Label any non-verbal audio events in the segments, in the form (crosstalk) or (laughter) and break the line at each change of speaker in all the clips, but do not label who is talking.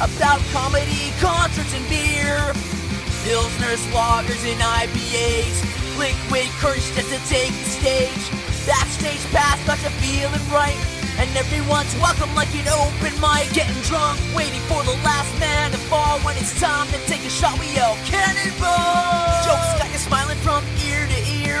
about comedy, concerts, and beer. Pilsner loggers, and IPAs. Liquid courage just to take the stage. Backstage pass, got you feeling right. And everyone's welcome like an open mic. Getting drunk, waiting for the last man to fall. When it's time to take a shot, we yell cannonball. Jokes got you smiling from ear to ear.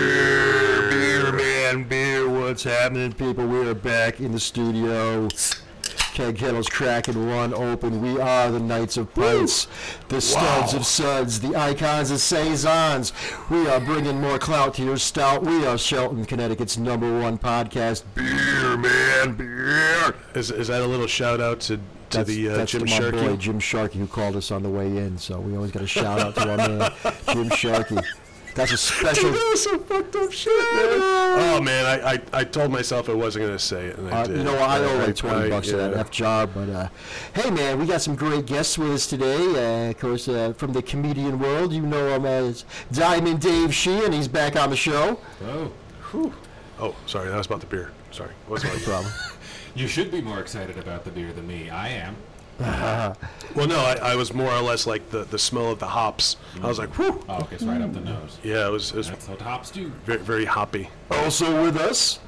Beer man, beer. What's happening, people? We are back in the studio. Keg kettles cracking one open. We are the Knights of Pints, the Studs of Suds, the Icons of Saisons. We are bringing more clout to your stout. We are Shelton, Connecticut's number one podcast. Beer man, beer.
Is, is that a little shout out to, to
That's,
the uh,
that's
Jim
to my boy
Sharkey?
Jim Sharkey who called us on the way in. So we always got a shout out to our man Jim Sharkey.
(laughs)
That's a special.
Oh man, I, I, I told myself I wasn't gonna say it, and I
Uh,
did.
you know, I owe
I-
like 20
I-
bucks to
yeah.
that F job. But uh, hey, man, we got some great guests with us today. Uh, of course, uh, from the comedian world, you know him as Diamond Dave Sheehan. He's back on the show.
Oh, sorry, that was about the beer. Sorry, what's my
Problem.
You should be more excited about the beer than me. I am.
Well, no, I, I was more or less like the, the smell of the hops. I was like, whew.
Oh, it gets right
Hmm.
up the nose.
Yeah, it was, it was
That's what hops do.
very, very hoppy.
also with us,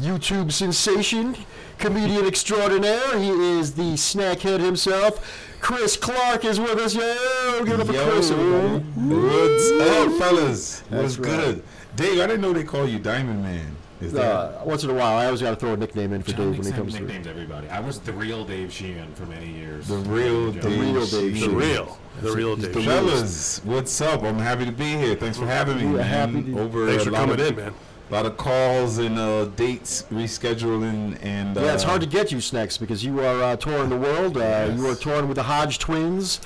YouTube sensation, comedian extraordinaire. He is the snackhead himself. Chris Clark is with us. Yo, give it up for Chris. everybody.
What's up, fellas? What's
right.
good? Dave, I didn't know they call you Diamond Man. Is that
Uh, once in a while, I always got to throw a nickname in for
John
Dave when he
Nixon
comes through.
nicknamed everybody. I was the real Dave Sheehan for many years.
the real Dave?
real Dave
The
Sure.
Sheehan.
real, the real Dave.
the
Chappelle.
real-
Fellas, what's up? I'm happy to be here. Thanks for having me,
We're
man.
happy to-
Over
Thanks
a
for
lot
coming
of,
in, man.
lot of calls and uh, dates, rescheduling, and uh,
Yeah, it's hard to get you snacks because you are uh, touring the world. Uh, You are
Yes.
touring with the Hodge twins.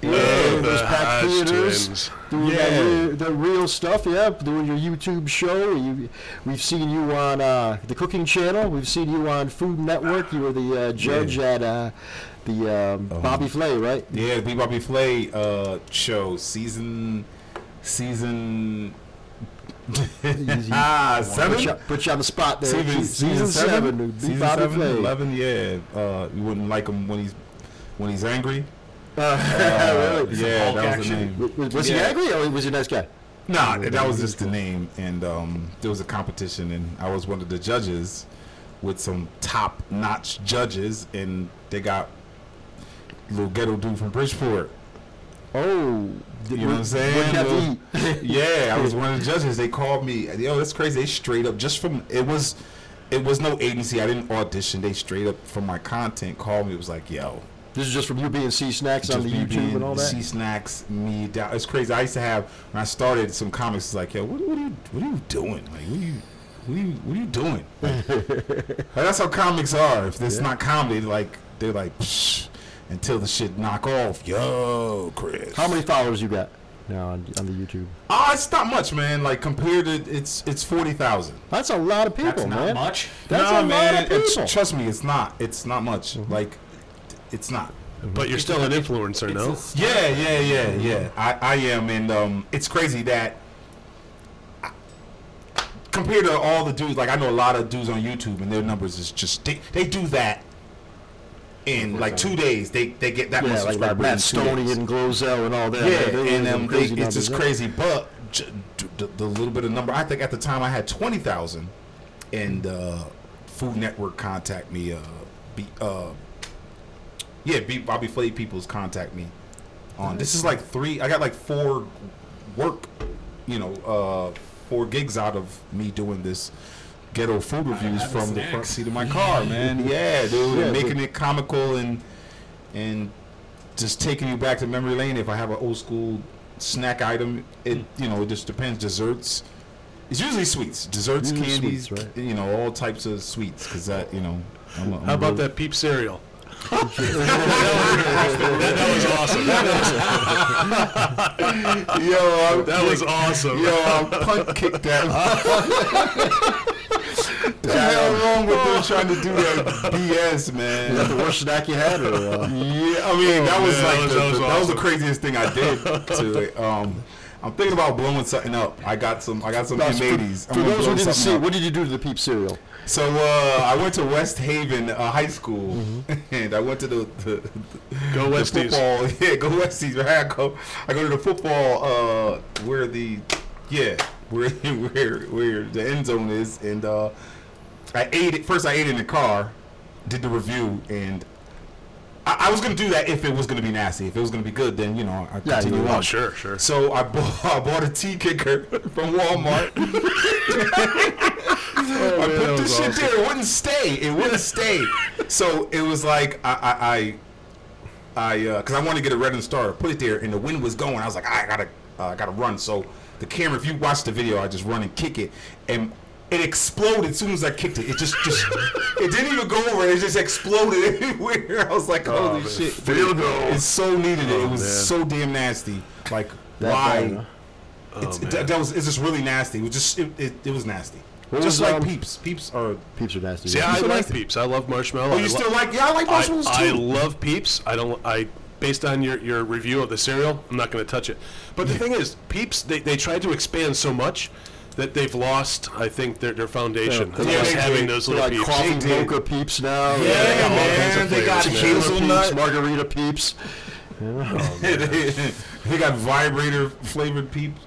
Yeah,
Love
in
the
those packed
Hodge
theaters,
twins.
Doing
Yeah.
that real, the real stuff, yeah. Doing your YouTube show. You, we've seen you on uh, the Cooking Channel. We've seen you on Food Network. You were the uh, judge at uh, the um,
Oh.
Bobby Flay, right?
Yeah, Bebop Flay uh, show season season (laughs) ah
Put you,
seven.
put you on the spot there.
season,
Se-
season seven,
seven, beat
season
Bobby
seven,
Flay.
11, yeah. Uh, you wouldn't like him when he's when he's angry.
Uh, (laughs)
Uh,
really?
yeah,
Hulk
that was the
action.
name.
Was, was he
Yeah.
angry or was he a nice guy?
Nah, that was just the name, and um, there was a competition, and I was one of the judges with some top-notch judges, and they got little ghetto dude from Bridgeport.
Oh,
You know what I'm
What
saying?
you have to
Little-
eat?
yeah, I was (laughs) one of the judges. They called me. Yo, that's crazy. They straight up just from it was, it was no agency. I didn't audition. They straight up from my content called me. It was like, yo,
This is just from you being C Snacks on the
me
YouTube and all that.
Sea snacks me down. It's crazy. I used to have when I started some comics. It's like, yo, what, what are you, what are you doing? Like, what are you, what are you, what are
(laughs)
you doing? Like, that's how comics are. If it's not comedy, like they're like, Psh, until the shit knock off. Yo, Chris.
How many followers you got now on, on the YouTube?
Ah, it's not much, man. Like compared to it's it's forty thousand.
That's a lot of people,
That's not
man.
much.
That's a lot of people. Mm-hmm.
It's, trust me, it's not. It's not much. Like, it's not.
But you're still an influencer,
It's
no?
a s-
Yeah, yeah, yeah,
Mm-hmm.
yeah. I, I am, and um, it's crazy that I- compared to all the dudes, like I know a lot of dudes on YouTube, and their numbers is just they, they do that in like two days. They they get that much
yeah, like, like
subscriber
Matt
in two
Stoney
days.
and Glozell and all that.
yeah,
they- they-
and
they-
um, they,
crazy
it's just
numbers.
crazy. But j- d- the, the little bit of number, I think at the time I had twenty thousand, and uh, Food Network contact me. Uh, be, uh, yeah, be, Bobby Flay peoples contact me. On this is like three. I got like four work, you know, uh, four gigs out of me doing this. Ghetto food reviews
have the
from the front
snacks.
seat of my car, man. Yeah, dude,
Yeah,
and
but-
making it comical and and just taking you back to memory lane. If I have an old school snack item, it you know it just depends. Desserts, it's usually sweets, desserts,
Usually
candies,
sweets, right.
you know all types of sweets. Because that you know, I'm a, I'm
How
a
about
real- (laughs)
that peep cereal? (laughs) that, that was awesome. That was,
Yo, I'm,
that was awesome.
yo, I'm punt kicked that. What the hell wrong with them trying to do that BS, man? Is that the worst snack you had, or uh,
Yeah, I mean that was
man, that
like
was-
the,
that was
the- that was the
awesome.
craziest thing I did to it. Um, I'm thinking about blowing something up. I got some. I got some
for,
M80s. I'm
for
gonna
those
blow
who didn't
something
see,
up.
what did you do to the peep cereal?
So uh, I went to West Haven uh, High School,
Mm-hmm.
and (laughs) I went to the, the,
Go
the
Westies.
football. (laughs) Yeah, go Westies. Right? I go. I go to the football uh, where the yeah where (laughs) where where the end zone is, and uh, I ate it first. I ate it in the car, did the review, and I, I was gonna do that if it was gonna be nasty. If it was gonna be good, then you know I
Yeah,
continue
you
on.
Oh, sure, sure.
So I bought, (laughs) I bought a tea kicker from Walmart. (laughs) I
Oh, man,
put
that
this
was
shit
awesome.
there. It wouldn't stay. It wouldn't stay. So it was like I I I, I uh, cause I wanted to get a red and star. Put it there, and the wind was going. I was like, I gotta uh, I gotta run. So the camera, if you watch the video, I just run and kick it, and it exploded as soon as I kicked it. It just just (laughs) it didn't even go over. It just exploded (laughs) everywhere. I was like, holy
man.
shit!
Field goal.
It so needed it. It
Oh,
was
man.
so damn nasty. Like
That bad, huh?
why? It's,
man.
that, that was it's just really nasty. It was just it, it, it was nasty.
What was,
just like
um,
peeps. Peeps are.
Peeps are nasty.
See, I
still
like
like it?
peeps. I love marshmallow.
Oh,
I lo-
you still like? Yeah, I like marshmallows
I, I
too.
love peeps. I don't. I based on your, your review of the cereal, I'm not going to touch it. But the thing is, peeps they, they tried to expand so much that they've lost. I think their their foundation.
Yeah,
of
they
just
did.
having those
They're
little
like
peeps.
coffee
They did.
mocha peeps now.
Yeah,
they got all
man,
kinds of
they got
flavors,
hazelnut.
peeps, margarita peeps.
(laughs) they, they got vibrator flavored peeps.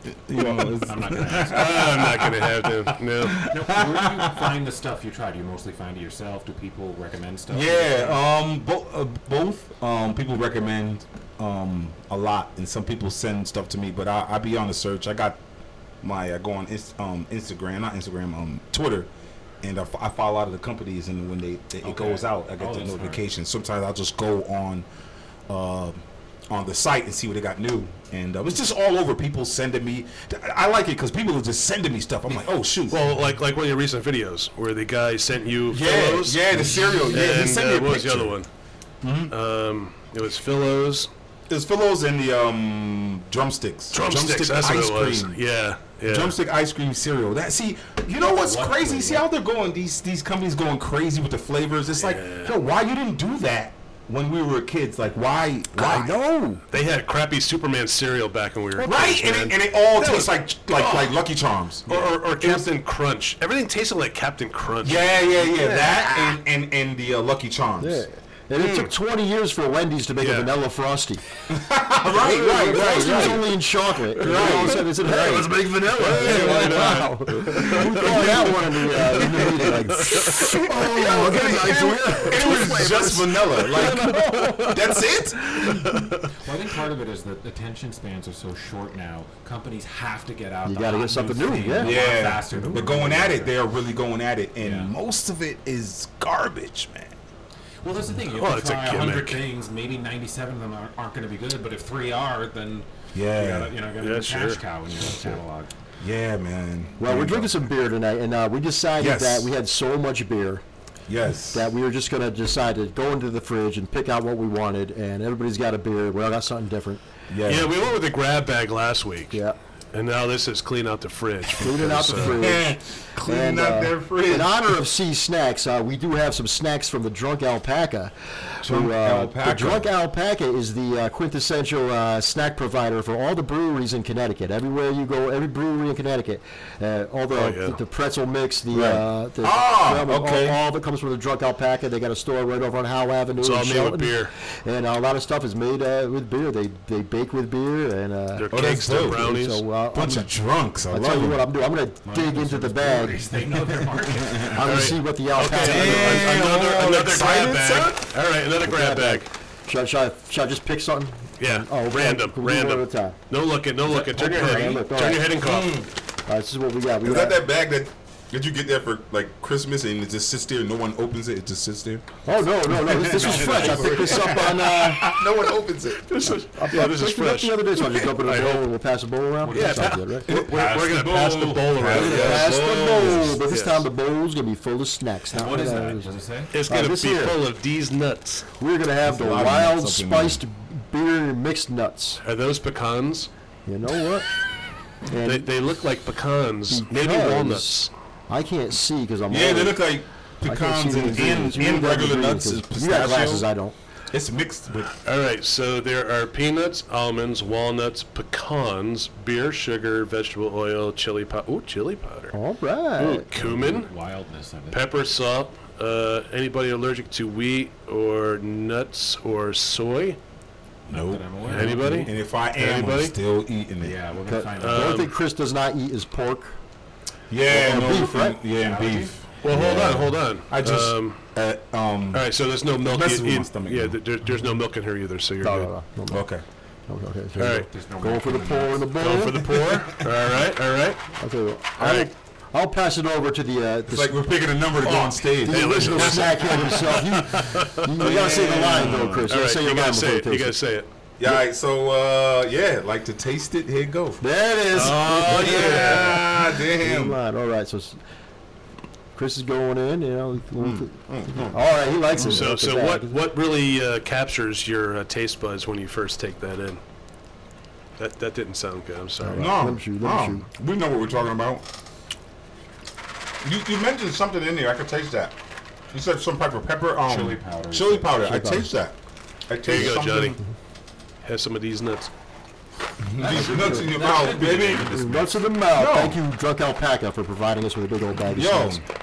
(laughs)
You know, it's-
I'm not gonna
(laughs)
ask.
I'm not going to have them.
(laughs)
No.
No,
(laughs)
where do you find the stuff you try? Do you mostly find it yourself? Do people recommend stuff?
yeah, um, bo- uh, both um, people recommend um, a lot, and some people send stuff to me. But I, I be on the search. I got my I go on Inst- um, Instagram, not Instagram, um, Twitter, and I, f- I follow a lot of the companies. And when they, they it
Okay.
goes out, I get
Oh,
the
that's smart.
notifications. Sometimes I'll just go on um on the site and see what they got new. And um, it's just all over. People sending me. I I like it because people are just sending me stuff. I'm like, oh shoot.
Well, like like one of your recent videos where the guy sent you
yeah,
Philos.
yeah, the cereal. Yeah, he
And
sent
uh,
me a
what was
picture.
the other one? Um, it was Philos.
There's Philos and the um, drumsticks.
Drumsticks. that's what it was. Yeah. Yeah.
Drumstick ice cream cereal. That see, you know what's
What
crazy?
flavor?
See how they're going. These these companies going crazy with the flavors. It's like, yo, why you didn't do that when we were kids? Like, why? Why?
I know.
They had crappy Superman cereal back when we were
Right?
kids,
And
man.
it, and it all
That was-
tastes like like
oh.
like Lucky Charms.
or, or, or Captain Crunch. Everything tasted like Captain Crunch.
Yeah, yeah, yeah. That and and, and the uh, Lucky Charms.
Yeah. And it took 20 years for Wendy's to make a
Yeah.
vanilla frosty.
(laughs)
Right, right, right,
Frosty was
right.
only in chocolate. Right. All of a sudden, they said, hey, let's make vanilla. wow. Who thought that one in the, uh, in the meeting? Like, (laughs) oh, get a nice one.
(laughs) It was just vanilla.
(laughs)
Like that's it.
Well, I think part of it is that attention spans are so short now. Companies have to get out.
You
the
gotta
hot
get something new,
thing
yeah.
a lot
Yeah,
faster than
they're
we
going
were.
at it. They are really going at it, and
Yeah.
most of it is garbage, man.
Well, that's the thing. You
Well,
have
it's
to
a
try a hundred
gimmick.
things. Maybe ninety-seven of them aren't, aren't going to be good. But if three are, then
Yeah.
you gotta, you know, gotta
Yeah,
be a
sure.
cash cow in your catalog.
Yeah, man.
Well, we're drinking some beer tonight, and uh, we decided
Yes.
that we had so much beer
Yes.
that we were just going to decide to go into the fridge and pick out what we wanted, and everybody's got a beer. We all got something different.
yeah.
Yeah, we went with the grab bag last week.
Yeah.
And now this is clean out the fridge.
Cleaning out the
because, uh,
fridge.
Clean
uh,
up their fridge.
In honor of C Snacks, uh, we do have some snacks from the Drunk Alpaca.
Drunk
who, uh, The
Alpaca.
Drunk Alpaca is the uh, quintessential uh, snack provider for all the breweries in Connecticut. Everywhere you go, every brewery in Connecticut, uh, all the,
Oh, yeah.
the, pretzel mix, the, uh, the
Ah,
all- all-
okay.
all, that comes from the Drunk Alpaca. They got a store right over on Howe Avenue. It's
all made with beer.
and a lot of stuff is made uh, with beer. They they bake with beer and uh,
Their
Oh,
cakes,
that's
their
dope.
brownies.
so uh,
Bunch
I'm-
of drunks. I
I
love
tell you
it.
what I'm doing. I'm going to dig into the bag.
They know their market.
(laughs) I'm going to
right.
see what the alpaca.
Damn,
another
all
another
uh, excited,
grab bag. All right, another grab bag.
Should I, should, I, should I just pick something?
Yeah,
Oh, okay.
random,
Can we do one at a
random.
time?
No look at, no look at. Turn your
okay,
head,
look, all
turn
right.
your head and cough.
All right, this is what we got. We
Is that
got
that bag that Did you get that for like Christmas and it just sits there? and No one opens it. It just sits there.
Oh no, no, no! This, this was fresh. I picked this up on. Uh,
(laughs) (laughs) No one opens it.
(laughs)
This is, (laughs) yeah, this is
picked it up
fresh.
the other day, so I just open it
I
a bowl
hope.
and we'll pass the bowl around.
Yeah,
that sounds
pa-
good, right?
We're, we're, we're gonna pass the bowl around.
Yeah.
Pass the
bowls.
bowl, but this
Yes.
time the bowl's gonna be full of snacks. uh, Not
What is
without
that?
reason.
Does it say?
It's
All right,
gonna be
this here.
full of these nuts.
We're gonna have the
a lot of
wild
nuts up in there.
spiced beer mixed nuts.
Are those pecans?
You know what? And
They, they look like pecans, maybe
Pecans.
walnuts.
I can't see because I'm.
Yeah, they
old.
look like
I can't
pecans
see the
and
ingredients.
in,
You got
in
the
regular nuts is
ingredients. You got glasses, I
pistachio.
don't.
It's mixed with
All right, so there are peanuts, almonds, walnuts, pecans, beer, sugar, vegetable oil, chili powder. Ooh, chili powder.
All
Ooh,
right.
cumin,
Wildness of it.
pepper, salt. Uh, anybody allergic to wheat or nuts or soy?
no.
that I'm aware of.
Anybody?
And if I am,
Anybody?
I'm still eating it.
Yeah, we're gonna find
the
out.
only
Um,
thing Chris does not eat is pork.
yeah,
Or
no,
beef,
beef,
right?
yeah, and beef.
Well, hold on, hold on.
I just
Um,
uh, um.
all right, so there's no milk.
messes
In,
with my
in-
stomach
yeah,
now.
there, there's no milk in here either, so you're
No,
good.
no, no, no,
Okay.
no, no, okay,
All
here we
right,
There's no
go. Going for the
milk in
pour
the
and the bowl.
for the pour. All right, all right.
I'll tell you what,
right.
I'll, I'll pass it over to the. Uh, the
It's like we're picking a number to go on stage.
Hey, listen,
original
listen.
snack head himself. You, you, gotta say the line though, Chris. You
All
gotta
right,
say your
you
line
gotta say
before
it. You
taste
gotta say
it.
it.
Yeah, all right, so uh, yeah, like to taste it. Here it goes.
There it is.
Oh yeah.
Ah, damn.
Come on. All right. So s- Chris is going in. You know. going for- All right. He likes it.
Hmm. So,
Look at
so
that.
what what really uh, captures your uh, taste buds when you first take that in? That that didn't sound good. I'm sorry.
No,
Let me shoot, let
no.
me
We know what we're talking about. You, you mentioned something in there. I could taste that. You said some type of pepper. Um,
Chili powder.
Chili powder. I
powder.
taste that. I taste
There you go,
something.
Johnny. Have some of these nuts.
These nuts in your mouth, baby.
Nuts in the mouth.
Yo.
Thank you, Drunk Alpaca, for providing us with a big old bag of
Yo,
snacks.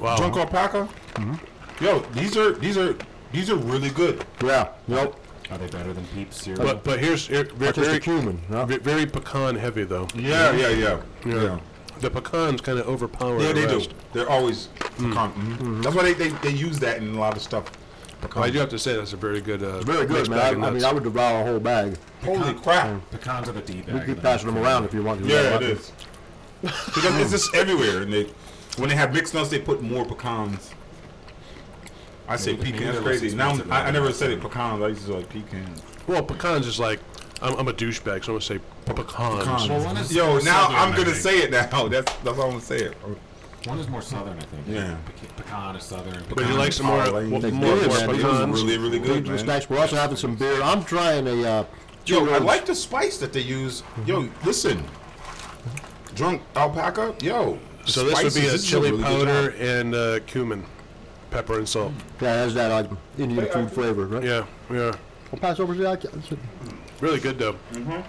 Wow.
drunk alpaca. Uh-huh. Mm-hmm. Yo, these are these are these are really good.
Yeah. Nope.
Are they better than Peeps cereal?
but but here's here,
I
very,
taste the
very,
cumin. No.
ve- very pecan heavy though.
Yeah, yeah, yeah, yeah. Yeah,
The pecans kind of overpower. the
they do.
rest.
They're always pecan. Mhm. That's why they, they, they use that in a lot of stuff.
I
Pecan.
do have to say that's a very good. Uh,
Very good,
mixed
man.
bag of
I, I mean,
nuts.
I would devour a whole bag.
Holy crap!
Pecans are the D bag.
You
of
keep
the
passing them
nut
around
family.
if you want to.
Mm-hmm. Yeah, Mm-hmm. it (laughs) is. Because it's just everywhere, and they when they have mixed nuts, they put more pecans. I say
Maybe-
pecans.
maybe
That's
they're less
crazy. Now
expensive
I, I
than
never
that.
said it pecans. I used to say like pecans.
Well, pecans is like I'm, I'm a douchebag, so I'm gonna say pecans.
Pecans.
Well, one is
Yo,
more
now
southern,
I'm
I
gonna
think.
say it now. (laughs) That's that's all I'm gonna say. It.
One is more southern, I think.
Yeah.
Peca- Pecan is southern.
Would you
Pecan.
like some more
Oh, I like
more,
that.
more,
Yeah,
more
man,
It
pecans?
was really really good,
Those
man.
Snacks. We're also having some beer. I'm trying a. Uh,
Yo, I
two-roll
like the spice that they use. Yo, listen, drunk alpaca. Yo, the
So this would
spices,
be a
this is
chili
really good
powder
job.
and uh, cumin, pepper and salt.
Yeah, it has that like Indian food flavor, right?
Yeah, yeah,
We'll pass over to that. That's it.
really good though. Mm-hmm.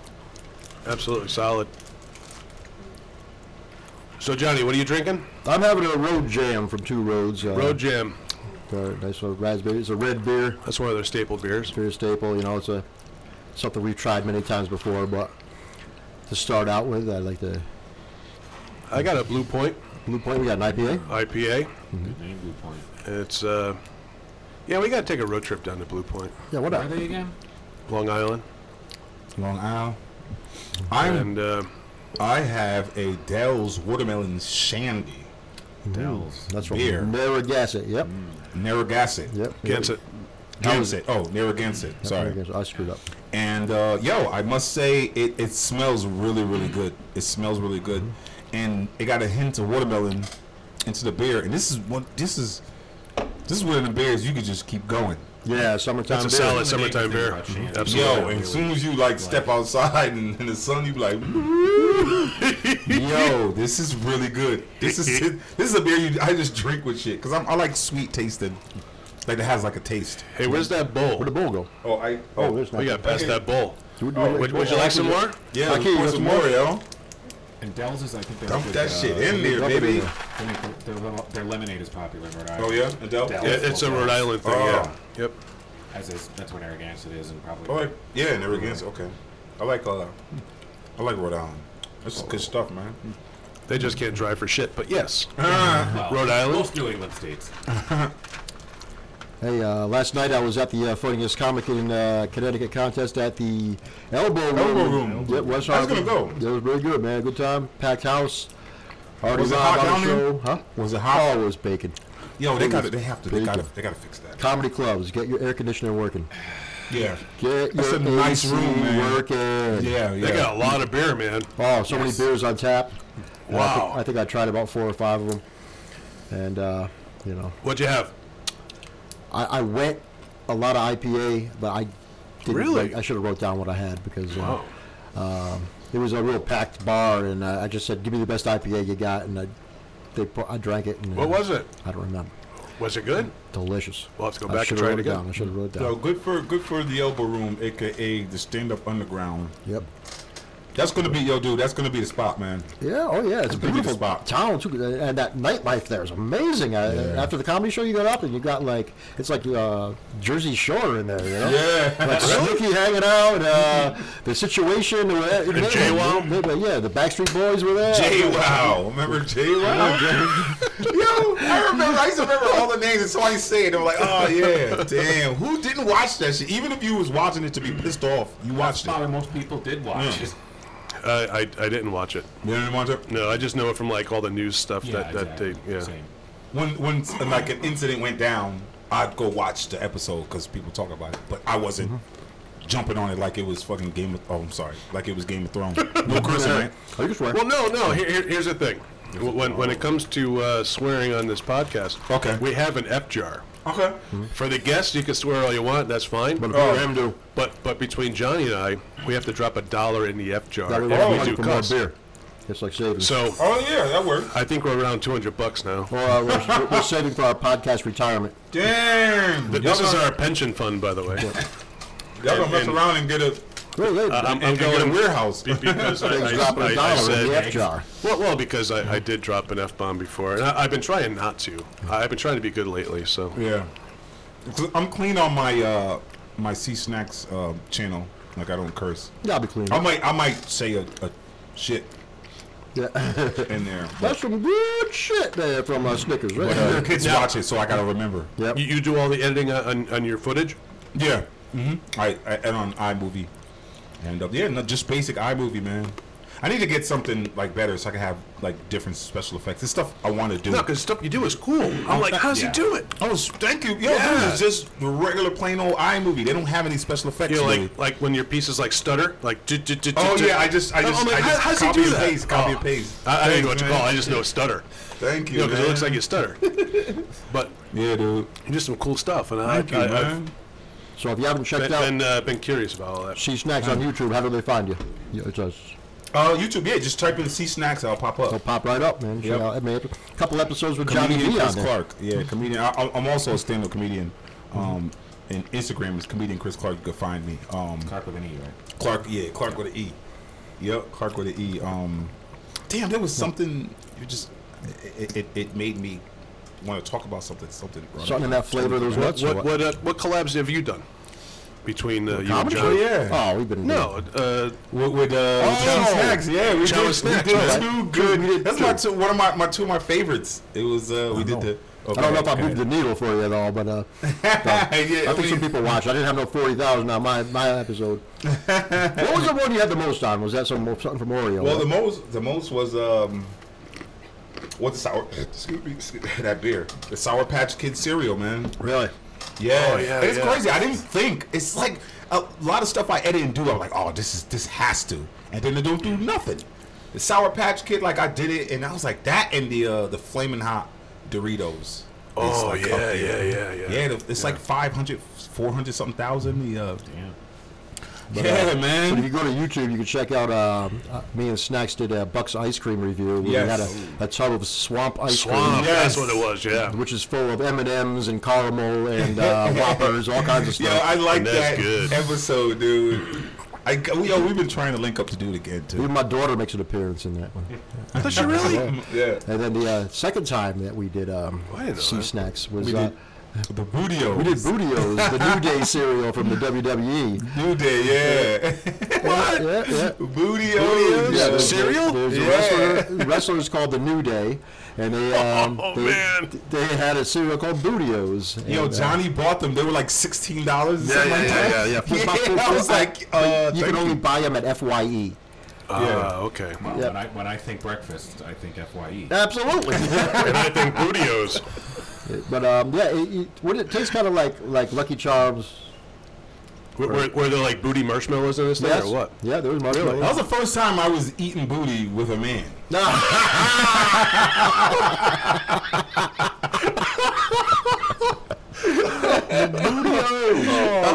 Absolutely solid. So Johnny, what are you drinking?
I'm having a road jam from Two Roads. Uh,
Road Jam.
uh, nice little raspberry. It's a red beer,
That's one of their staple beers.
beer staple. You know, it's a something we've tried many times before, but to start out with, I like the
I got a Blue Point
Blue Point. We got an IPA.
IPA.
Good name, Blue Point.
It's uh, yeah, we gotta take a road trip down to Blue Point,
Yeah, what
Where are
up?
they again?
Long Island,
Long Island. I'm
and uh,
I have a Dell's watermelon shandy.
Dells.
That's from
Beer.
Narragansett. Yep.
Narragansett.
Yep.
Gansett.
Gansett. Oh, Narragansett. Sorry.
Narragansett. I screwed up.
And uh, yo, I must say it, it smells really, really good. It smells really good. And it got a hint of watermelon into the beer. And this is one this is this is one of the beers you could just keep going.
Yeah, summertime
It's a
beer.
solid summertime beer.
About Shandy.
Yo,
Absolutely.
and as soon as you like step outside and in the sun, you be (laughs) like, yo, this is really good. This is this is a beer you I just drink with shit because I like sweet tasting, like it has like a taste.
Hey, where's that bowl?
Where'd the bowl go?
Oh, I
Oh, there's not.
We got past that bowl.
Would,
Oh,
Would, would you like some more?
Yeah,
I
of
can't use
course, some
more.
more, yo.
And Dells is, I think, they're
Dump
good,
that
uh,
shit in there,
dump it in
baby.
there.
they make the- Their, little- their lemonade is popular in Rhode Island.
Oh yeah, Adele.
Adele.
Yeah, it's a Rhode Island thing. Yeah. Yep.
As is, that's what Narragansett is, and probably.
Oh wait. yeah, never against. Okay, I like uh, I like Rhode Island. This is good stuff, man.
They just can't drive for shit. But yes,
Oh,
Well,
Rhode Island?
Most New England states.
Hey, uh, last night I was at the uh, Funniest Comic in uh, Connecticut contest at the Elbow Room.
Elbow Room.
Yeah, West
I was
Hartford.
gonna go.
It was really good, man. Good time. Packed house. Already
Was it
live
hot
on
down
the
there?
show, huh?
Was it hot?
Always bacon.
Yo, they got to They have to. They
Pretty
got to.
good.
They got to fix that.
Comedy clubs, get your air conditioner working.
Yeah.
Get
That's
your
a nice
AC
room, man.
working.
Yeah.
They got a lot of beer, man.
Oh, so many beers on tap. And I thi-
Wow.
I think I tried about four or five of them, and uh, you know,
What'd you have?
I, I went a lot of IPA, but I didn't.
Really?
write- I should have wrote down what I had because uh,
Oh.
um, it was a real packed bar, and uh, I just said, "Give me the best IPA you got," and I, they, pu- I drank it. And, uh,
What was it?
I don't remember.
Was it good?
Delicious.
We'll have to go
I
back and
should've
try it
wrote
again.
down. I should have wrote it down.
No, good for good for the elbow room, aka the stand up underground.
Yep.
That's gonna be yo, dude. That's gonna be the spot, man.
Yeah. Oh, yeah. It's a
a pretty good
beautiful
spot.
town too, and that nightlife there is amazing. I,
Yeah.
After the comedy show, you got up and you got like it's like uh, Jersey Shore in there. You know?
Yeah. (laughs)
Like Snooki hanging out, uh,
Mm-hmm.
the situation. The, the
J-Wow.
Yeah, the Backstreet Boys were there.
J Wow. Remember J Wow? (laughs) Yo, I remember. I used to remember all the names, and so I say it. I'm like, oh yeah, damn. Who didn't watch that shit? Even if you was watching it to be pissed off, you watched it.
Probably most people did watch it.
Uh, I I didn't watch it.
You didn't watch it.
No, I just know it from like all the news stuff
Yeah,
that that
exactly.
they yeah.
Same.
When when like an incident went down, I'd go watch the episode because people talk about it, but I wasn't. Jumping on it like it was fucking Game of Oh, I'm sorry, like it was Game of Thrones. (laughs) No cursing, man.
Are Oh, you swearing?
Well, no, no. Here, here, here's the thing. When when it comes to uh, swearing on this podcast,
Okay.
we have an F jar.
Okay.
For the guests, you can swear all you want. That's fine. But
Oh.
him do. But but between Johnny and I, we have to drop a dollar in the F jar
That
every
was
we
money
do
for more
oh, cuss.
beer. It's like saving.
So
Oh yeah, that worked.
I think we're around 200 bucks now.
Or, uh, we're, we're saving for our podcast retirement.
Damn.
Th- This is our pension fund, by the way.
Y'all gonna mess
and-
around and get a
Wait, wait.
Uh, I'm, I'm
and get
going
a warehouse.
be- because I, I-
Things dropping
I-
a
I
dollar
said-
in the F jar.
Well, well, because I, I did drop an F bomb before, and I, I've been trying not to. I, I've been trying to be good lately, so
Yeah. 'Cause I'm clean on my uh my C Snacks uh, channel. Like I don't curse.
Yeah, I'll be clean.
I might I might say a, a shit
Yeah.
in there. (laughs) But
That's some good shit there from uh, Snickers, right?
uh, the kids watch it, so I gotta remember.
yep.
you, you do all the editing on, on, on your footage.
Yeah. hmm I, I and on iMovie. And uh, yeah, no, just basic iMovie, man. I need to get something like better so I can have like different special effects. This stuff I want to do.
No, because stuff you do is cool. I'm like, how does
Yeah.
he do it?
Oh, s- thank you. Yo,
Yeah.
dude, it's just the regular plain old iMovie. They don't have any special effects.
You know,
really.
like like when your pieces like stutter, like. du- du- du- du-
Oh
du-
yeah, I just, I
I'm
just,
like,
I
how-
just
how's he
copy
do
and
that?
paste, copy
Oh.
and paste.
I, I don't even know what
Thanks,
you call. it. I
man.
just know stutter.
Thank you.
You know, because it
man.
looks like you stutter.
(laughs)
but
Yeah, dude.
you do some cool stuff, and
Thank
I,
you,
I, I've
man.
So if you haven't checked
been
out
been, uh, been curious about all that.
She Snacks on YouTube, how do they find you? Yeah, it's us.
Uh, YouTube, yeah, just type in "C Snacks," I'll pop
They'll
up.
pop right up, man. Check
Yep.
out- I mean, a couple episodes with Johnny
Comedian
V on
Chris
there.
Clark. Yeah, comedian. I, I'm also a stand-up comedian. Um, and Instagram is comedian Chris Clark. You can find me. Um,
Clark with an E, right?
Clark. Yeah, Clark with an E. Yep, Clark with an E. Um, damn, there was something. You just, it, it, it made me want to talk about something. Something.
Something uh, in that flavor of those nuts. or
What what uh, what collabs have you done between uh, you and
Comedy?
John?
Oh, yeah.
Oh, we've been
No, uh,
With, with uh, with Chum
Oh.
snacks, yeah, we
Chum
did,
Snacks,
we did
right.
two good. that's my two, one of my, my two of my favorites. It was uh, we did the.
I don't know if I moved the needle for you at all, but uh, I
(laughs) yeah,
think
we-
some people watched. I didn't have no forty thousand on my my
(laughs)
episode. what was the one you had the most on? Was that some something from Oreo?
well, the most the most was um, what the sour? (laughs) Excuse me, excuse me, (laughs) that beer, the Sour Patch Kid cereal, man.
really?
Yeah,
Oh, yeah,
it's
yeah.
crazy. I didn't think it's like a lot of stuff I edit and do. I'm like, oh, this is this has to, and then it don't do nothing. The Sour Patch Kid, like I did it, and I was like that, and the uh, the flaming hot Doritos. is,
Oh,
like, up
yeah,
there.
yeah, yeah, yeah.
yeah. the- It's like 500, 400 something thousand. The uh,
Damn.
yeah,
But if (laughs)
man.
you go to YouTube, you can check out. Uh, uh, me and Snacks did a Bucks ice cream review. Where
Yes.
We had a, a tub of swamp ice
Swamp.
cream,
Yes.
That's what it was.
(laughs)
Yeah.
which is full of M and M's and caramel and
(laughs)
uh, Whoppers, all kinds of
Yo,
stuff.
I like
And that's
that
good.
episode, dude. I go- yo, we've been trying to link up to do it again
(laughs)
too.
Even my daughter makes an appearance in that one.
Does she really?
Yeah,
And then the uh, second time that we did um,
I didn't know
Sea
that.
Snacks was
(laughs) we
uh,
did the Budio.
we did Bootios, the New Day cereal from the WWE.
New Day. Yeah,
What? Yeah, yeah.
Budio.
Yeah, there's-
Cereal?
There's a
Yeah.
wrestler, the wrestler's called the New Day, and they um,
Oh,
they,
man.
they had a cereal called Bootios. and,
Yo,
uh,
Johnny bought them. They were like sixteen dollars. (laughs)
Yeah, yeah, yeah, yeah.
Flip-flop,
I was
flip-flop.
like, uh,
you E. can
thank
only buy them at Fye.
Ah, okay.
Well,
Yep.
when I when I think breakfast, I think E. Fye.
(laughs) Absolutely.
and I think Bootios.
but um, yeah, it, it, what it tastes kind of like like Lucky Charms.
Were, were, were there like booty marshmallows in this thing
Yes.
or what?
Yeah, there was marshmallows.
That was the first time I was eating booty with a man. (laughs)
No,
(laughs) I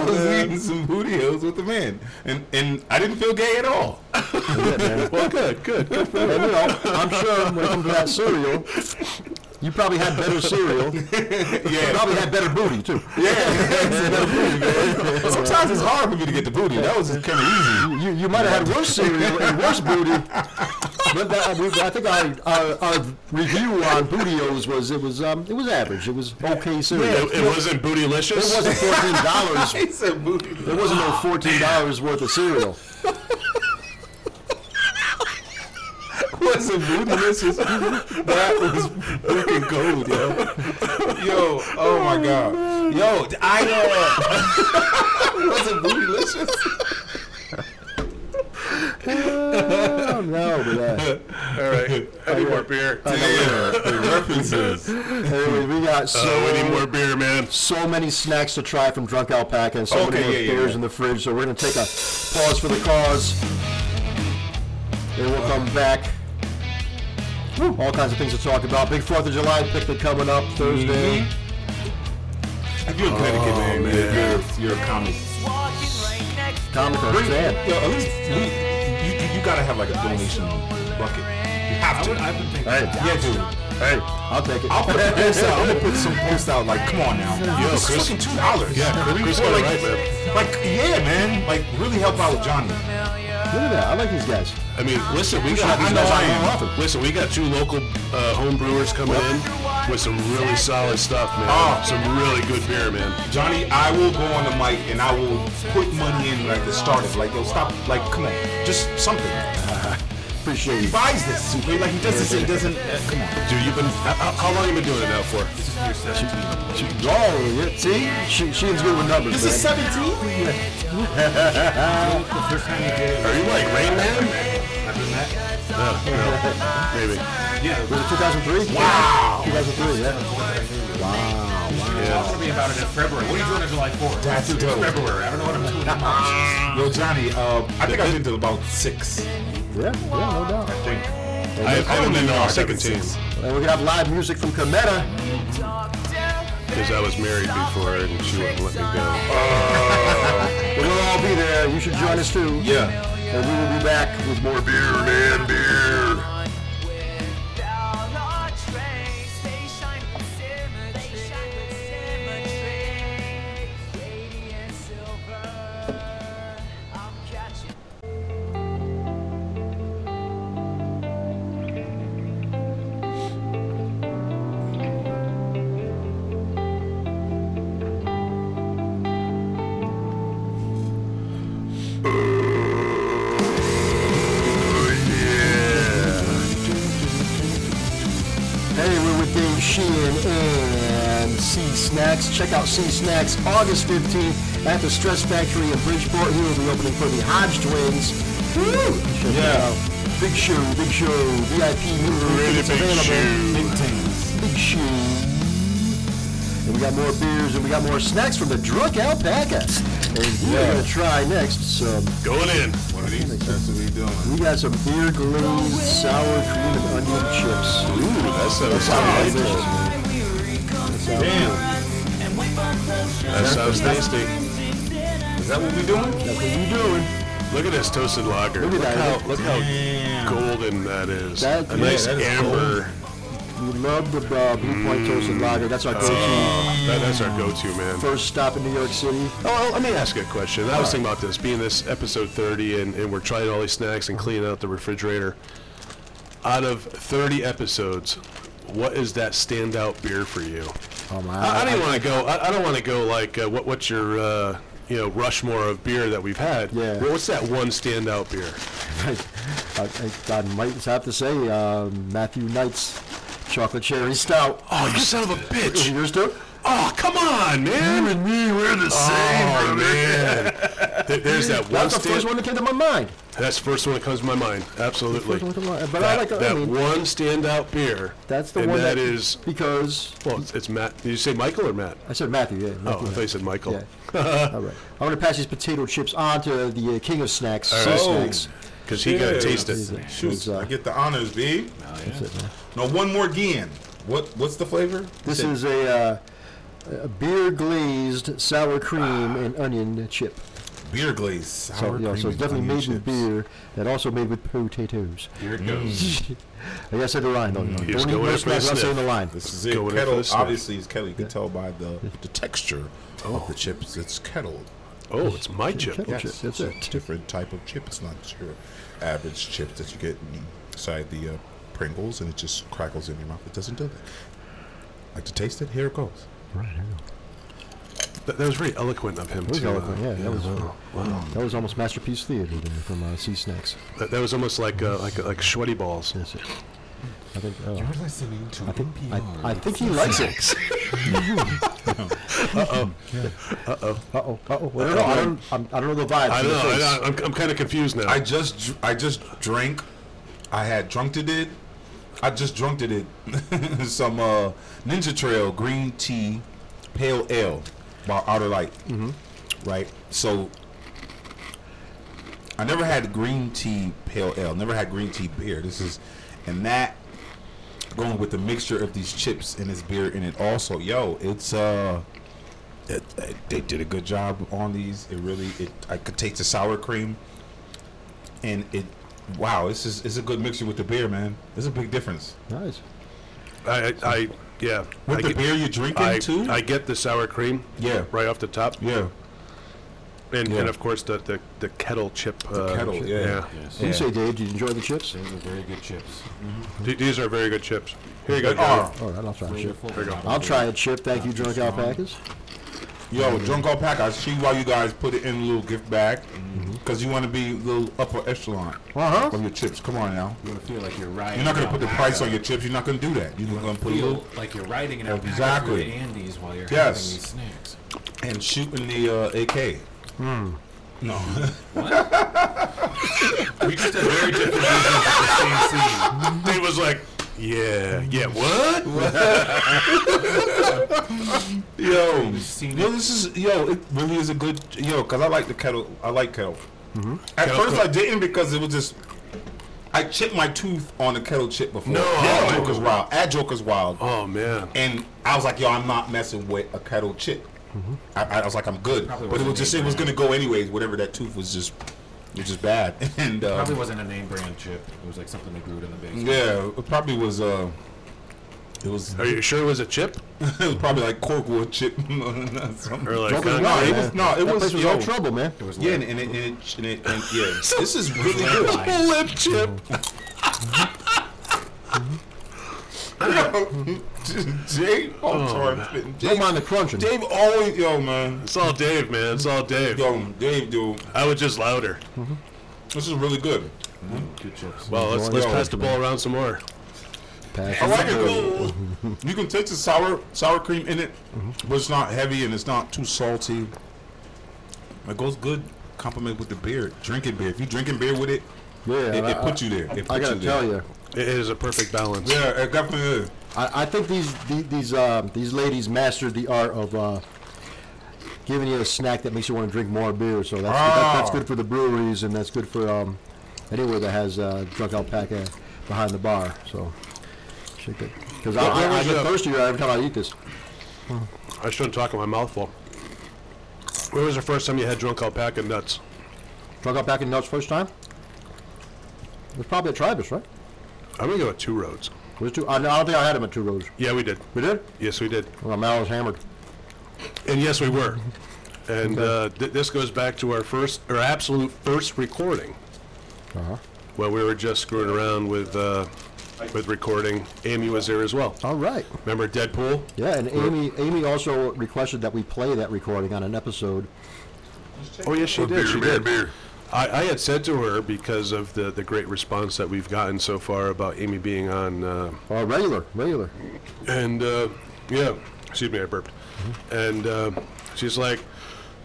was eating some booty holes with a man, and and I didn't feel gay at (laughs) all.
Well, good, good, good.
and, you know, I'm sure when it comes to that cereal, you probably had better cereal.
yeah,
Probably had better booty too.
sometimes it's hard for me to get the booty. That was just kind of easy.
You, you might have had worse cereal and worse booty. But that, we, I think our, our, our review on bootios was it was um, it was average. It was okay cereal.
It, it wasn't bootylicious.
It wasn't fourteen dollars.
(laughs) He said booty.
There wasn't no fourteen dollars worth of cereal.
was a bootylicious. that was freaking gold, yo. Yo, oh my god. Yo, I uh, was a bootylicious.
Oh no, but uh,
(laughs) All right. I need more beer.
Yeah, the
(laughs)
references.
anyway, we got so
So Oh, we need more beer, man.
so many snacks to try from Drunk Alpaca and so
Okay,
many more
yeah, yeah,
beers
yeah.
in the fridge. So we're gonna take a pause for the cause, and we'll come back. Woo, all kinds of things to talk about. Big Fourth of July picnic coming up Thursday.
Mm-hmm. If you're a Connecticut Oh, man, You're, you're a comic.
Comic
Bring, yo,
Roxanne.
at least we, you, you, you gotta have like a donation bucket. You have
I
to.
would, I've been thinking.
Hey,
yeah, dude.
Hey,
I'll take it.
I'll put
(laughs)
some posts out. I'm gonna put some posts out. Like, come on now.
Yo,
It's
Chris-
fucking two dollars.
Yeah, Chris- Chris got it right, man.
Like, yeah, man. Like, really help out with Johnny.
Look at that. I like these guys.
I mean, listen, we
I
got
know
listen,
I am.
listen, Listen, we got two local uh, home brewers coming in with some really solid stuff, man.
Oh.
Some really good beer, man.
Johnny, I will go on the mic and I will put money in like the start of like yo stop like come on just something.
(laughs) Appreciate
He
you.
buys this like he does this he doesn't uh, come on.
Dude, you've been how, how long you been doing it now for?
Oh, yeah. See, she, she's good with numbers.
This is
man.
17.
The first time you did it,
Are you like Rain Man?
after that,
No, no, maybe.
Was it 2003?
Wow.
2003. Yeah.
talk to me about it in February. What are you doing on July 4th?
That's
It's
dope.
February. I don't know what I'm doing. in
(laughs)
March.
Ah.
Yo Johnny, uh, I think I've been to about six.
Yeah. Yeah. No doubt.
I think.
I haven't been on second team
And we're gonna have live music from Cometa.
because I was married before and she wouldn't let me go.
But we'll all be there. You should join us too.
Yeah.
And we will be back with more beer, man, beer. Hey, we're with Dave Sheehan and C Snacks. Check out C Snacks August 15th at the Stress Factory in Bridgeport. He will be opening for the Hodge Twins. Woo! Check it
Yeah.
out. Big show, big show, VIP new
Really
tickets
big
available.
shoe.
Big teams.
Big shoe. And we got more beers and we got more snacks from the Drunk Alpaca. And we're
Yeah.
gonna try next some
Going in.
One of these. That's what we doing.
we got some beer glazed sour cream and onion chips.
Ooh, that sounds
Sounds
tasty.
delicious, man.
Damn.
That sounds tasty.
Is that what we doing?
That's what you doing.
Look at this toasted lager.
Look at that.
how look how golden that is.
That-
a
yeah,
nice
that is
amber.
We love the uh, Blue Point Toasted Lager. That's our go-to
Uh, That, that's our go-to, man.
first stop in New York City.
Oh, let me ask you a question. I was thinking about this, being this episode 30, and, and we're trying all these snacks and cleaning out the refrigerator. Out of 30 episodes, what is that standout beer for you?
Oh my!
I, I don't want to go. I, I don't want to go like uh, what, what's your uh, you know Rushmore of beer that we've had.
Yeah.
Well, what's that one standout beer?
(laughs) I, I, I might have to say uh, Matthew Knight's Chocolate Cherry Stout.
Oh, you son of a
Is it
bitch!
yours too?
(laughs) Oh, come on, man!
and me, we're the
Oh man! (laughs) There- There's that one.
That's the
stand-
first one that came to my mind.
That's the first one that comes to my mind. Absolutely.
First one that comes to mind. But I
that,
like the- I
that
mean-
one standout beer.
That's the
and
one
that is.
because
Well, it's, it's Matt. Did you say Michael or Matt?
I said Matthew. Yeah.
Oh, I
Matthew.
thought you said Michael.
yeah. (laughs) All right. I'm gonna pass these potato chips on to the uh, king of snacks.
All
sea
right. Oh.
snacks.
Because he got to
Yeah.
taste it.
Shoot,
uh,
I get the honors, B.
Oh, yeah.
Now one more again. What what's the flavor?
This
Said-
is a, uh, a beer glazed sour cream and onion chip.
beer glaze.
So,
Sour
yeah,
cream
so it's
and
definitely
onion
made with
chips.
beer and also made with potatoes. (laughs)
Here it goes.
Mm.
I guess I said the line. No, no. Don't
He's
even
going
know
in for the
snacks, I'm
sniff.
saying the line.
This is
Go with
it.
it for
Kettle,
the snack.
obviously, is kettle. You can tell by the the texture of the chips. It's kettle.
Oh, it's my chip.
Kettle
Yes,
chip,
it's
that's
a
it.
different type of chip. It's not your average chip that you get inside the uh, Pringles, and it just crackles in your mouth. It doesn't do that. Like to taste it? Here it goes.
That, that was very eloquent of him,
That was
too.
eloquent, yeah, that was,
wow. Wow.
That was almost masterpiece theater there from uh, Sea Snacks.
That, that was almost like uh, like like sweaty balls.
That's it. I think. Uh,
You're listening to
I,
NPR.
I think he likes (laughs) it. uh oh. Uh oh. Uh oh. I don't know. I don't, I'm- I don't know the vibe.
I don't know. I, I, I'm, I'm kind of confused now.
I just dr- I just drank. I had drunked it. I just drunked it. (laughs) some uh, Ninja Trail green tea pale ale by Outer Light. Mm-hmm. Right. So I never had green tea pale ale. Never had green tea beer. This is and that going with the mixture of these chips and this beer in it. Also, yo, it's uh. It, it- they did a good job on these. It really, it I could taste the sour cream and it wow this is it's a good mixture with the beer man there's a big difference
Nice.
I, I, I yeah.
with
I
the
get-
beer you're drinking
I,
too
I get the sour cream.
Yeah.
Right off the top.
yeah
And,
Yeah.
and of course the, the, the kettle chip. uh,
kettle,
chip,
yeah.
What do
Yes.
you
Yeah.
say, Dave? Did you enjoy the chips?
Those are very good chips.
Th- These are very good chips. Here you go.
They are.
Gary.
All right, I'll try a chip.
Flavorful.
There you go.
I'll try a chip. Thank you, Drunk Alpacas.
yo drunk all pack i see why you guys put it in a little gift bag
Mm-hmm.
because you want to be a little upper echelon
Uh
on your chips come on now
You're gonna feel like you're riding.
you're not going to
an
put the
alpaca.
price on your chips you're not going to do that you're going to put a
Feel
little
like you're riding an alpaca
Exactly.
through the Andes while you're
Yes.
having these snacks.
and shooting the uh, ak no (laughs)
Just a very different vision of the same scene.
(laughs)
Dave Oh, was like, yeah, yeah. What?
(laughs)
yo
seen
yo this is yo it really is a good yo because i like the kettle i like kettle at
Kettle
first
cook.
i didn't because it was just i chipped my tooth on the kettle chip before
No.
Ad
oh,
joker's wild ad joker's wild
Oh man.
and i was like yo i'm not messing with a kettle chip I, I was like i'm good
Probably
but it was
wasn't
just
made
it was
by-
gonna go anyways whatever that tooth was just it was just bad (laughs) and uh
Probably wasn't a name brand chip. It was like something they brewed in the basement.
yeah it probably was uh it was (laughs)
Are you sure it was a chip?
it was probably like corkwood chip (laughs) or something.
Or like
huh.
uh, (laughs)
no, it
yeah.
was- no, it
that
was-
place was
yo.
all trouble, man.
It was
Yeah,
like-
and, and, it, and, it, and, it, and yeah,
(laughs)
this is really good.
landmines.
Triple lip chip.
(laughs) Jay, oh, sorry, I'm spitting.
Don't
Dave,
mind the crunching.
Dave always, yo, man,
It's all Dave, man. It's all Dave.
yo, Dave, dude,
I was just louder.
this is really good.
Good chips.
Well, let's let's pass the ball around some more.
Pass
I
it
like it.
on. (laughs)
though. You can taste the sour sour cream in it,
Mm-hmm.
but it's not heavy and it's not too salty. It goes good. Compliment with the beer, drinking beer. If you drinking beer with it,
Yeah,
it,
and
it
I-
puts you there. It puts
I gotta
you
tell
there.
you,
It is a perfect balance.
Yeah, it definitely is.
I, I think these the- these um, these ladies mastered the art of uh, giving you a snack that makes you want to drink more beer. So that's that, that's
Ah.
good for the breweries and that's good for um, anywhere that has uh, drunk alpaca behind the bar. So shit good because I,
What-
I,
what
I
was
get
the-
thirstier every time I eat this.
I shouldn't talk with my mouth full. Where was the first time you had drunk alpaca nuts?
Drunk alpaca nuts first time. It was probably at Tribus, right?
I'm gonna go with two roads.
Was it two? I, I don't think I had them at Two Roads.
Yeah, we did.
We did.
Yes, we did.
Well, my mouth was hammered.
And yes, we were. And uh, th- this goes back to our first, our absolute first recording.
Uh-huh.
Well, we were just screwing around with uh, with recording. Amy was there as well.
All right.
Remember Deadpool?
Yeah, and Amy Amy also requested that we play that recording on an episode.
Oh yes, she did.
beer,
she
beer,
did. I, I had said to her because of the, the great response that we've gotten so far about Amy being on, uh,
Uh, regular, regular.
and uh, yeah, excuse me, I burped, and uh, she's like,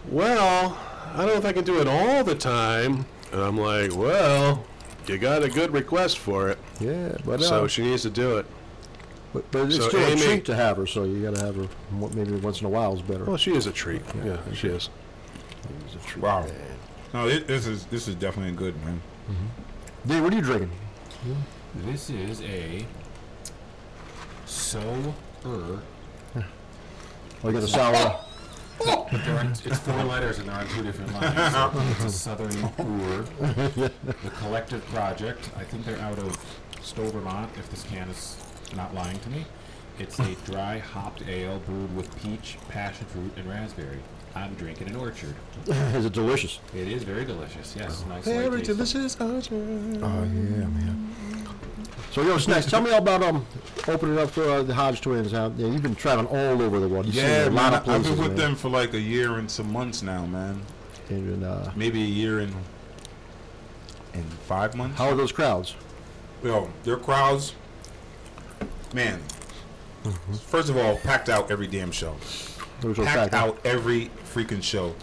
"Well, I don't know if I can do it all the time." And I'm like, well, you got a good request for it.
Yeah, but, uh,
So she needs to do it.
but, but it's
so
still a
Amy-
treat to have her, so you got to have her mo- maybe once in a while is better.
Well, she is a treat. Yeah, she is.
It's a treat,
Wow.
man.
No, thi- this is this is definitely good, man.
Dude, what are you drinking?
This is a so er.
Oh, you got the (laughs) sour.
There are- It's four letters and they're on two different lines. So it's a Southern Brewer. The Collective Project. I think they're out of Stowe, Vermont, if this can is not lying to me. It's a dry hopped ale brewed with peach, passion fruit, and raspberry. I'm drinking an orchard.
is it delicious?
It is very delicious. Yes, nice. light
Very
taste.
delicious.
Oh yeah, man. So yo, Snacks, tell me about um opening up for uh, the Hodge twins. How, yeah, you've been traveling all over the world. You've
Yeah,
seen a lot
man.
of places,
I've been with
man.
them for like a year and some months now, man.
And, uh,
Maybe a year and and five months.
how are those crowds?
Yo, their crowds, man. First of all, packed out every damn show.
Those are
packed
Mm-hmm. fact-
out every freaking show.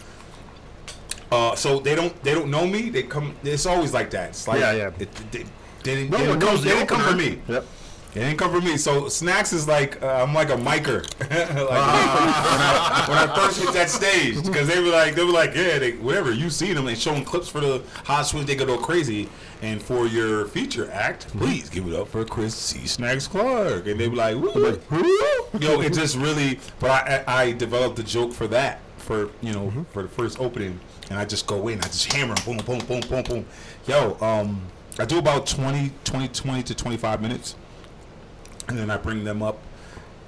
Uh, so they don't they don't know me. They come. It's always like that. It's like
Yeah, yeah.
It, they, they didn't,
No
they
one
didn't come,
knows
they
the
didn't come for
opener.
me.
Yep.
They didn't come for me. So snacks is like uh, I'm like a micer. (laughs) like, when, I, when I first hit that stage, because they were like they were like yeah they, whatever you see them they showing clips for the hot swings they go go crazy and for your feature act please give it up for Chris C Snacks Clark and they were like woo yo, it just really. But I, I I developed a joke for that for you know
Mm-hmm.
for the first opening, and I just go in, I just hammer, 'em, boom, boom, boom, boom, boom. Yo, um, I do about 20, 20, 20 to twenty five minutes, and then I bring them up,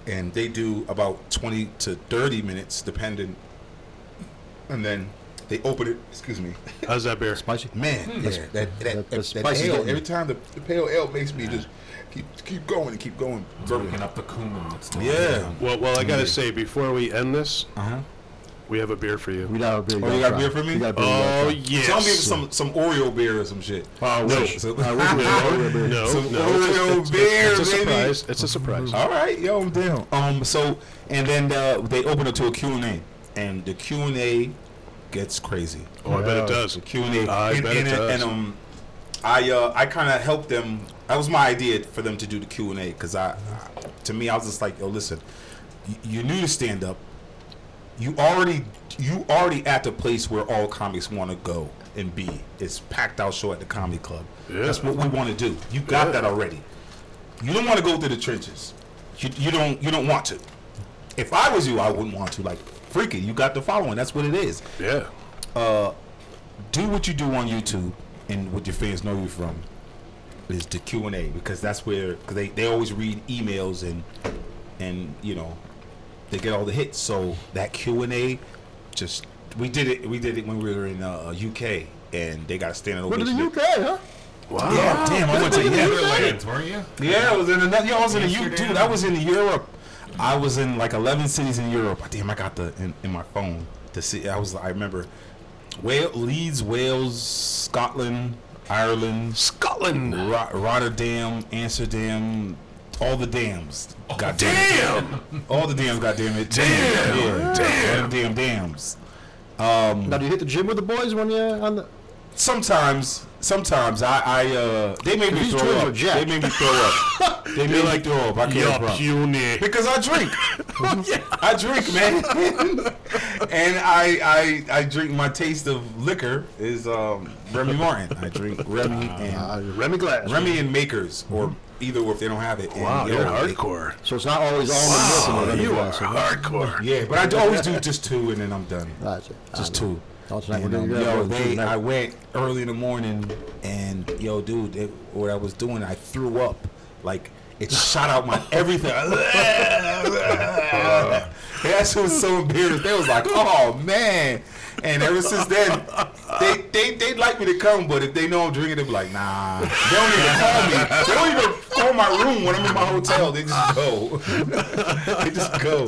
and they do about twenty to thirty minutes, depending, and then they open it. Excuse me.
How's that beer?
Spicy.
Man, yeah, that that, that,
that-
that,
Hmm. that's spicy,
ale,
isn't it?
every time the, the pale ale makes me just keep keep going and keep going.
Drinking up the cumin. That's still
Yeah.
Well, well, I gotta say before we end this,
Uh huh.
we have a beer for you.
We got a beer.
Oh, you got a beer for me?
You got a beer.
Oh
you
yes.
Tell me if some some Oreo beer or some shit.
got a beer. I wish.
Uh,
So-
I wish we
(laughs)
had an Oreo beer.
No,
Some
no.
Oreo
it's, a-
beer,
it's a
baby.
surprise. It's a surprise.
All right, yo, I'm down. Um, so and then uh, they open up to a Q and A, and the Q and A gets crazy.
Oh, I bet it does.
Q and A.
I
and,
bet
and,
it does.
and um, I uh, I kind of helped them. That was my idea for them to do the Q and A because I, I, to me, I was just like, yo, listen, you, you knew to stand up. You already you already at the place where all comics want to go and be. It's packed out show at the comedy club.
Yeah.
That's what we want to do. You got
Yeah.
that already. You don't want to go through the trenches. You, you don't you don't want to. If I was you, I wouldn't want to. Like freaking, you got the following. That's what it is
yeah.
do what you do on YouTube and what your fans know you from is the Q and A because that's where because they, they always read emails and and you know they get all the hits. So that Q and A just we did it we did it when we were in uh, UK and they got a standing
Go to
ovation.
the UK, huh?
Wow.
Yeah, damn, I went to yeah,
Netherlands, weren't you?
yeah, I was in another. Yeah, I was in the U.
Amsterdam.
Dude, I was in Europe. I was in like eleven cities in Europe. Damn, I got the in, in my phone to see. I was. I remember. Wales, Leeds, Wales, Scotland, Ireland,
Scotland.
Ro- Rotterdam, Amsterdam, all the dams. God
Damn.
All the dams. God damn it.
Damn.
Yeah. Damn. Damn dams.
Now, do you hit the gym with the boys when you're on the?
Sometimes, sometimes I, I uh, they made me
These
throw
twins are
up. They
jacked.
made me throw up. They made me throw up. I can't
Your
front.
puny.
because I (laughs) drink. I drink, man, and I, I I drink. My taste of liquor is um, Remy Martin. I drink Remy Mm-hmm. and
Remy Glass.
Remy and Makers, or either, or if they don't have it. and
Wow,
yo,
Oh, you're
it-
hardcore.
So it's not always all
Wow,
the Remy
you are
Glass. huh?
Oh, hardcore.
Yeah, but I do always do just two, and then I'm done.
That's it.
Just
I know.
two.
Oh, tonight we're
And,
gonna
um,
go
yo,
with
they,
two
I
tonight.
went early in the morning, and yo, dude, it, what I was doing, I threw up. Like it shot out my everything. (laughs) that shit was so embarrassed. They was like, "Oh man!" And ever since then, they they they like me to come, but if they know I'm drinking, they be like, "Nah." They don't even call me. They don't even call my room when I'm in my hotel. They just go. (laughs) they just go.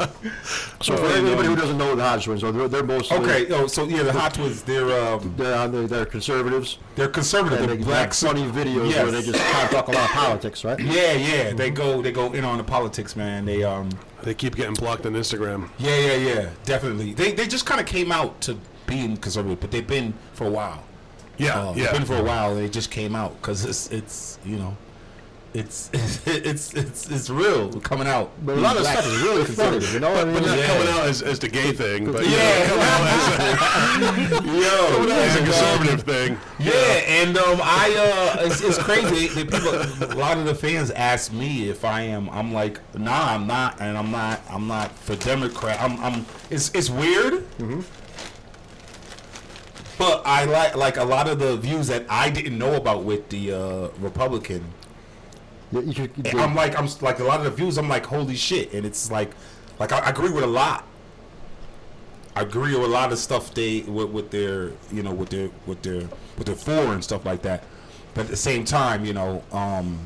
So for
Oh,
anybody
no.
who doesn't know the Hodge twins, so they're, they're mostly
Okay, yo, so yeah, the hot ones, they're um,
They're, uh, they're, they're conservatives.
They're conservative.
And
They're
they
black.
black funny videos
Yes.
where they just kind of talk a lot of politics, right?
(laughs) Yeah, yeah. They go. They go in on the politics, man. They um.
They keep getting blocked on Instagram.
Yeah, yeah, yeah. Definitely. They they just kind of came out to being conservative, but they've been for a while.
Yeah,
uh,
yeah.
Been for a while. They just came out because it's it's you know, it's (laughs) it's it's it's real coming out.
But a lot of
(laughs)
stuff is really funny. You know what I mean?
But not
Yeah.
coming out as, as the gay thing, but yeah,
Yeah.
coming out as a, coming out as a conservative thing.
Yeah, and um, I uh, it's, it's crazy. They- they- people, a lot of the fans ask me if I am. I'm like, nah, I'm not, and I'm not. I'm not for Democrat. I'm. I'm. It's it's weird. But I like like a lot of the views that I didn't know about with the uh, Republican.
You- you could-
And I'm like I'm s- like a lot of the views. I'm like holy shit, and it's like like I, I agree with a lot. I agree with a lot of stuff they with, with their you know with their with their with their for and stuff like that. But at the same time, you know, um,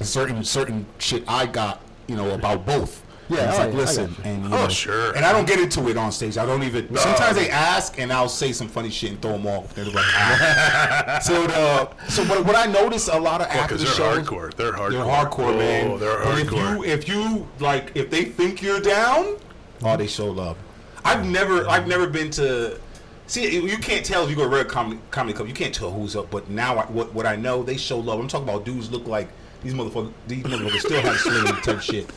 certain certain shit I got you know about both.
Yeah,
And it's
I-
like
I
listen,
got
and you
Oh,
know,
sure.
and I don't get into it on stage. I don't even. Sometimes they ask, and I'll say some funny shit and throw them off. They're like, ah.
(laughs)
so the, so what, what I notice a lot of after
Because
the
they're
show,
hardcore. They're hardcore.
they're hardcore, man.
Oh, they're
But
hardcore.
If you, if you like, if they think you're down, oh, they show love. I've never, I've never been to. See, you you can't tell if you go to a red comedy comedy club. You can't tell who's up. But now, I, what what I know, they show love. I'm talking about dudes look like these motherfuckers. These
(laughs)
motherfuckers still have slim type shit.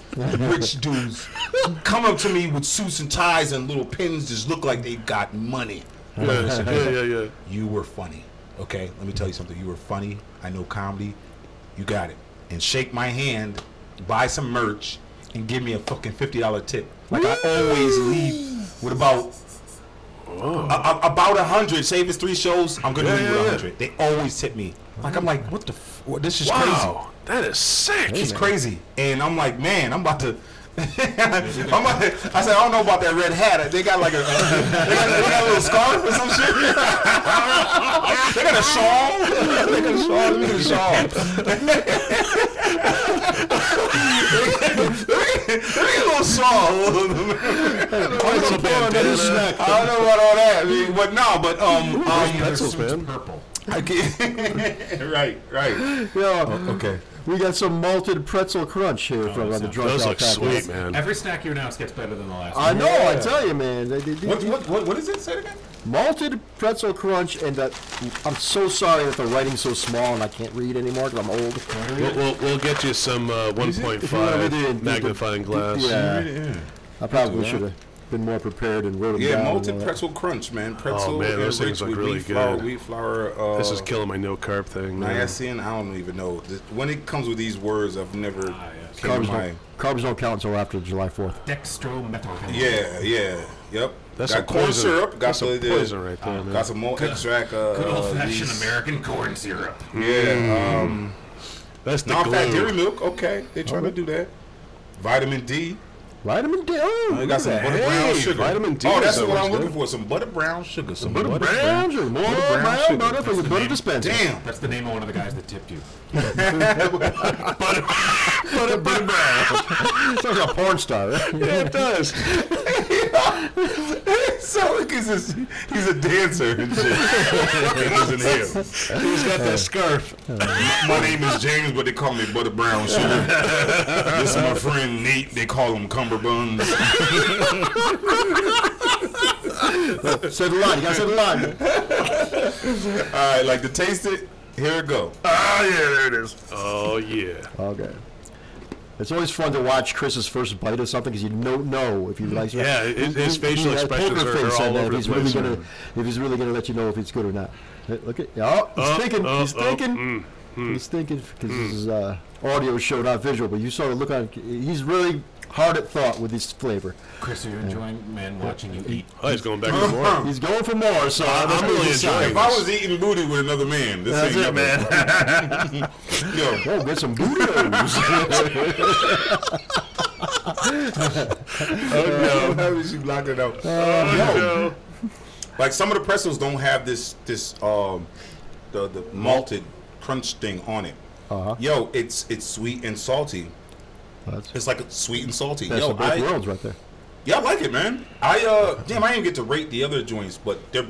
Rich dudes come up to me with suits and ties and little pins. Just look like they got money.
yeah, yeah, yeah, yeah.
You were funny. Okay, let me tell you something. You were funny. I know comedy. You got it. And shake my hand, buy some merch, and give me a fucking fifty dollar tip. Like I always leave with about a, a, about a hundred. Save it's three shows. I'm gonna
Oh. Yeah,
leave
yeah,
with
yeah.
a hundred. They always tip me. Like I'm like, what the? F- what- this is crazy.
Wow, that is sick.
It's crazy. And I'm like, man, I'm about to. (laughs) I'm about to, I said, I don't know about that red hat. They got like a, they, got, they got a little scarf or some shit. (laughs) they got a shawl. they got a shawl. Let me get a shawl. Let me get- let me get a little shawl.
Quite some bandana.
I don't know about all that. I mean, but no, but um, um
Their
Pretzels,
suit's
man.
purple.
I can't. (laughs) right, right.
Yeah,
Oh, Okay.
we got some malted pretzel crunch here
Oh,
from uh, the
sounds-
drunk
Those look
alpaca.
sweet, man.
Every snack you announce gets better than the last.
I
Uh,
one.
know, I tell you, man. They, they, they,
What, what, what, what is it? Say it again.
malted pretzel crunch, and that I'm so sorry that the writing's so small and I can't read anymore because I'm old.
We'll, we'll, we'll get you some uh,
If you wanna read it
1.5
in-
magnifying glass.
Yeah, I probably should have been more prepared and wrote it
Yeah,
down.
malted
and all that.
pretzel crunch, man. Pretzel
Oh, man, those
enriched
things look
with
really
wheat flour,
good.
Wheat flour. Uh,
This is killing my no carb thing. man.
niacin. I don't even know. This- When it comes with these words, I've never
Ah, yes.
came to
Carbs
my.
don't, carbs don't count until after July 4th.
Dextrometal.
Yeah, yeah, yep.
That's
got
some
corn
poison.
syrup. Got
That's some
the, the-
poison right there, man.
Got some malt extract. Uh,
Ah, Good old fashioned
these-
American corn syrup.
Yeah. Um,
That's Mm, the
non-fat
glue.
dairy milk. Okay, they trying to do that. Vitamin D.
Vitamin D. Oh,
We
look
got
at
some
that.
butter
Hey,
brown sugar.
vitamin D
Oh, that's
is
what
always
I'm looking
good.
for. Some butter brown sugar. Some
Butter
butter.
brown sugar. More
brown
brown
sugar.
butter from the butter dispenser.
Damn.
That's the name of one of the guys that tipped you.
butter, butter brown. (laughs) Sounds like a porn
(laughs)
star. Right?
Yeah, it does. (laughs)
so like he's a, he's a dancer and shit. it wasn't him.
He's got that scarf.
My name is James, but they call me Butter Brown Sugar. this is my friend Nate. They call him Cumberbuns.
Said a lot. You guys said a lot.
All right, like to taste it. Here it go.
Ah, yeah, there it is. Oh, yeah.
Okay. It's always fun to watch Chris's first bite of something because you don't know if you like.
Yeah, his- his
He-
facial
he has
expressions
poker
are-
face
are all
on that,
over
if
the
he's
place,
Really gonna,
man.
if he's really going to let you know if it's good or not. Uh, Look at oh, he's
Uh,
thinking.
uh,
he's
uh,
thinking.
mm,
he's thinking because this
Hmm.
is uh, audio show, not visual. But you saw the look on. He's really hard at thought with his flavor.
Chris, are you enjoying men watching you eat?
Oh, he's going back for
Uh-huh.
more.
He's going for more. So I'm,
I'm (laughs) really
If I was eating booty with another man, this
That's
ain't
it,
nothing.
man.
(laughs) Yo,
Oh, get some bootios.
(laughs) oh, no. she blocked it out.
Uh.
Oh,
Yo.
no.
Like some of the pretzels don't have this this um the the malted crunch thing on it.
Uh-huh.
Yo, it's it's sweet and salty.
That's,
It's like sweet and salty.
that's
Yo,
the both
I,
worlds right there.
Yeah, I like it, man. I uh, damn, I didn't get to rate the other joints, but they're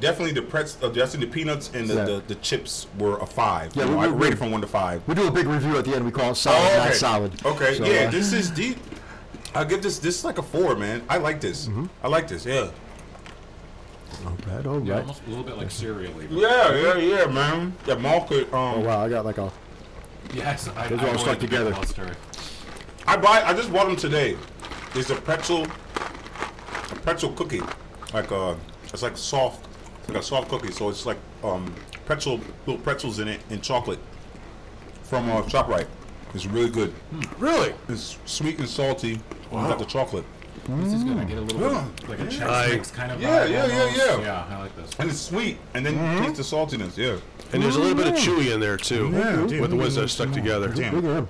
definitely the pretz, uh, definitely the peanuts and the,
Yeah.
the, the chips were a five.
Yeah,
you know,
we-
I
we-
rated from one to five.
We do a big review at the end. We call it solid,
Oh,
not solid.
Okay,
So,
yeah,
uh,
this is deep.
Mm-hmm.
I give this this is like a four, man. I like this. I like this. Yeah,
All right, all
Yeah,
right.
almost a little bit like cereal. even.
Yeah, yeah, yeah, man. Yeah, market.
Oh,
Um,
wow, I got like a.
Yes, I,
Those
I
are all
know
stuck
it's a big
together.
cluster.
I buy. I just bought them today. It's a pretzel, a pretzel cookie, like uh, it's like soft, it's like a soft cookie. So it's like um, pretzel, little pretzels in it and chocolate from uh, Shoprite. It's really good.
Really?
It's sweet and salty. Wow.
Wow.
got the chocolate,
This is gonna get a little bit like a Chex
I-
Mix kind of
Mm. Yeah,
vibe
yeah, yeah,
almost.
yeah.
Yeah, I like this.
and it's sweet, and then you taste the saltiness. Yeah.
And there's a little bit of chewy in there too, with the ones that are stuck together.
Look
Damn.
at him.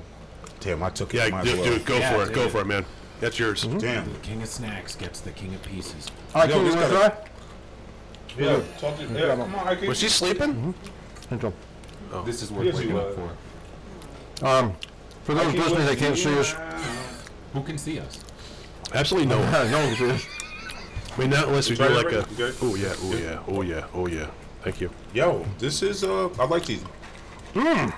Damn, I took it.
Yeah,
Might as
dude,
well.
dude, go
Yeah,
for it, go
dude.
for it, man. That's yours.
Damn.
The king of snacks gets the king of pieces.
All right,
Yo,
can you
this
wanna
guy-
try?
Yeah, salty. Yeah, come on, I can.
Was she sleeping?
Thank you.
This is worth
Oh. Yes,
waking
you
up
are.
for.
Um, for those listening that can't see us, (clears throat)
Who can see us?
Absolutely no.
no one can see us.
I mean, not unless we
Try
do
it
like a.
already? Okay.
Oh yeah, oh yeah, oh yeah, oh yeah. Thank you.
Yo, this is uh, I like these.
I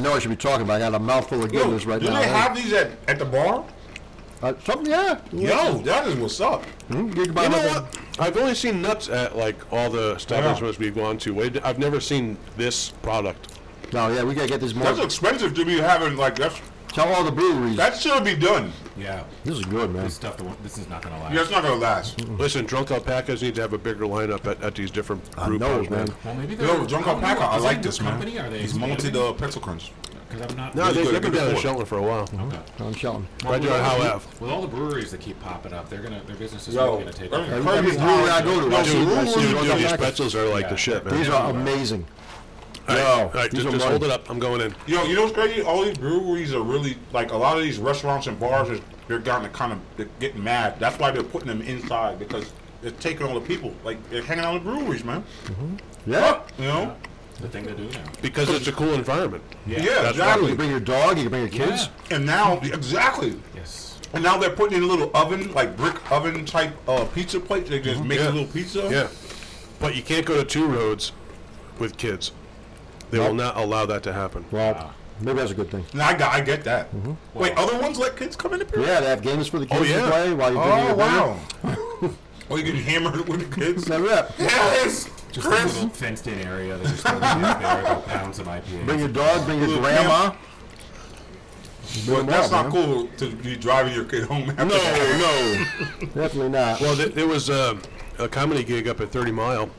know I should be talking, but I got a mouthful of
Yo,
goodness right
do
now.
they have these at, at the bar?
uh, something, yeah.
Yo, that is what's up.
Mm, you can buy
You know
nothing.
what? I've only seen nuts at like all the establishments we've gone to. Wait, I've never seen this product.
No, yeah, we gotta get this more.
That's expensive to be having like that's
Tell all the breweries.
that should be done.
Yeah.
This is good, man.
This stuff. that won't- This is not gonna last.
Yeah, it's not gonna last.
Mm-hmm.
Mm.
Listen, drunk alpacas need to have a bigger lineup at, at these different
I
group
know, man.
Well, maybe they're
Yo, Drunk
I don't know,
Alpaca, I
is it a
like
new
this
company?
man.
Are they
He's malted uh, pretzel crunch.
Because I'm not.
No,
Really
they,
good,
they've been
good
down in
report.
Shelton for a while.
Mm-hmm. I'm telling.
Well,
Right
with
there on
all the-
Howe Ave.
With all the breweries that keep popping up, they're gonna their business is
Yo,
really gonna take
every-
over.
Every,
Kirby's
every brewery I
awesome.
go to,
No,
I
Dude,
see breweries
dude,
with
dude, these
alpacas.
pretzels are like the shit, man.
These are amazing.
all right,
Yo,
all right,
these
just,
are
just
mine.
hold it up. I'm going in.
Yo, you know what's crazy? All these breweries are really like a lot of these restaurants and bars are they're gotten kind of they're getting mad. That's why they're putting them inside because they're taking all the people. Like they're hanging out in breweries, man.
Yeah.
You know?
The thing to do now.
Because it's a cool environment.
Yeah,
that's right.
You
exactly.
can bring your dog. You can bring your kids.
And now exactly.
Yes.
And now they're putting in a little oven, like brick oven type uh, pizza plate. They
Mm-hmm.
just make
Yeah.
a little pizza.
Yeah. But you can't go to two roads with kids. They will not allow that to happen.
Well, maybe that's a good thing.
And I got, I get that. Wait, other ones let kids come in the period?
Mm-hmm. Yeah, they have games for the kids
yeah.
to play while you're drinking your
Oh
beer.
wow. Or Oh, you getting hammered with the
(laughs)
kids?
That's it.
yes,
Just a
Chris.
little fenced in area that just there about pounds of IPA.
Bring your dog. Bring your
Little
grandma.
Well,
Bring them
that's
out,
not
man.
cool to be driving your kid home. After
No, no.
Definitely not.
Well, th- there was uh, a comedy gig up at 30 Mile,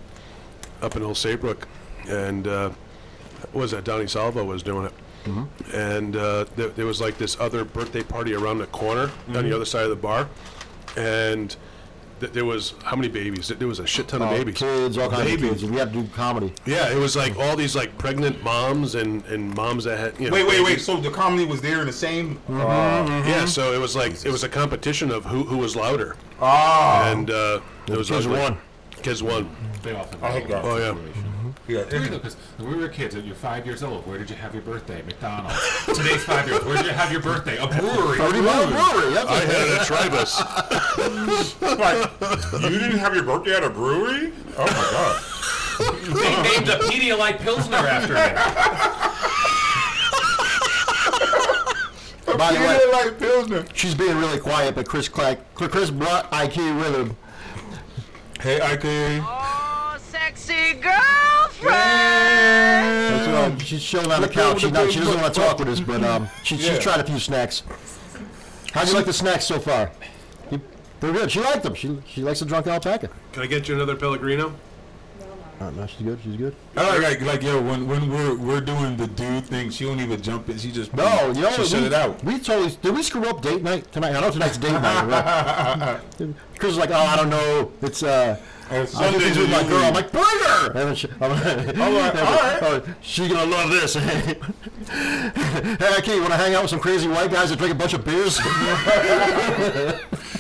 up in Old Saybrook, and uh, what was that Donnie Salvo was doing it.
Mm-hmm.
And uh, there, there was like this other birthday party around the corner on
Mm-hmm.
the other side of the bar, and th- there was how many babies? There was a shit ton of
Oh,
babies.
Kids, all kinds
Babies.
of kids. We have to do comedy.
Yeah, it was like all these like pregnant moms and, and moms that had you know,
Wait, wait, wait.
babies.
So the comedy was there in the same.
Mm-hmm.
Yeah, so it was like it was a competition of who who was louder,
Ah,
and uh, it was
kids
ugly.
won.
Kids won.
They often
I hate that.
Oh yeah.
yeah.
Because when we were kids, and you're five years old, where did you have your birthday? McDonald's. Today's five years. Where did you have your birthday? A
(laughs)
brewery.
Thirty Mile Brewery. That's
I
a-
had a tribus.
Like, you didn't have your birthday at a brewery? Oh my god.
They named a Pedialyte Pilsner after me.
By the
You
way,
didn't like Pilsner.
She's being really quiet, but Chris Clark, Chris brought IQ with him.
Hey, IK.
Oh, sexy girlfriend!
That's right. She's chilling on the couch. She, not, she doesn't want to talk with us, but um, she,
Yeah.
she's tried a few snacks. How do you like the snacks so far? You- They're good. She liked them. She she likes the drunk alpaca.
Can I get you another Pellegrino?
All right, no, she's good. She's good.
I like, like, like, yo, when, when we're we're doing the dude thing, she don't even jump in. She just
No, you know,
she shut
we,
it out.
We totally did. We screw up date night tonight. I know tonight's date night. Right? (laughs) Chris is like, oh, I don't know. It's uh.
It's
I did
Sunday,
these with my
you-
girl. I'm like, bring her! And then she, (laughs) I'm like, all
right, all right.
(laughs) She's gonna love this. (laughs) hey, okay, you wanna hang out with some crazy white guys that drink a bunch of beers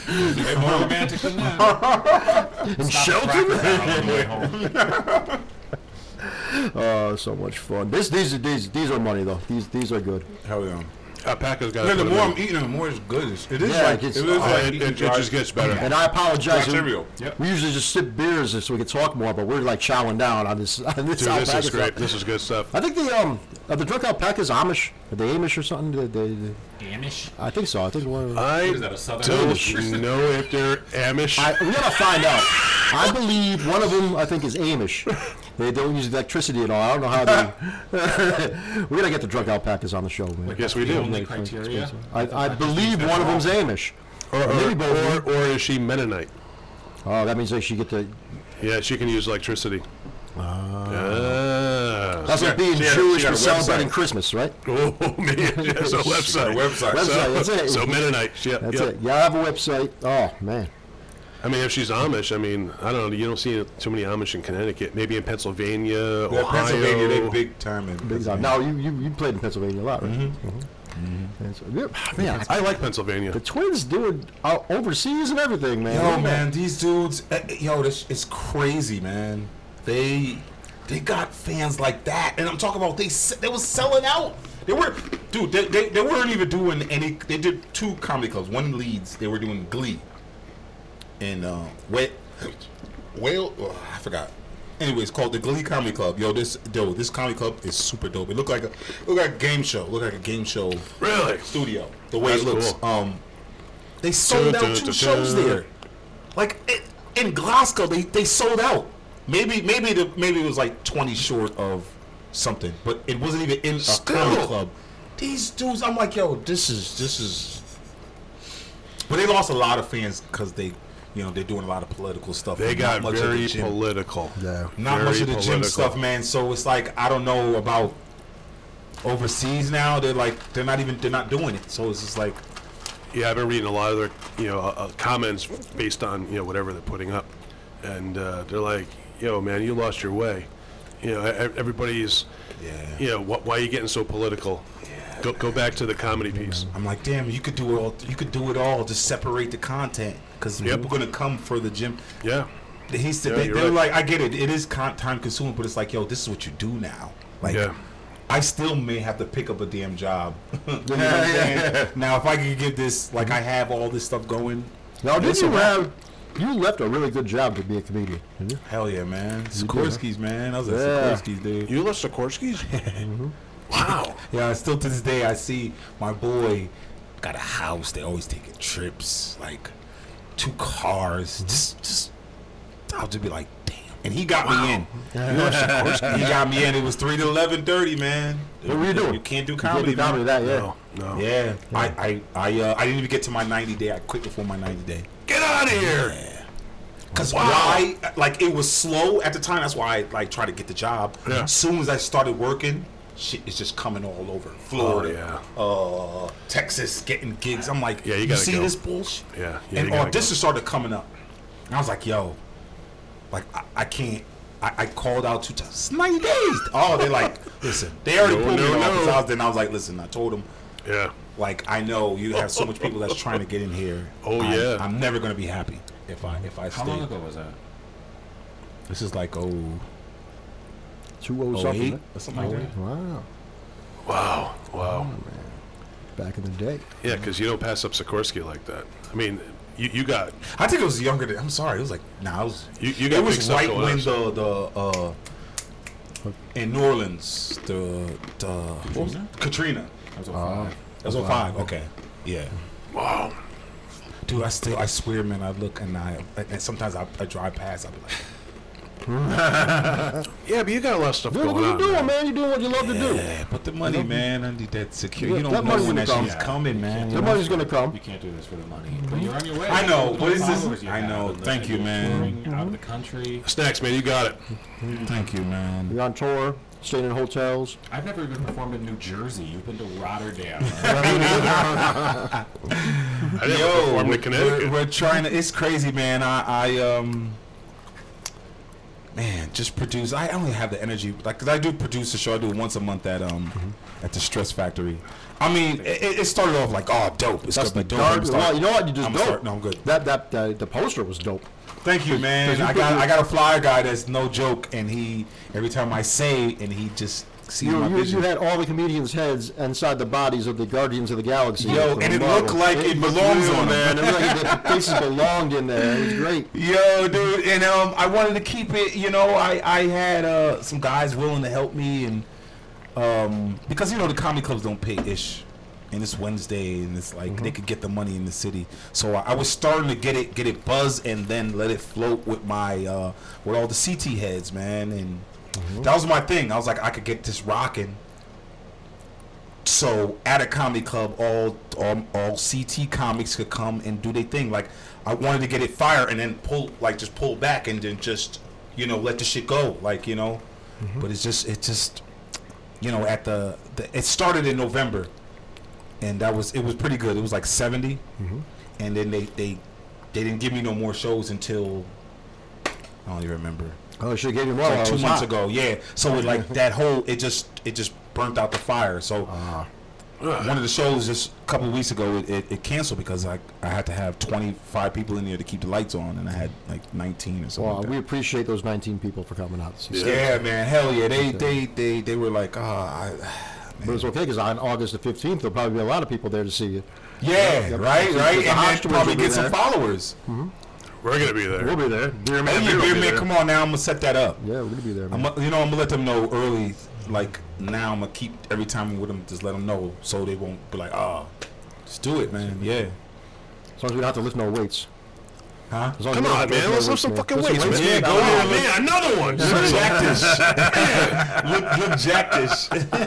They're more romantic than that.
and
Stop
Shelton?
the crackers
(laughs)
out on the way home.
Oh, so much fun. This, these, these, these are money though. These, these are good.
Hell yeah.
Uh, Paco's got.
No, the more I'm eating, the more it's good. It's- It is
Yeah,
like
it gets-
it is
oh,
like
it,
eating
it, it
dry-
just gets better.
And I apologize.
Black cereal.
Yep.
We usually just sip beers so we can talk more, but we're like chowing down on this. (laughs) On this
Dude, this
alpaca
is great.
stuff.
This is good stuff.
I think the um are the drunk alpacas Amish. Are they Amish or something? They, they, they-
Amish.
I think so. I think one.
I
What is that, a southern
don't
Amish?
know if they're Amish.
I, we gotta find out. I believe one of them. I think is Amish. They don't use electricity at all. I don't know how they. (laughs) we gotta get the drunk alpacas on the show, man.
yes, we
The
do.
only criteria.
I, I believe one of them's Amish.
Or,
Maybe
or,
both.
or, or is she Mennonite?
Oh, that means they should get the.
Yeah, she can use electricity. Ah.
That's like being
she had-
Jewish
she had
and
a
celebrating
website.
Christmas, right?
(laughs) Oh man, yes, a website.
website.
Website.
So,
that's it.
so Mennonite. Yeah,
That's
yeah.
it. Y'all have a website. Oh man.
I mean, if she's Amish, I mean, I don't know. You don't see too many Amish in Connecticut. Maybe in Pennsylvania,
Yeah,
Ohio.
Pennsylvania, they big time in
Big time.
Pennsylvania.
Now you, you you played in Pennsylvania a lot, right? Mm-hmm. yeah, man,
I like Pennsylvania.
the Twins doing uh, overseas and everything, man.
Yo, man, these dudes, eh, eh, yo, this is crazy, man. They they got fans like that, and I'm talking about they se- they was selling out. They were, dude, they, they, they weren't even doing any. They did two comedy clubs, one in Leeds. They were doing Glee, and uh, wet, whale. Oh, I forgot. Anyways, called the Glee Comedy Club. Yo, this dude, this comedy club is super dope. It looked like a look like a game show. Look like a game show
Really?
studio. The way
That's
it looks.
cool.
Um, they sold out two shows there. Like i- in Glasgow, they, they sold out. Maybe maybe the maybe it was like twenty short of something, but it wasn't even in a comedy
Still.
club. These dudes, I'm like, yo, this is this is. But they lost a lot of fans because they, you know, they're doing a lot of political stuff.
They
and
got
not much of the
very
gym-
political.
Yeah.
not
very
much of the gym
political.
stuff, man. So it's like I don't know about overseas now. They're like they're not even they're not doing it. So it's just like
Yeah, I've been reading a lot of their, you know, uh, uh, comments based on you know whatever they're putting up, and uh, they're like, "Yo, man, you lost your way." You know, e- e- everybody's,
Yeah.
you know, wh- why are you getting so political? Yeah. Go go back to the comedy piece.
I'm like, damn, you could do it all. You could do it all. Just separate the content because
Yep.
people gonna come for the gym.
Yeah.
He's
Yeah,
they,
you're
they're
right.
like, I get it. It is con- time consuming, but it's like, yo, this is what you do now. Like,
Yeah.
I still may have to pick up a damn job. (laughs) You know
(laughs)
what I'm saying? Now, if I could get this, like, I have all this stuff going.
Now, did
It's
you
a
have?
wrap.
You left a really good job to be a comedian. didn't you?
Hell yeah, man!
do, huh?
Sikorsky's, man. I was at
Yeah.
Sikorsky's, dude.
You lost Sikorsky's? Wow.
(laughs) Yeah, still to this day, I see my boy got a house. They always taking trips, like two cars.
Mm-hmm.
Just, just I'll just be like, damn. And he got me in.
(laughs)
he got me in. It was three to eleven thirty, man.
What were you doing?
You can't do
You can't
comedy.
do comedy
man.
that, yeah.
(laughs) No. No.
(laughs) Yeah, I, I, I, uh, I didn't even get to my ninety day. I quit before my ninety day.
Get out of here.
Cause why? Like it was slow at the time. That's why I like tried to get the job.
Yeah.
As soon as I started working, shit is just coming all over
Oh,
Oh,
Florida, uh, Texas, getting gigs. I'm like,
Yeah, you
you
gotta
see
go.
this bullshit?
Yeah, yeah,
And
you gotta go.
auditions started coming up, and I was like, yo, like I, I can't. I, I called out two times. It's Ninety days. Oh, they're like, (laughs) listen, they already
No,
pulled
no,
me off.
no.
I was, then I was like, listen, I told them.
Yeah.
Like I know you have so much people that's trying to get in here.
(laughs) Oh,
I'm-
yeah.
I'm never gonna be happy if I if I
How
stay.
long ago was that?
This is like oh
Two O's
oh eight
something.
or something like that.
Wow.
Wow. Wow.
Back in the day.
Yeah, because you don't pass up Sikorsky like that. I mean, you, you got
I think it was younger than. I'm sorry, it was like nah, it was.
You- you
it
got
was
mixed up
right
with
when
us.
the the uh in New Orleans the the what was it? Katrina.
That was 05.
Oh.
That was on five. Okay, yeah.
wow.
Dude, I still I swear, man. I look and I and sometimes I, I drive past. I'll (laughs) be like,
Yeah, but you got a lot of stuff
Dude,
going
what you
on.
doing, man.
man.
You're doing what you love to do.
yeah, but the money, man. I need that security.
Yeah, that
You don't
money
know when
will
that
come.
shit's coming, man. you
The
know?
money's gonna come.
You can't do this for the money. But you're on your way.
I know.
Look at
What
the
is this?
followers you
I
have
know.
and the-
Thank you,
and
man.
touring Out of the country.
Snacks, man. You got it.
Thank you, man.
You're on tour, staying in hotels.
I've never even performed in New Jersey. You've been to
(laughs)
Rotterdam.
I didn't perform in Connecticut.
We're, we're trying to. It's crazy, man. I, I um, man, just produce. I only have the energy, like, cause I do produce a show. I do it once a month at um,
Mm-hmm.
at the Stress Factory. I mean, it, it- it started off like, oh, dope. It's
That's
gonna
the
be dope. I'm
dark.
start-
Well, you know what? You just
I'm
dope.
start- no, I'm good.
That that uh, the, the poster was dope.
Thank you, man.
you
I
put
got
your-
I got a flyer guy that's no joke, and he every time I say, and he just see
You,
my
you,
vision.
you had all the comedians' heads inside the bodies of the Guardians of the Galaxy.
Yo,
from
and it
Marvel.
looked like it
looked
belongs
real,
on 'em.
man. It looked like the faces belonged in there. It was great.
Yo, dude, and um, I wanted to keep it. You know, I I had uh some guys willing to help me, and um, because you know the comedy clubs don't pay ish, and it's Wednesday, and it's like they could get the money in the city. So I, I was starting to get it, get it buzz, and then let it float with my uh with all the CT heads, man, and that was my thing. I was like, I could get this rocking. So at a comedy club, all, all all CT comics could come and do their thing. Like I wanted to get it fire and then pull, like just pull back and then just you know let the shit go, like you know. But it's just it just you know at the, the it started in November, and that was it was pretty good. It was like 70 and then they they they didn't give me no more shows until I don't even remember
Oh, should have gave him
like
one.
two months ago. Yeah. So it, like that whole it just it just burnt out the fire. So one of the shows just a couple of weeks ago it, it, it canceled because I I had to have twenty five people in there to keep the lights on and I had like nineteen or something.
Wow,
like that.
we appreciate those 19 people for coming out.
Yeah.
yeah, man, hell yeah. They they they they were like, ah, I
But it's okay because on August the 15th, there'll probably be a lot of people there to see you.
yeah,
Yeah,
right,
the
right, and then
Hofstadters
probably
will be
get some
there.
followers.
We're gonna be
We'll
there.
be there.
Beer
Hey,
man, beer, will
Beer
be
Man,
there.
come on now, I'm gonna set that up.
Yeah, we're going to be there,
I'm,
man.
gonna- you know, I'm gonna let them know early. Like now, I'm gonna keep every time I'm with them, just let them know so they won't be like, ah, just do it, man. Yeah.
As long as we don't have to lift no weights.
Huh?
As long as
Come
we don't
on,
have to lift
man.
no
Let's lift
weights,
some
man.
fucking
Lift some
weights, man.
weights,
man.
Go
Yeah,
there,
go
man. Another one.
Look, Jack this.
(laughs) look, look,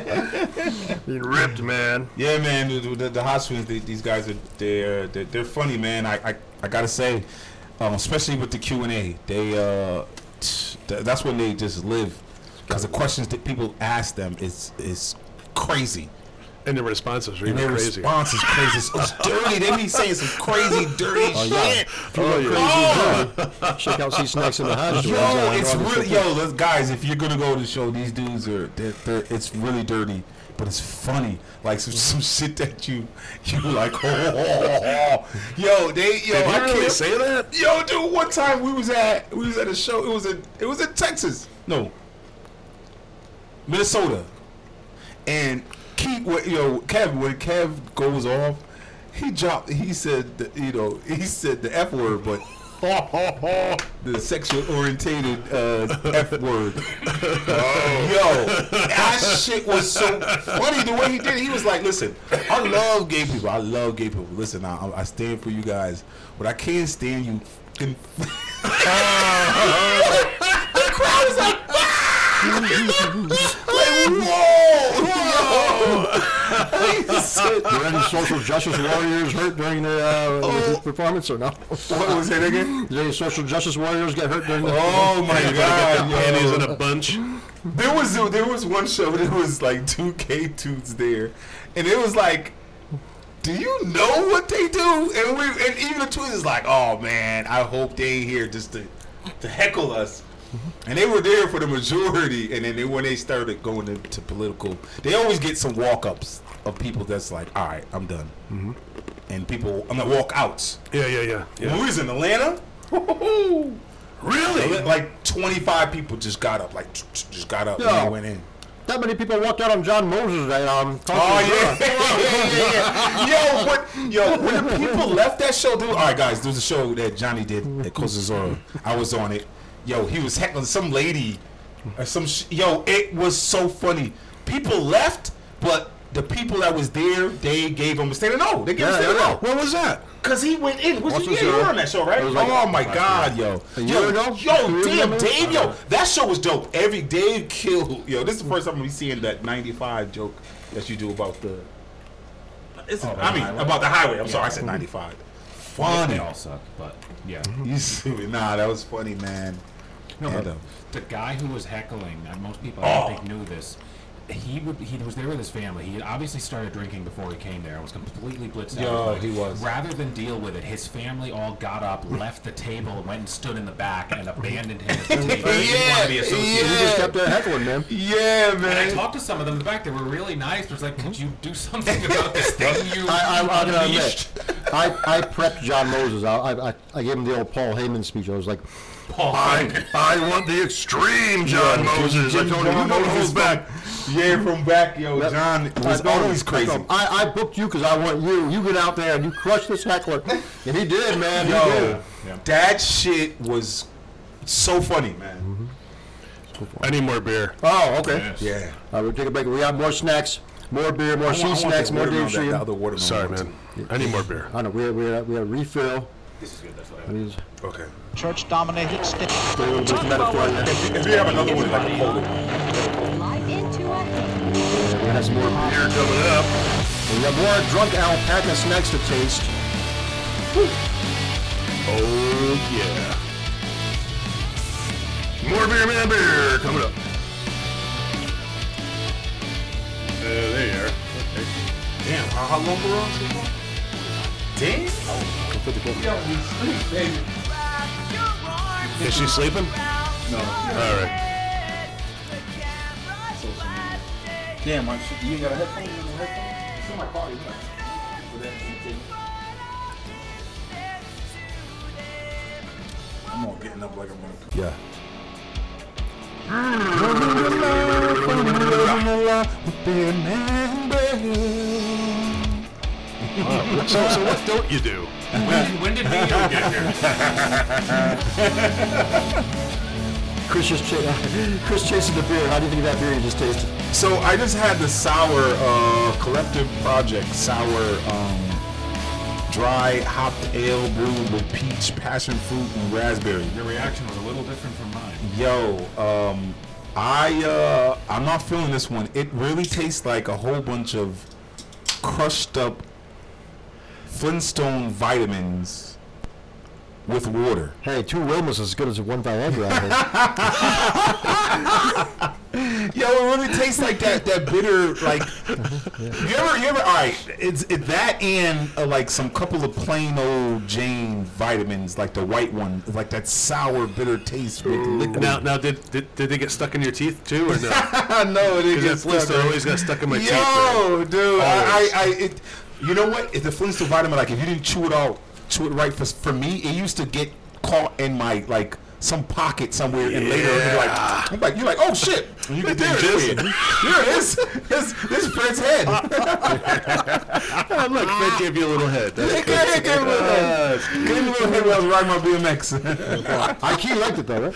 Jack this. Being ripped, man.
Yeah, man. The, the, the hospitals, the, these guys are they're, they're they're funny, man. I I, I gotta say, um, especially with the Q and A, they uh, t- th- that's when they just live, because the questions that people ask them is is crazy.
And the responses are even
And their
crazier.
response is crazy. It's, it's dirty. They be saying some crazy, dirty shit.
Oh,
Oh,
Check out See Snacks in the House.
Yo, it's really yo, let's, guys. If you're gonna go to the show, these dudes are they're, they're, it's really dirty, but it's funny. Like some, some shit that you you like. (laughs) Oh, yo, they
Did you
yo, I can't
really say that?
(laughs) Yo, dude, one time we was at we was at a show. It was in it was in Texas. No, Minnesota. And Keith, wa- you know, Kev, when Kev goes off, he dropped. He said, the, you know, he said the F word, (laughs) but the sexual orientated uh, F word. Oh. (laughs) Yo, that shit was so funny the way he did it. He was like, "Listen, I love gay people. I love gay people. Listen, I, I stand for you guys, but I can't stand you." fucking-" (laughs) the crowd was like, "Ah!" like, whoa, whoa. He said-
Were any social justice warriors hurt during the uh,
Oh.
performance or no? Did
(laughs) what was that again?
any social justice warriors get hurt during the
Oh (laughs) my god, yo.
Panties in a bunch.
There was there was one show there was like two K dudes there, and it was like, do you know what they do? And we and even the twins is like, oh man, I hope they ain't here just to to heckle us. And they were there for the majority, and then they, when they started going into political, they always get some walk ups of people that's like, all right, I'm done, and people I'm gonna walk outs.
Yeah, yeah, yeah.
When
yeah.
we was in Atlanta,
Really?
like 25 people just got up, like just got up and
Yeah.
they went in.
That many people walked out on John Moses at um.
Oh
Conference,
yeah,
huh? Oh,
Oh, yeah, yeah, yeah. Yo, what? Yo, when the people left that show, dude. All right, guys, there was a show that Johnny did at Costa Zorro. I was on it. Yo, he was heckling some lady or some. Sh- yo, it was so funny. People left, but the people that was there, they gave him a standing no. They gave him a
Yeah,
standing
yeah,
no.
What was that?
Cause he went in. Was
Watch
you,
this
yeah, you
show.
were on that show, right?
It was like-
oh my god, yo,
year
yo,
ago? A
yo,
year
damn,
ago?
Dave, yo, that show was dope. Every Dave kill, yo, this is the first time we seeing that '95 joke that you do about the. It's, I mean,
highway?
about the highway. I'm sorry, I said '95.
They
Funny.
all suck, but yeah.
You see, me? nah, that was funny, man.
No,
And,
but
uh,
the guy who was heckling, and most people
Oh.
I don't think knew this. He would, he was there with his family. He had obviously started drinking before he came there. and was completely blitzed
Yo,
out.
he was.
Rather than deal with it, his family all got up, left the table, and went and stood in the back and abandoned
(laughs)
him. At the table. (laughs) He didn't want to be
Yeah,
associated.
You just kept there heckling, man.
Yeah,
And I
man.
talked to some
(laughs)
of them in the back. They were really nice. It was like, could you do something about this thing you
I- I- I gotta admit,
unleashed?
I, I prepped John Moses. I, I, I- I gave him the old Paul Heyman speech. I was like,
Paul.
I want the extreme
John Moses. I told him, you don't hold back. Yeah, from back, yo, John was always crazy.
I, I booked you because I want you. You get out there and you crush this heckler. And he did, man. He
Yo,
did.
Yeah.
that shit was so funny, man.
I need more beer.
Oh, okay.
Yes.
Yeah.
All right, we'll take a break. We got more snacks, more beer, more
I
sea
want- I want
snacks,
that
more
watermelon,
Dave
that-
Sheehan.
that other watermelon
Sorry,
one,
man. I need more beer.
I know we had, we had, we had a refill.
This is good. That's what I
I
like.
mean, it's
too. Okay.
Church dominated state.
a little bit metaphor in there.
If we have another one, like a cold one.
Live into a
We had some more beer coming up. We have more drunk alpaca snacks to taste.
Oh yeah. More beer, man, beer coming up. Uh, there you are. Okay.
Damn, how, how long we're on so far? Damn.
Is she sleeping? No. All right.
Damn, I should, you ain't got a headphone? You got a headphone?
I'm all getting up like I'm gonna.
Yeah.
So, so what don't you do?
When, when
(laughs)
did Neo get here?
Chris just ch- (laughs) Chris chasing the beer. How do you think of that beer you just tasted?
So I just had the sour uh, collective project sour um, dry hopped ale brewed with peach, passion fruit, and raspberry.
Your reaction was a little different from mine.
Yo, um, I uh, I'm not feeling this one. It really tastes like a whole bunch of crushed up Flintstone vitamins with water.
Hey, two Wilmas is as good as one Viagra. I think. (laughs)
Yo, it really tastes like that that bitter like. You ever you ever all right? It's it, that and uh, like some couple of plain old Jane vitamins, like the white one, like that sour bitter taste with liquid. (laughs)
Now, now, did, did did they get stuck in your teeth too, or no?
no, it didn't
Because that
get
Flintstone
stuck.
always got stuck in my teeth. man.
Yo, dude, I,
Always.
I, I it, you know what? If the Flintstone vitamin, like if you didn't chew it all, chew it right for for me, it used to get caught in my like some pocket somewhere, and later you're like, I'm like, you're like, oh shit, and you get there it is, there it is, this this Fred's head.
Ah, look, that gave you a little head. That's
It
good.
gave- it gave him a little head. Gave him a little head when I was riding my BMX.
I key liked it though, right?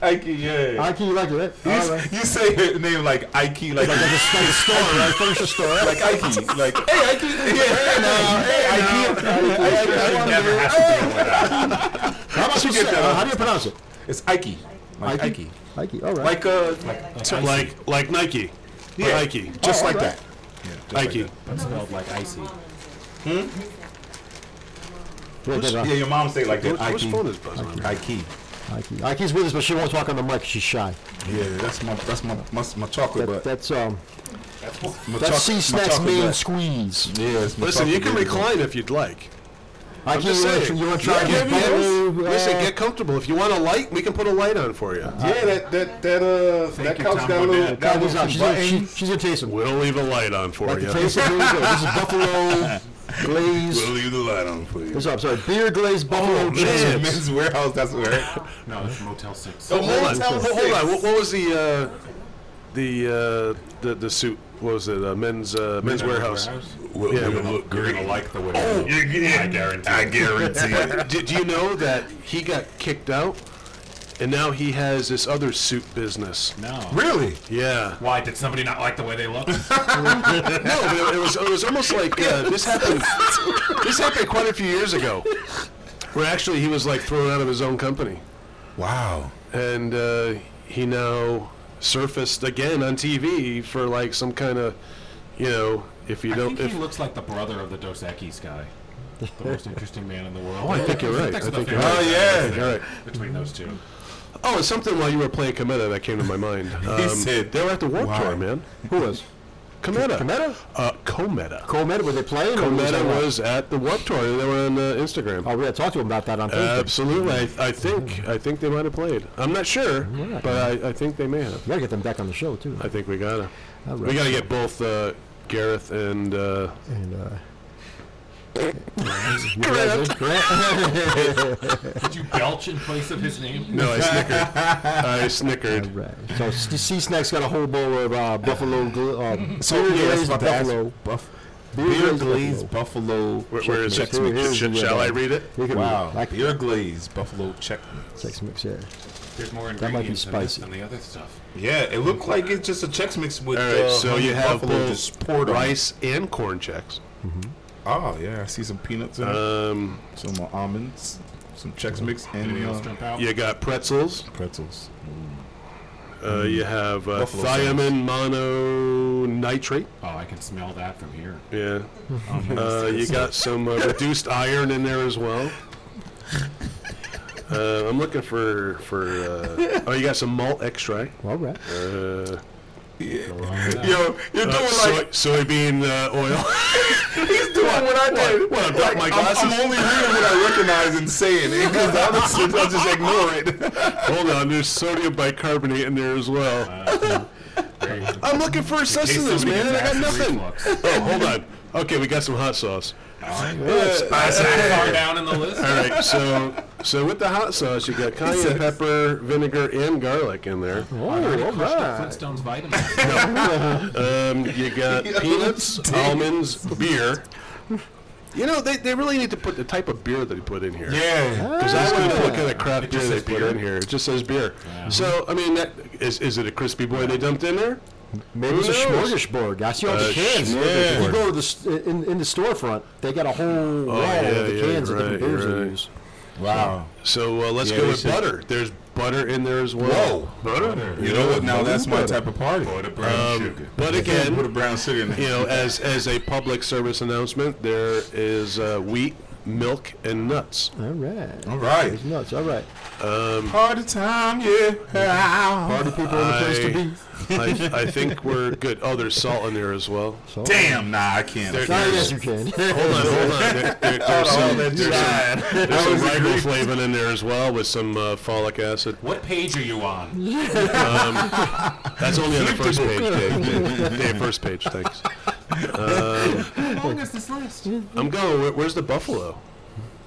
Ike, yeah.
I key liked it. Right?
You,
All right.
s- you say his name like Ike, like
Like a, like a story, right? Finish the story.
like Ike, like hey Ike, yeah, hey now, hey Ike, hey Ike, I wanna do it.
how, about you
get
say- uh,
that off.
how do you pronounce it?
It's Ike. Like Ike.
Ike. Ike. All right.
Like uh
Like like Nike.
yeah.
Like Nike.
Just
Oh,
like
alright.
that.
Nike.
That's spelled like icy.
Yeah, yeah,
Yeah,
yeah.
your mom say it like that.
Which- which phone is
Ike.
buzzing?
Ike.
Ike. Ike's with us, but she won't talk on the mic. She's shy.
Yeah, that's my that's my my, my chocolate
That,
but
that's um.
my
That's
choc-
sea
my
snacks
chocolate
main
butt.
squeeze.
Yeah, it's my
Listen, you
chocolate
can
butt.
recline if you'd like.
I
I'm
can
just saying.
You want to try
Yeah,
and
yeah,
get
yeah.
blue, uh,
Listen, get comfortable. If you want a light, we can put a light on for you.
Uh-huh.
Yeah, that that that uh that
you,
couch
Tom
got a little
Bodette.
got a
She's
little
not- she's, gonna, she,
buttons.
she's gonna taste them.
We'll leave a light on for
Like
you.
the taste of here we go. This is buffalo
(laughs)
glaze.
leave the light on for
(laughs)
you.
This I'm sorry, beer glazed buffalo
Oh,
chicken.
man.
Men's warehouse, that's where.
No, that's Motel 6.
Oh, (laughs) hold on.
Motel
Hold, hold on. What, what was the uh, the uh, the the suit? What was it? Uh, men's uh, men's warehouse.
Well,
Yeah,
you're
we'll
gonna,
look
you're gonna like the way oh,
you- yeah.
I guarantee. I guarantee.
(laughs)
Did you know that he got kicked out, and now he has this other suit business?
no.
Really?
Yeah.
Why did somebody not like the way
(laughs)
they looked?
No, but it, it was it was almost like uh, this happened. this happened quite a few years ago, where actually he was like thrown out of his own company,
Wow.
and uh, he now surfaced again on TV for like some kind of, you know, if you
I
don't,
think
if
he looks like the brother of the Dos Equis guy, the most interesting man in the world. Oh,
I
(laughs)
think you're right. I think you're
right. Oh, yeah.
Between those two.
Oh, it's something while you were playing Cometa that came to my mind. Um,
said,
they were at the Warped
"Why?"
Tour, man.
Who was?
Cometa.
Cometa?
Uh, Cometa.
Cometa, were they playing? or
Cometa
that-
was at the Warped Tour. They were on uh, Instagram.
Oh, we had talked to him about that on Thursday.
Absolutely. I, I think I think they might have played. I'm not sure, but I, I think they may have.
We gotta get them back on the show too.
I think we gotta.
All
(laughs)
right.
We gotta get both uh, Gareth and uh,
And uh, Grant.
Did you belch in place of his name?
No, I snickered. I snickered.
Right. So Sea Snack's got a whole bowl of uh, buffalo. Gl-
(laughs)
um, beer glazed buffalo.
Buff-
Beer
beer
glazed
glazed buffalo.
Where, where is it?
Check me. Here's the
Sh- Shall I
red.
read it?
You can
Wow,
Like
beer glazed buffalo checkmate.
Tex Mix, yeah.
There's more
That might be
ingredients in this
spicy.
than the other stuff.
Yeah, it looked like it's just a Chex Mix with
All right.
uh,
So
honey
you have
buffalo
both
just poured on it.
rice and corn checks.
Oh yeah, I see some peanuts in it,
Um,
some uh, almonds, some Chex Mix,
Anybody
and
else
uh,
jump out?
you got pretzels.
pretzels.
Uh, you have uh,
Buffalo
thiamine mononitrate.
Oh, I can smell that from here.
Yeah. Uh, you got some uh, reduced iron in there as (laughs) well. Uh, I'm looking for for. Uh, oh, you got some malt extract.
All right.
Uh,
Yo, you're doing
uh, soy, soybean uh, oil.
he's doing what I did.
What, I've got (laughs) my glasses?
I'm, only reading what I recognize and saying it because the other shit, I just ignore it.
Hold on, there's sodium bicarbonate in there as well. I'm looking for a sustenance, man. I got nothing. Oh, hold on. Okay, we got some hot sauce. Uh,
Far down in the list.
All right, so so with the hot sauce, you got cayenne pepper, vinegar, and garlic in there.
Oh, all right.
Flintstones vitamins.
Um, you got (laughs) peanuts, almonds, beer. You know, they, they really need to put the type of beer that they put in here.
Yeah.
Because I want to know what kind of craft beer
just
they
says
put
beer.
in here. It just says beer. So, I mean, that, is, is it a crispy boy they dumped in there?
Maybe it's a
Who knows?
smorgasbord. I see all the
A
cans.
smorgasbord.
If you go to the st- in, in the storefront, they got a whole wall
Oh, yeah,
of the
yeah,
cans
you're
of different
right,
beers
you're
they
right.
use.
Wow.
So uh, let's
Yeah,
go
they
with
said-
butter. There's butter in there as well.
Whoa.
butter.
You know what? Now that's my type of party.
Um, but
put a
again,
brown sugar in there.
you know, as as a public service announcement, there is uh, wheat, milk, and nuts.
All right.
All right.
It's nuts. All right.
Party time, yeah.
Party people in the place to
I-
be.
I, I think we're good. Oh, there's salt in there as well.
So,
Damn, nah, I can't.
There-
Ah, yes, you
(laughs)
can.
Hold on, hold on. There- there- there's some, there's some,
(laughs)
there's some riboflavin in there as well with some uh, folic acid.
What page are you on?
That's only on the first page, Dave. Dave, first page, thanks.
How long is this list?
I'm going. Where, where's the buffalo?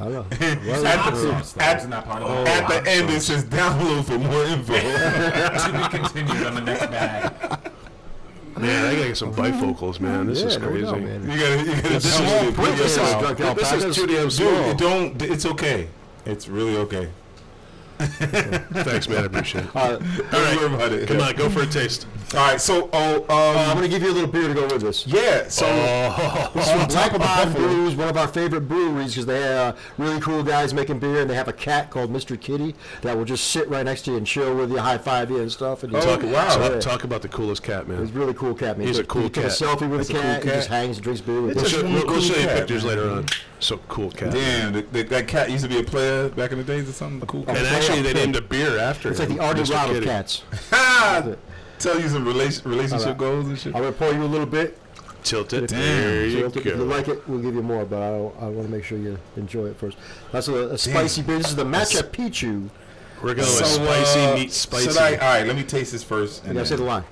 I don't know.
At the-
Sauce. That
at-
isn't that part of
At the end, it says download for more info.
to be continued on the next bag.
Man, I gotta get some bifocals, man. This is
Yeah, no
crazy.
doubt, man.
You gotta, you gotta
This is-
download it. Put
this is-
yourself.
drunk
this is
alpacas.
too damn small.
Dude, don't. It's okay. It's really okay.
Thanks, man. I appreciate
(laughs)
it.
Uh,
Don't worry about it.
Come on, go for a taste.
All right. So, oh,
I'm
um, oh.
going to give you a little beer to go with this.
yeah. So,
On
top
Black
of
Bond
Buffalo.
Brews, one of our favorite breweries, because they have uh, really cool guys making beer, and they have a cat called Mr. Kitty that will just sit right next to you and chill with you, high five you and stuff. And
Oh, wow.
So,
Talk,
yeah.
talk about the coolest cat,
He's a
man.
really cool cat. Man.
He's
He
a cool
took
cat.
a selfie with a
cool
cat, and
cat.
just hangs and drinks beer with
It's
us.
a-
Show-
one
we'll, we'll
cool
show you
cat,
pictures
man.
later on. So cool cat.
damn, the, the, that cat used to be a player back in the days or something. Cool.
And
cat.
actually, they named a beer after
It's
him.
like the Artie
Mr.
Rod of
Kitty.
cats.
Ha! (laughs) Tell you some relation, relationship goals and shit.
I'm going to pour you a little bit.
Tilt it. There
So
you
if, if you
go.
like it, we'll give you more, but I, I want to make sure you enjoy it first. That's a, a spicy beer. This is the Matcha Pichu.
We're going
So,
with spicy
uh,
meat spicy.
Should I, all right, let me taste this first. And
Yeah, say the line.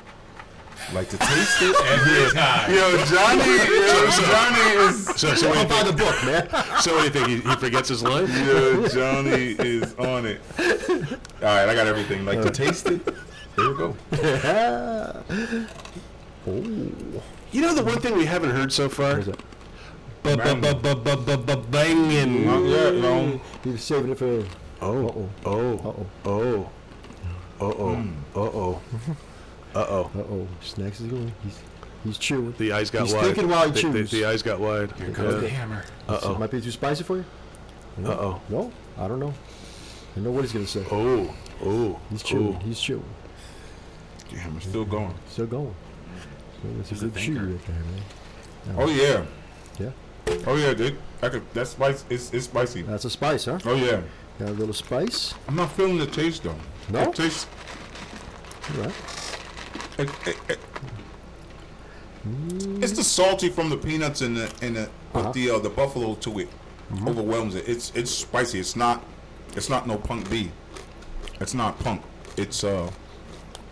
Like to taste it every
time.
Yo, Johnny,
(laughs)
yo, Johnny is.
so, so, what
I'm
do you
by the book, man.
think, so what do you think? He, he forgets his line?
Yo, Johnny is on it. All right, I got everything. Like to taste it. Here we go.
You know the one thing we haven't heard so far?
it?
Not
Banging.
yet, no.
You're saving it for.
Oh, oh, oh, oh, oh, oh.
Uh oh, Hmm. Snacks is going. He's, he's chewing.
The eyes got
He's
wide.
thinking while he
The- the-
chews.
The eyes got wide.
Here comes the hammer.
Uh-oh. Might be too spicy for you?
Uh oh.
No, I don't know. I know what he's going to say.
Oh, oh,
He's chewing.
oh.
He's chewing.
Damn, we're still going.
Still going. So it's a
a
good chew
thinker.
right there, man.
Oh yeah,
Yeah.
oh yeah, dude. I could. That's spice. It's, it's spicy.
That's a spice, huh?
Oh yeah.
Got a little spice.
I'm not feeling the taste though.
No?
It tastes.
All right.
It, it, it, It's the salty from the peanuts and the and the
Uh-huh.
with the uh, the buffalo to it
Mm-hmm.
overwhelms it. It's it's spicy. It's not. It's not no punk B. It's not punk. It's uh.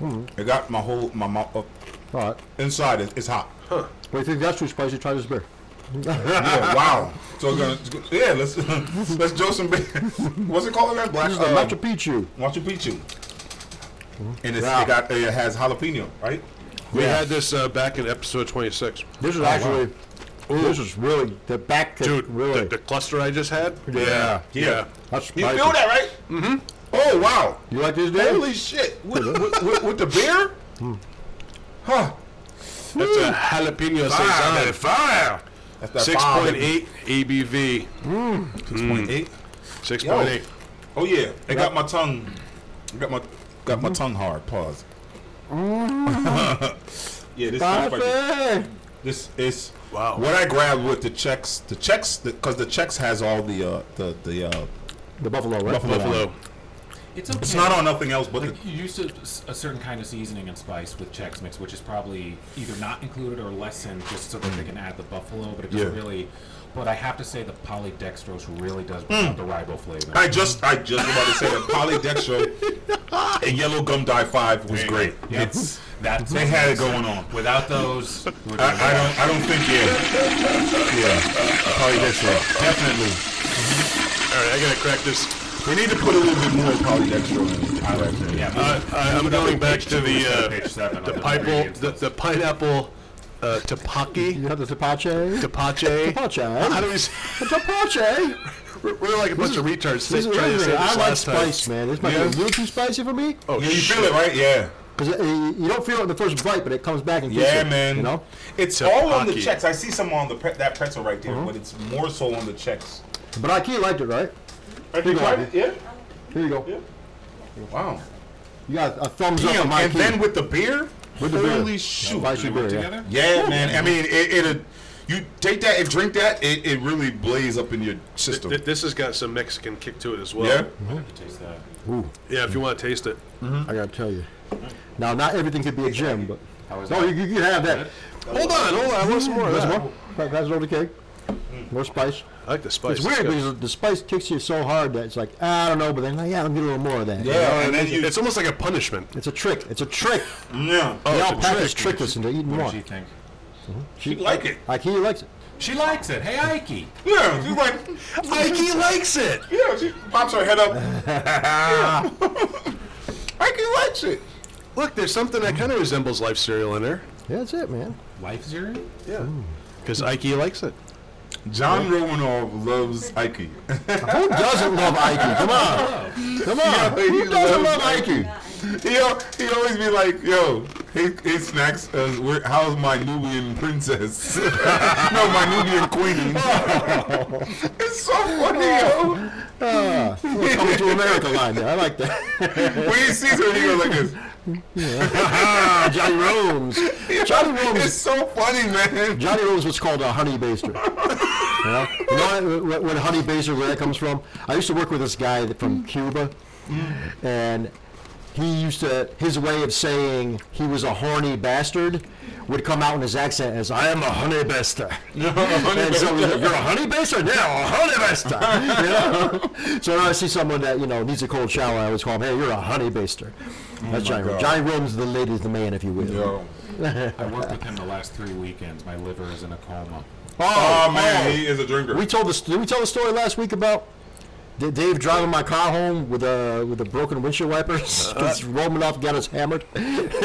Mm-hmm.
It got my whole my mouth up
All right.
inside. It, it's hot.
(laughs) Well, if you think that's too spicy, try this beer.
yeah, wow. So we're gonna yeah, let's let's (laughs) do some. ba- What's it called again? Black
This is the
uh,
Machu Picchu.
Machu Picchu. And it's,
Wow.
it got it has jalapeno, right?
We had this uh, back in episode 26.
This is actually. This is really the back. kick,
Dude,
really.
the, the cluster I just had?
Yeah.
Yeah.
That's
You
spicy.
feel that, right? Mm-hmm. Oh wow!
You like this, Dave?
Holy shit! With, with, with, with the beer? Huh?
That's a jalapeno
Fire,
saison.
fire! That's that fire, baby.
6.8 ABV.
6.8.
6.8.
Oh yeah, it got my tongue. it Got my got my tongue hard. Pause. Mm-hmm. (laughs) yeah, this is spicy.
Coffee.
This is
Wow.
What I grabbed with the checks, the checks, because the, checks has all the uh, the the uh,
The buffalo, right?
Buffalo.
It's okay.
it's not on nothing else but the
Like you use a, a certain kind of seasoning and spice with Chex Mix, which is probably either not included or lessened just so that they can add the buffalo, but it doesn't
Yeah.
really. But I have to say the polydextrose really does bring out the ribo flavor.
Mm. I just I just about to say that polydextro (laughs) and yellow gum dye five was great.
Yeah.
It's
That's
they had it going on.
Without those, we're
I,
doing
I don't I don't think yeah yeah polydextro definitely.
Mm-hmm. All right, I got to crack this.
We need to put a little bit more polydextro in. I like that.
Yeah,
Uh, I, I'm going back to the
Page
uh,
seven
the,
on the
pineapple,
ingredients
the, the pineapple uh, tapaki.
You have the tapache.
Tapache. (laughs)
Tapache.
How do we say?
Tapache. (laughs)
We're, we're like a bunch of retards
This is
trying to say
really-
this
I like
last time.
spice, man. This might be a
Yeah.
little too spicy for me.
Oh,
Yeah, you
shit.
feel it right? Yeah.
Because you don't feel it in the first bite, but it comes back and gets
Yeah,
you,
man.
You know?
It's
Except
all on the
Aki.
checks. I see some on the pre- that pretzel right there, but it's more so on the checks.
But Ikea liked it, right?
Have
you tried it?
Yeah.
Here you go.
Wow.
You got a thumbs up
Damn,
from Ikea.
and then with the beer?
With the beer.
Holy shoot.
Spicy beer, yeah.
together.
Yeah, man. I mean, it, it'll, you take that and drink that, it, it really blaze up in your system.
Th- This has got some Mexican kick to it as well.
yeah?
to taste that.
Yeah, if you want to taste it.
I gotta tell you. Now, not everything could be a gem, but
How is
no,
that?
you, you can have that.
Hold on, hold on. I want some more. of
That's
that.
more. That- That's over the cake. More spice.
I like the spice.
It's weird
good.
because the spice kicks you so hard that it's like ah, I don't know, but then like, yeah, I'll get a little more of that.
Yeah, and then you.
It's almost like a punishment. Oh,
It's a trick. It's a trick.
Yeah.
the
it's a
alpaca's
trick.
tricked us into eating
What
more.
did she think?
She like it.
Ikea likes it.
She likes it. Hey, Ikey.
Yeah, she's like,
Ikey likes it.
yeah, she pops her head up. Yeah. Mikey likes it.
Look, there's something that kind of resembles life cereal in there
Yeah, that's it, man.
Life cereal?
because Ikey likes it.
John Romanov loves
(laughs)
Ike. (laughs)
Who doesn't love Ikea? Come on, come on. Who doesn't love Ikea?
He, al- he always be like, yo, hey, hey snacks, uh, where, how's my Nubian princess? (laughs) no, my Nubian queen. (laughs)
(laughs)
it's so funny, yo.
Ah, little coming to America line there. I
(laughs)
like that.
When he sees her, he goes like
(laughs)
this.
ah, Johnny Rome's. Johnny
It's
Rome's.
so funny,
(laughs)
man.
Johnny Rome's what's called a honey baster. You know, you know what, what a honey baster, where that comes from? I used to work with this guy that- from Cuba, and he used to, his way of saying he was a horny bastard would come out in his accent as, I am a honey baster.
(laughs)
and so you're a honey baster now, a honey baster. You know? So when I see someone that you know needs a cold shower, I always call him, "Hey, you're a honey baster." That's Johnny. Room.
God.
Johnny Room's the lady's the man, if you will.
Yo.
I worked with him the last three weekends. My liver is in a coma.
Oh, man, he is a drinker.
We told the did we tell the story last week about D- Dave driving my car home with a with a broken windshield (laughs) wipers because Romanoff got us hammered. (laughs)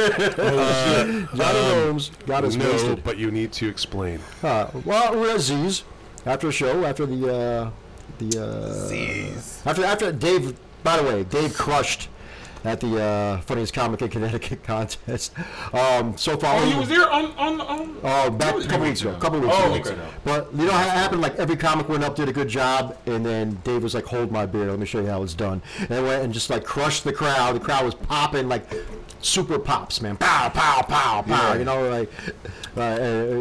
Oh,
Johnny
Um,
Rooms got us
No,
wasted.
but you need to explain.
Uh, well, we were at Z's after a show, after the uh, the uh, Z's. after after Dave. By the way, Dave crushed at the uh, funniest comic in Connecticut (laughs) contest. Um, so far,
Oh, he was there on on on.
Oh, back a
was
couple
there.
weeks ago. couple weeks
Oh,
ago.
okay.
But you know how it happened? Like every comic went up, did a good job, and then Dave was like, "Hold my beer. Let me show you how it's done." And I went and just like crushed the crowd. The crowd was popping like super pops, man. Pow, pow, pow, pow. You know, like uh, uh,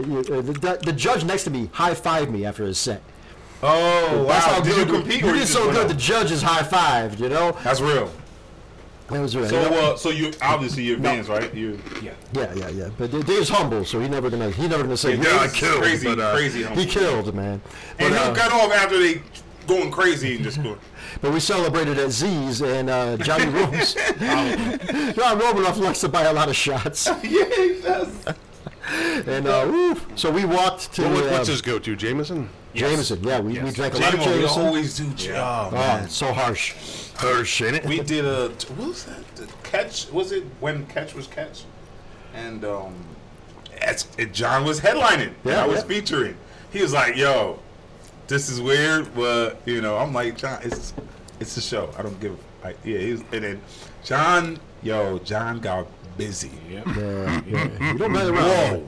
you- uh, the, the judge next to me high fived me after his set.
oh,
That's
wow.
how
Did you
good
compete?
You
or
did
just
so
went
good.
out?
The judges high fived. You know,
That's real.
that was really.
So, uh, so you obviously you're fans, right? You.
Yeah.
yeah, yeah, yeah. But Dave's humble, so he never gonna he never gonna say
Yeah,
"Yeah, I
Dave's
killed,"
crazy,
but, uh,
crazy humble.
He killed, man.
And
But,
he'll
uh,
cut off after they going crazy
(laughs)
and (laughs) just going.
But we celebrated at Z's and uh, Johnny Rooms. John Romanoff likes to buy a lot of shots.
yeah, that's
And uh, woo, so we walked to
What,
uh,
what's his go-to, Jameson?
Jameson. Yeah, we, we
Yes.
drank a lot of
Jamal, we
Jameson.
always do Jamal.
oh, it's so harsh. Harsh, ain't it?
We did a what was that? The catch was it when catch was catch, and um, as, and John was headlining.
Yeah,
I was
yeah.
featuring. He was like, "Yo, this is weird," but you know, I'm like, John, it's it's a show. I don't give. a- I, yeah, he was, and then John, yo, John got busy.
Yeah, yeah. You don't matter
(laughs)
around.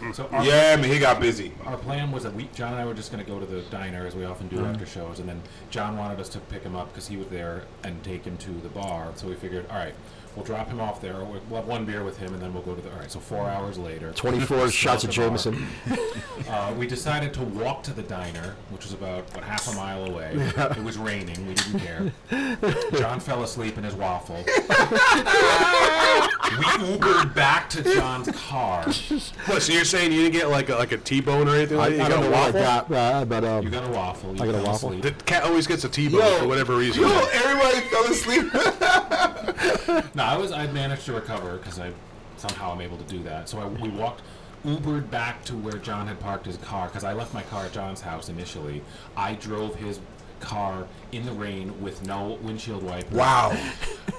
Whoa,
So our,
yeah, man, he got busy.
our plan was that we, John and I were just going to go to the diner as we often do after shows, and then John wanted us to pick him up because he was there and take him to the bar. So we figured, all right, we'll drop him off there. We'll we'll have one beer with him, and then we'll go to the. All right, so four hours later,
24 shots of
the bar.
Jameson.
Uh, we decided to walk to the diner, which was about what, half a mile away. It was raining. We didn't care. John fell asleep in his waffle. we Ubered back to John's car.
What, so you're saying you didn't get like a, like a T-bone or anything?
I, I
like that? You
don't
got
know
a
what I
waffle?
got, uh, but
You
um,
got a waffle. You
I got a
fell
waffle.
asleep.
The cat always gets a T-bone
Yo,
for whatever reason.
Yo, everybody fell asleep.
No, I was. I managed to recover because I somehow I'm able to do that. So I, we walked, Ubered back to where John had parked his car because I left my car at John's house initially. I drove his car in the rain with no windshield wiper
wow.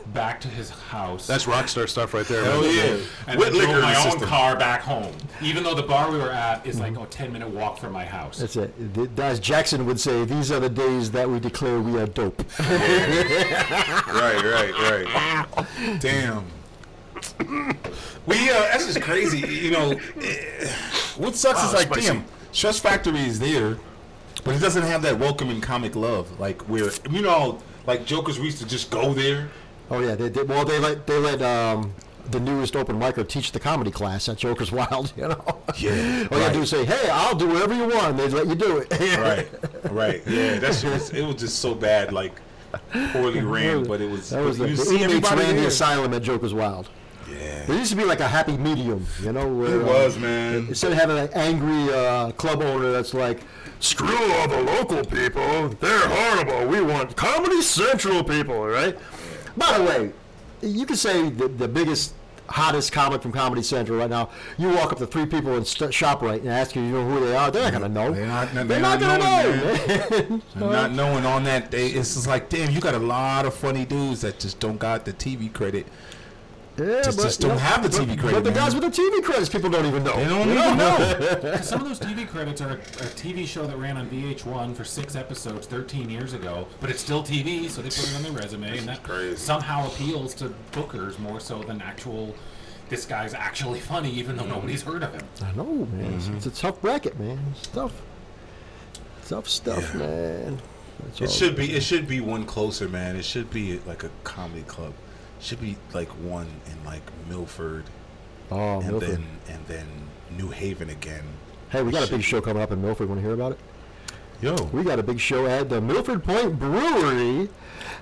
back to his house.
That's rock star stuff right there.
Oh
man.
yeah.
and
With
then drove
liquor in
my
the
own
system.
car back home. Even though the bar we were at is like a 10 minute walk from my house.
that's it. Th- As Jackson would say, these are the days that we declare we are dope.
right, right, right. Damn. We uh, that's just crazy. You know, eh, what sucks is
Wow,
like,
spicy.
damn, Stress Factory is there, but it doesn't have that welcoming comic love. Like where you know, like Joker's, we used to just go there.
Oh yeah, they did. Well, they let they let um, the newest open micer teach the comedy class at Joker's (laughs) Wild. You know.
Yeah,
(laughs) All you
right.
do is say, "Hey, I'll do whatever you want." and They let you do it. (laughs)
Right, right. Yeah, that's just it was just so bad. Like poorly ran, but it was.
That was the,
you
the
see
inmates
everybody
ran the
there.
asylum at Joker's Wild.
Yeah,
There used to be like a happy medium, you know. Where,
it
uh,
was man.
Instead of having an angry uh, club owner that's like, "Screw all the local people, they're horrible. We want Comedy Central people, right?" By the way, you could say the, the biggest, hottest comic from Comedy Central right now. You walk up to three people in st- Shoprite and ask if you know who they are. They're not gonna know.
They're not-
They're
they're
not
not
gonna
knowing,
know.
Not knowing on that day, it's just like, damn, you got a lot of funny dudes that just don't got the TV credit.
Yeah,
Just-
but,
just don't
you know,
have the
but-
TV credit,
But the
man.
guys with the TV credits, people don't even know.
They don't even know.
'Cause some of those TV credits are a, a TV show that ran on VH1 for six episodes 13 years ago, but it's still TV, so they put it on their resume, and that
crazy.
somehow appeals to bookers more so than actual. This guy's actually funny, even though nobody's heard of him.
(laughs) I know, man. It's-
Mm-hmm.
It's a tough bracket, man. It's tough. Tough stuff, man. That's
It
all.
should be. It should be one closer, man. It should be like a comedy club. Should be like one in like Milford,
Oh,
and
Milford.
then and then New Haven again.
Hey, we got a
should
big show coming up in Milford. Want to hear about it?
Yo,
We got a big show at the Milford Point Brewery,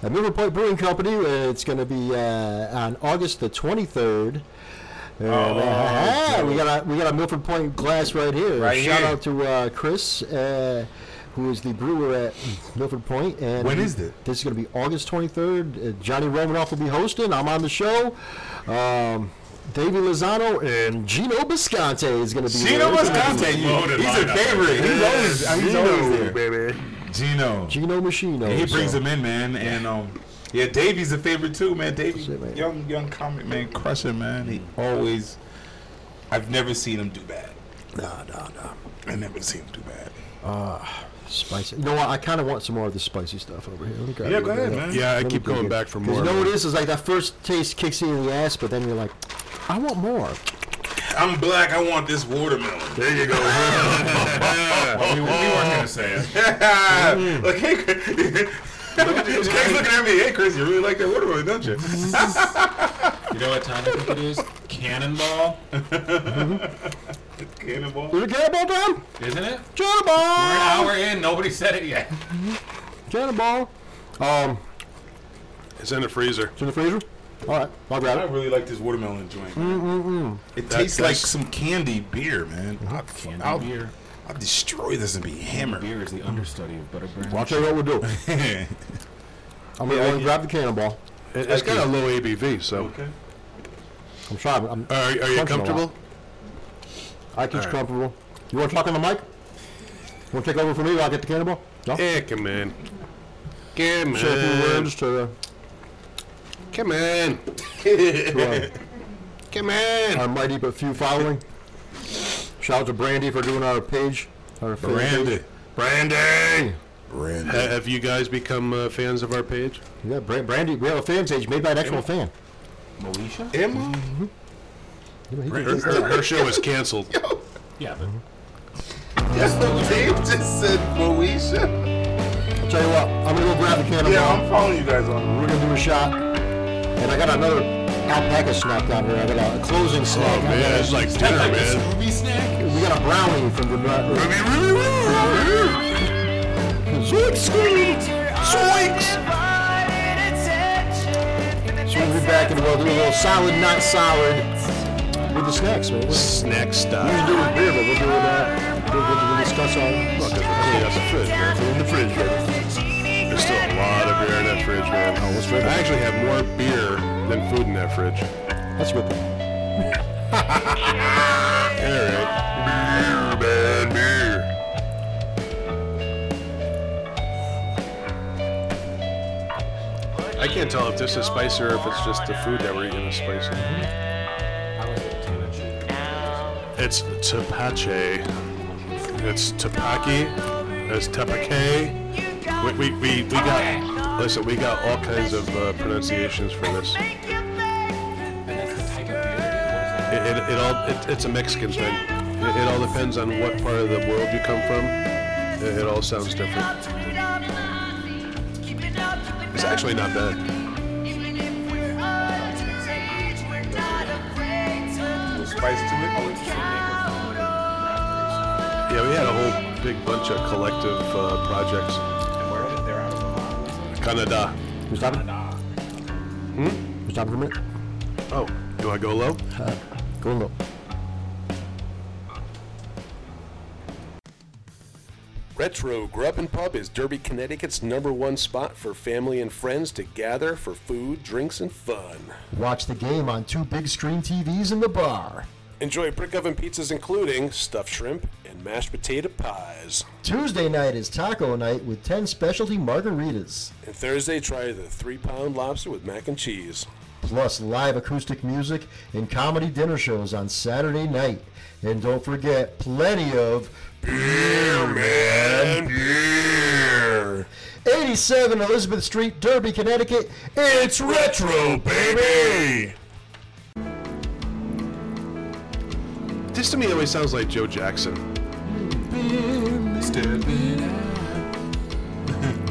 at Milford Point Brewing Company. Uh, It's going to be uh, on August the 23rd. And,
Oh,
uh, yeah, we got a we got a Milford Point glass right here.
Right
Shout
here.
out to uh, Chris, uh, who is the brewer at Milford Point. And
When is it?
This is going to be August 23rd. Uh, Johnny Romanoff will be hosting. I'm on the show. Um, Davey Lozano and Gino Bisconte is going to be.
Gino
there.
Moscante,
Loaded
he's a
lineup.
favorite. He's always, he's always there.
baby.
Gino,
Gino Machino.
he brings
so-
him in, man, and um, yeah, Davey's a favorite too, man. Davey,
Shit, man.
young young comic man, crushing man. He always, I've never seen him do bad.
Nah, nah, nah.
I never seen him do bad.
Spicy. You know what? I kind of want some more of the spicy stuff over here. Let me grab
Yeah,
you
go
a bit
ahead,
of-
man.
Yeah, I
Let me
keep
dig
going
it.
back for
'Cause
more.
You know what it is? Is like that first taste kicks you in the ass, but then you're like, I want more.
I'm black. I want this watermelon.
There
(laughs)
you go.
we, we weren't going to say it.
(laughs) Like, hey, Chris. Craig's looking at me. Hey, Chris, you really like that watermelon, don't you?
You know what time I think it is? Cannonball,
Cannonball.
Is it cannonball time?
isn't it? We're an
Cannonball!
hour in. Nobody said it yet.
Cannonball. Um,
It's in the freezer.
it's in the freezer? All right, I'll grab
I
it.
really like this watermelon joint. Mm-mm-mm. It tastes like some candy beer, man. I'll,
Candy
I'll,
beer.
I'll destroy this and be hammered.
Beer is the understudy of Butterbrand.
I'll tell you what we'll do.
(laughs) okay.
I'm going to go and grab the cannonball.
It- It's got a low ABV, so.
I'm trying. I'm,
Uh,
Are, are you
Functional.
comfortable?
I keep
All right.
comfortable. You want to talk on the mic? Want to take over for me while I get the cannonball? No?
Uh,
Yeah, come in. Come
Say a few
in.
words to,
Come in.
to uh,
Come in.
our mighty but few following. Shout out to Brandy for doing our page. Our fan page.
Brandy.
Randy.
Ha- Have you guys become uh, fans of our page?
Yeah, Bra- Brandy. We have a fan page made by an actual fan.
Moesha?
Emma?
Her, her, her
(laughs)
show is canceled.
Yeah, but
That's the name just said Moesha.
I'll tell you what, I'm going to go grab the cannonball.
Yeah, I'm following you guys on.
We're going to do a shot. And I got another alpaca snack down here. I got a closing snack.
Oh man, it's like dinner, man.
Scooby snack?
We got a brownie from the uh, Zoinks! So we'll be back and we'll do a little solid, not solid with the snacks, man. We'll
Snack style.
do it with beer, but we'll do it, uh, we'll, we'll, we'll discuss all.
Look, I got the fridge, man. In the fridge, baby. There's still a lot of beer in that fridge, man. Oh, what's I actually have more beer than food in that fridge.
That's a good thing.
All right. Beer, man, beer. I can't tell if this is spicy or if it's just the food that we're eating is spicy. It's tapache. It's tapaki. It's tapake. We, we, we, we got listen. We got all kinds of uh, pronunciations for this. It,
And that's the type of beer that it
it, it all it, it's a Mexican thing. It, it all depends on what part of the world you come from. It, it all sounds different. It's actually not bad.
Spice to it.
Yeah, we had a whole big bunch of collective uh, projects.
was. And where did they're out of Vermont? was
Canada.
You stopping?
it? Nah.
You stopping for a minute?
Oh, do I go low?
Go and look.
Retro Grub and Pub is Derby, Connecticut's number one spot for family and friends to gather for food, drinks, and fun.
Watch the game on two big screen TVs in the bar.
Enjoy brick oven pizzas including stuffed shrimp and mashed potato pies.
Tuesday night is taco night with 10 specialty margaritas.
And Thursday, try the three pound lobster with mac and cheese.
plus live acoustic music and comedy dinner shows on Saturday night. And don't forget, plenty of
And beer!
87 Elizabeth Street, Derby, Connecticut. It's retro, baby!
This to me always sounds like
(laughs)
Joe Jackson.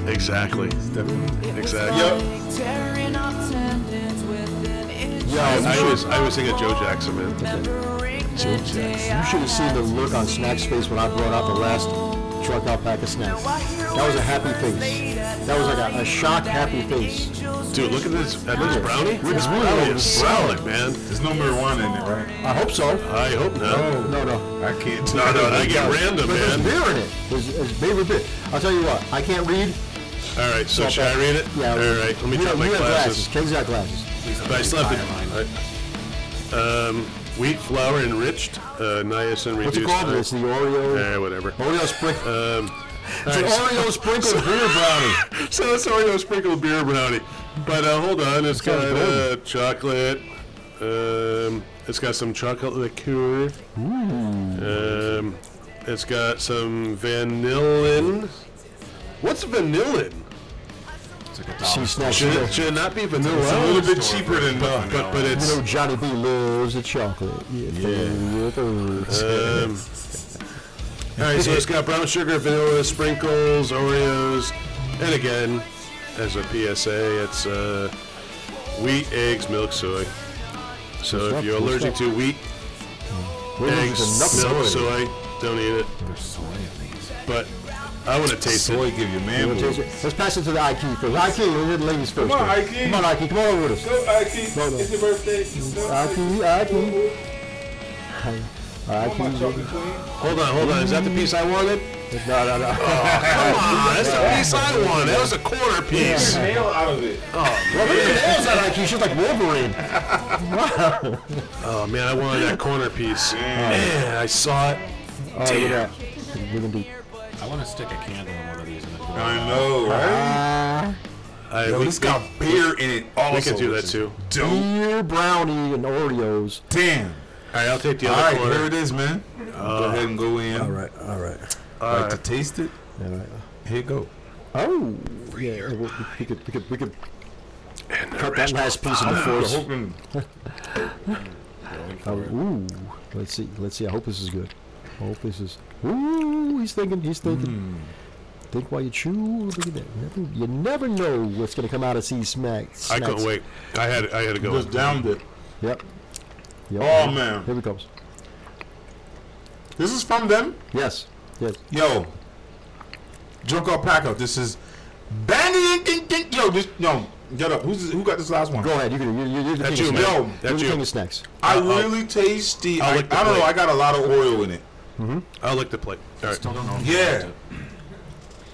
Exactly. Exactly.
Tearing off tendons with an itch.
Yeah,
I always, I always think of Joe Jackson, man.
Remembering the day
you should have seen the look on Snack's face when I brought out the last truck out pack of snacks. That was a happy face. That was like a, a shocked, happy face.
Dude, look at this, at this brownie. This
really
brownie
good.
is solid, man.
There's no marijuana in it, right?
I hope so.
I hope not.
No, no.
I can't
No, no, Uh, I get random,
But there's
man.
beer in it. There's, there's beer, beer. I'll tell you what, I can't read.
All right, so should I read it?
Yeah,
All right, let me
you
drop
have-
my
you have
glasses.
Keg's got glasses.
But I slept it. Um, wheat flour enriched, uh, niacin
What's it
reduced.
called? It's the Oreo.
Eh, whatever.
Oreo sprinkle.
Um, all
It's an
right, so-
Oreo sprinkled beer brownie.
(laughs) So that's Oreo sprinkled beer brownie. But uh, hold on, it's got
sounds
uh,
good.
chocolate. Um, it's got some chocolate liqueur. Um, it's got some vanillin. What's vanillin?
It's like a
She
dollar.
snatched
Should
it.
it, should it not be vanilla?
It's a little bit cheaper than
uh, but,
milk.
but, but
You
it's
know Johnny B loves the chocolate. Yeah.
Um, all right, so it's got brown sugar, vanilla sprinkles, Oreos, and again, as a PSA, it's uh, wheat, eggs, milk, soy. So if
up,
you're
what's
allergic
up?
to wheat,
Where is the
eggs,
nuts?
milk, soy, don't eat it.
There's soy in these.
But I want to taste
Soy
it.
give you
You
man
wanna taste
boobs.
it? Let's pass it to the IQ first. IQ, we'll do the ladies first.
Come on,
man.
IQ.
Come on, IQ. Come on over with us.
Go, Ike.
No, no.
It's your birthday. Go, Ike.
IQ, IQ.
Come on,
IQ.
chocolate queen.
Hold on, hold on. Is that the piece I wanted?
No, no, no.
Oh,
Come on, that's the piece I wanted. That was a quarter piece.
Nail out of it.
Oh, man.
got like he's just like Wolverine.
Oh man, I wanted that corner piece. Man, I saw it.
Oh, look at that. We're gonna be-
I want to stick a candle in one of these. In the door.
I know, right?
I,
Yo,
we-
this got beer in it. Oh, Also,
could do that,
which is
too.
Dope.
Beer, brownie, and Oreos.
Damn.
all right, I'll take the
All
other
right,
corner.
here it is, man. go ahead and go in.
right, all right.
Uh, like to taste it? Here you go.
Oh, yeah. We we could, we could, we could cut that last piece of the force. Oh, ooh, let's see, let's see. I hope this is good. I hope this is. Ooh, he's thinking, he's
Hmm.
thinking. Think while you chew. Look at that. Never, you never know what's gonna come out of C smack.
I couldn't wait. I had I had to go.
Just downed it.
Yep. yep.
Oh, man.
Here it comes.
This is from them?
Yes. Yes.
Yo. Joke Alpaca. This is. Bandit. Yo, this. No. Get up. Who's this, who got this last one?
Go ahead. You can. You, you, you're the
That's you,
king of
man.
snacks.
Yo,
You're
That's
the
you.
king of snacks.
I
I'll-
really taste the.
Uh, I'll
I,
lick the
I don't know.
plate.
I got a lot of oil in it.
I'll lick the plate. All right.
Still don't know. if
Yeah.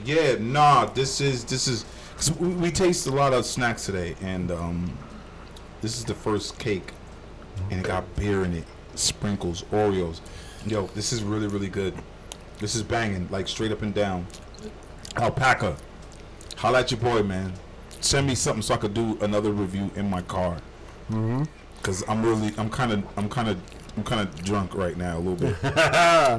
Yeah, nah, this is this is cause we, we taste a lot of snacks today and um this is the first cake and it got beer in it, sprinkles, Oreos. Yo, this is really really good. This is banging like straight up and down. Alpaca. Holla at your boy, man. Send me something so I could do another review in my car. Mhm.
Mm-hmm.
Cuz I'm really I'm kind of I'm kind of I'm kind of drunk right now a
(laughs)
little bit.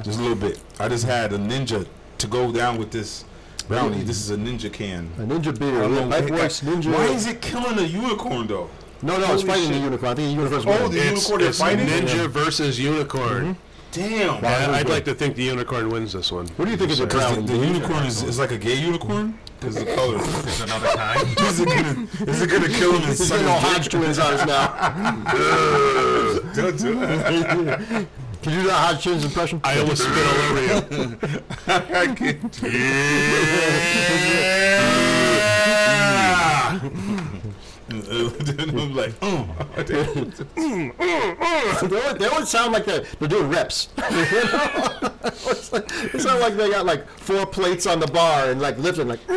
Just a little bit. I just had a ninja to go down with this brownie. This is a ninja can.
A ninja beer.
I don't know-
Life works. Ninja.
Why is it killing a unicorn though?
No, no. It's
Holy
fighting the
shit.
unicorn. I think the unicorn's
Oh,
winning.
the
It's,
unicorn is
it's
fighting?
ninja versus unicorn.
Mm-hmm.
Damn.
I-
was
I'd
good.
like to think the unicorn wins this one.
What do you think is a
Cause
brownie?
the, the unicorn is, is like a gay unicorn
(laughs)
because the color.
There's another
(laughs)
time.
is it gonna is it gonna kill
(laughs)
him? and
He's
suck
getting all Hodge
his dick?
twins on us (laughs) now.
Don't do that.
Can you do that Hodge twins impression?
I almost spit all over
(laughs)
you.
I can't do it. Then I'm like, mm.
(laughs) they, would, they would sound like they're, they're doing reps. (laughs) it's like, it sound like (laughs) they got like four plates on the bar and like lifting like. "Ugh,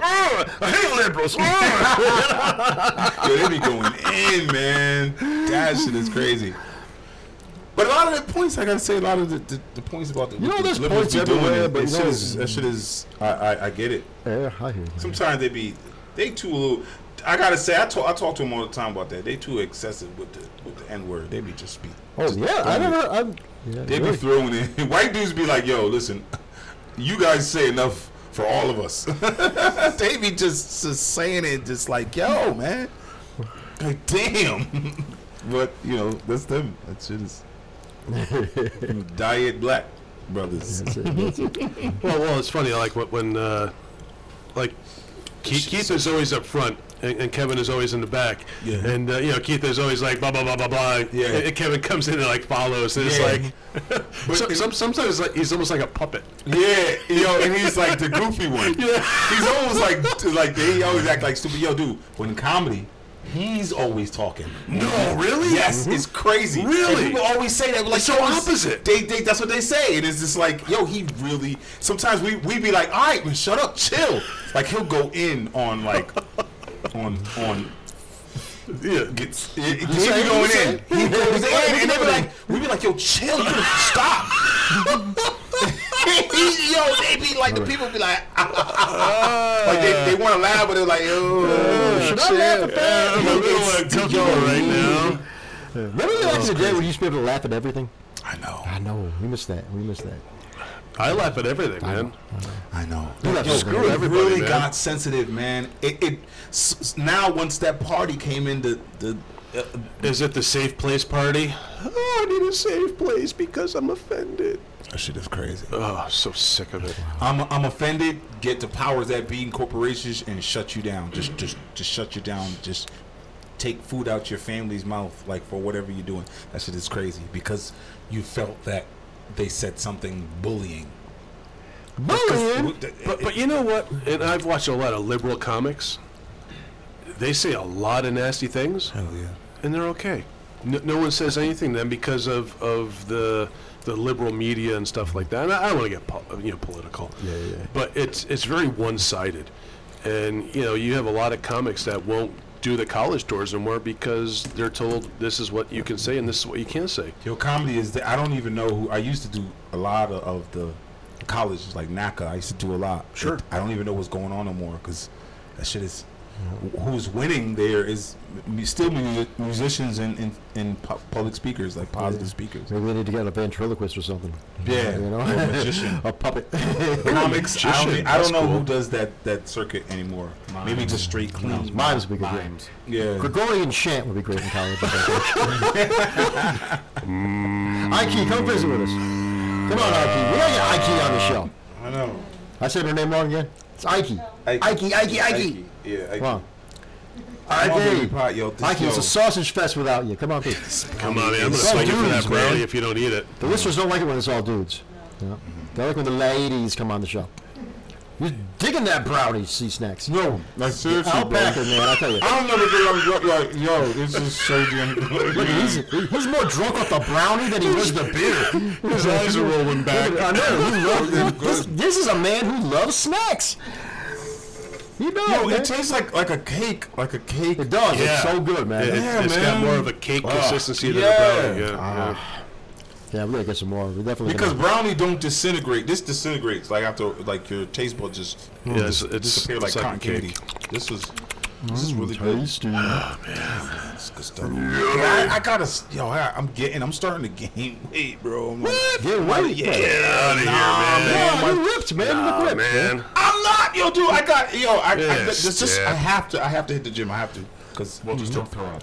ugh, I hate (laughs) liberals. ugh."
Yo, they be going in, man. That shit is crazy. But a lot of the points, I gotta say, a lot of the, the, the points about the
know,
what the
there's points
liberals be doing,
everywhere,
that
but
shit
no-
is, that shit is. I, I, I get it.
yeah, (laughs) I hear you.
Sometimes they be they too. little- I gotta say, I talk I talk to them all the time about that. They too excessive with the with the n word. They be just be.
Oh
just
yeah, I
throwing it.
never. I'm, yeah,
They be
really.
throwing in. (laughs) White dudes be like, yo, listen, you guys say enough for all of us. (laughs) they be just, just saying it, just like, yo, man. Like, damn. (laughs) but, you know, that's them. That shit is. (laughs) Diet black brothers.
That's it, that's it.
Well, well, it's funny. Like what when, uh, like Keith, Keith is always up front. And, and Kevin is always in the back,
Yeah.
and uh, you know Keith is always like blah blah blah blah blah.
Yeah.
And, and Kevin comes in and like follows, and
Yeah.
it's like, so, some, sometimes like, he's almost like a puppet.
Yeah, yo, and he's like the goofy one. Yeah, he's almost like like they always act like stupid. Yo, dude, when in comedy, he's always talking.
No, really? Mm-hmm.
Yes, it's crazy.
Really?
and people always say that. Like
It's so
yo, he's-
opposite.
They, they that's what they say, and it's just like, yo, he really. Sometimes we we be like, all right, man, shut up, chill. Like he'll go in on like on on
Yeah.
gets he be
say- you
going
say-
in. He goes in, and they be
going
like, we be like, yo, chill, you gotta (laughs) stop. He- yo, they be like, the people be like, (laughs) like they, they want to laugh, but they're like, yo,
Should I laugh at
(laughs)
that?
I'm a little uncomfortable right now.
Remember the back in the day when you used to be able to laugh at everything?
I know,
I know. We missed that. We missed that.
I laugh at everything, man.
I know.
laugh
Yo,
at everything.
screw everybody. Really
man.
got sensitive, man. It, it s- s- now once that party came in, the the uh,
Is it the safe place party? Oh, I need a safe place because I'm offended.
that shit is crazy.
Oh, so sick of it.
I'm I'm offended. Get the powers that be in corporations and shut you down. Just just just shut you down. Just take food out your family's mouth, like for whatever you're doing. That shit is crazy because you felt that they said something bullying.
Bullying.
But but you know what? And I've watched a lot of liberal comics. They say a lot of nasty things,
Hell yeah.
and they're okay. No, no one says anything to them because of, of the the liberal media and stuff like that. And I, I don't want to get po- you know political.
Yeah, yeah.
But it's it's very one sided, and you know you have a lot of comics that won't do the college tours anymore because they're told this is what you can say and this is what you can't say.
Yo, comedy is. The, I don't even know who. I used to do a lot of, of the colleges, like NACA. I used to do a lot.
Sure.
I don't even know what's going on no more because that shit is. Who's winning there is mu- still mu- musicians and, and, and pu- public speakers, like positive speakers.
Maybe they need to get a ventriloquist or something.
Yeah,
You know?
or a (laughs) magician.
a puppet. (laughs)
Comics. I don't,
Magician,
think- I don't
that's
know
cool.
who does that, that circuit anymore.
Mime.
Maybe just straight clean.
Mimes would be good. yeah.
Mimes.
Yeah.
Gregorian chant would be great in college. I think. Ike, come visit with us. Come on, Ike. We gotta get Ike on the show.
I know.
I said her name wrong again. It's Ike. Ike,
Ike.
Ike, Ike.
Ike. Yeah. Ike.
Come on.
Come on, baby
Ike.
pot, yo. This
Ike, it's
show.
a sausage fest without you. Come on, please.
Come on, man, I'm gonna
It's all
swing you for
dudes,
that brownie
man.
if you don't eat it.
The listeners don't like it when it's all dudes. Yeah. They like when the ladies come on the show. You're digging that brownie, C Snacks. No.
Like seriously,
Outbacker, man, I tell you.
I don't know if you're like, yo, this is so (laughs) damn
Look,
good.
he's, he's more drunk off the brownie than he was the beer.
His eyes are rolling back.
I know.
(laughs)
He loves, this, this is a man who loves snacks. You know,
Yo,
man.
it tastes like like a cake, like a cake.
It does. It's
Yeah.
so good, man.
It,
Yeah,
Yeah,
has got
man.
more of a cake
Ah,
consistency than
yeah.
a brownie. Yeah,
we gotta get some more. We definitely
Because
gonna-
brownie don't disintegrate. This disintegrates like after like your taste bud just
yeah. yeah it's, it's
disappear like
it's
cotton candy. This was this is really good.
tasty. I
It's good stuff. I, I gotta s- yo, I, I'm getting, I'm starting to gain weight, bro. I'm like,
Get
I'm
weight,
yeah,
bro.
Get out of
Nah,
here, man.
man.
you ripped, man. You look
Nah,
ripped, Ah, man.
man.
I'm not, yo, dude. I got, yo, I, I
Yes,
this, this,
yeah.
I have to, I have to hit the gym. I have to, cause Mhm.
Well, just don't throw up.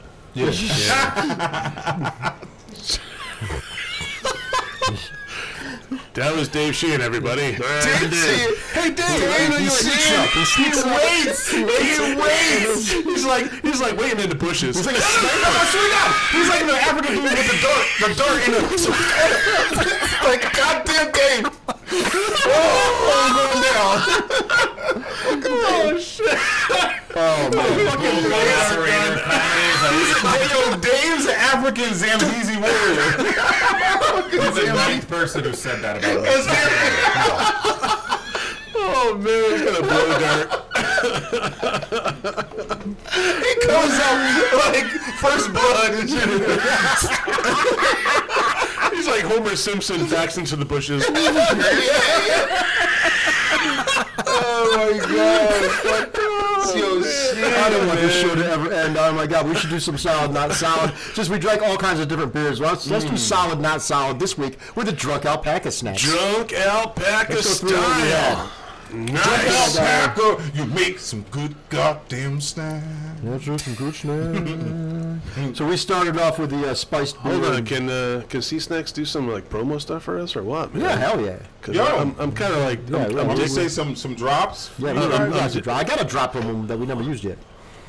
That was Dave Sheehan, everybody.
Dave Sheehan. Hey, Dave, I know
He
you're
sneaks up. He sneaks up.
waits. He waits.
He's like he's like waiting in the bushes.
(laughs) He's like a
No,
snake.
no, no, swear to God. He's like the African dude with the dirt, the dirt in
(laughs)
the (laughs) like goddamn game. Oh, I'm going down. Oh shit!
Oh, man.
Fucking
Operator,
He's like, yo, Dave's an African Zambezi
(laughs)
warrior.
He's the ninth person who said that about me.
That's it.
oh man, he's gonna blow dirt.
He comes out like first blood and shit.
(laughs) He's like Homer Simpson backs into the bushes. (laughs) Oh,
Yo, shit.
I don't want this show to ever end. Oh my god, we should do some solid, not solid. Since we drank all kinds of different beers, let's, let's
Mm.
do solid, not solid this week with the drunk alpaca snacks.
Drunk alpaca
Let's go through what we
style. Nice.
Snacker, you make some good goddamn snack.
(laughs)
So we started off with the uh, spiced beer.
Hold on,
and-
can uh, can C Snacks do some like promo stuff for us or what? Man?
yeah, hell yeah.
'Cause
Yo.
I'm, I'm kind of like I'm,
Yeah,
I'm
we-
dig-
Did you say some some drops?
Yeah, we
No,
got-
no,
we
no,
got to
ju-
drop- I got to drop one that we never
(laughs)
used yet.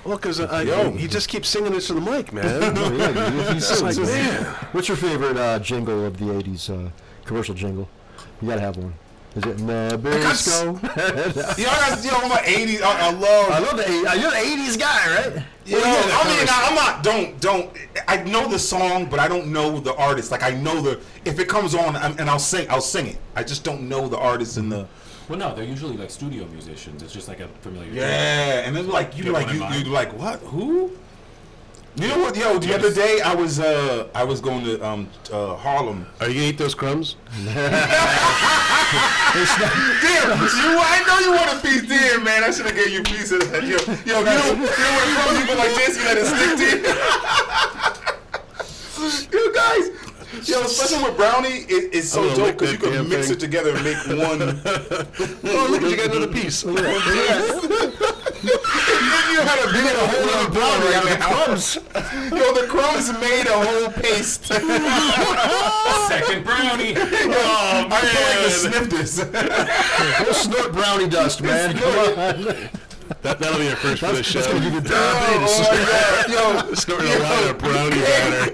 well, because I, I, he just keeps singing this to the mic, man.
(laughs) Oh, yeah, you-
(laughs)
you- you
It's like,
silly.
man.
What's your favorite uh, jingle of the '80s uh, commercial jingle? You gotta have one. Is it Nabisco? (laughs)
Yo, I got, yo, I'm an 80s. I, I love. uh,
I love the '80s. You're the '80s guy, right?
yo, I mean, I, I'm not. Don't don't. I know the song, but I don't know the artist. Like I know the. If it comes on, I'm, and I'll sing. I'll sing it. I just don't know the artist and the.
Well, no, they're usually like studio musicians. It's just like a familiar.
(laughs) Yeah, and it's like you
Get
like
one
you
in mind.
you like what who? You know what? Yo, the other day I was uh I was going to um uh, Harlem.
Are you gonna eat those crumbs? (laughs)
Damn, you, I know you want a piece there, man. I should have gave you pieces. Yo, yo, you know, you know where from people like this, you let it stick to you. (laughs) you guys, yo, especially with brownie, it, it's
I'm
so
gonna
dope
lick
because
that
you can
damn
mix
thing.
it together and make
(laughs)
one. if
Oh, look at you got another piece.
you had a big a whole other brownie, I mean, how-
(laughs)
yo, the crumbs made a whole paste. yo,
Second brownie.
I feel
man.
like the sniff (laughs) this.
Go snort brownie dust, man. Come on.
That, that'll be our first for the show.
That's gonna give you diabetes.
oh my god,
(laughs)
yo.
Snorting a lot of brownie batter.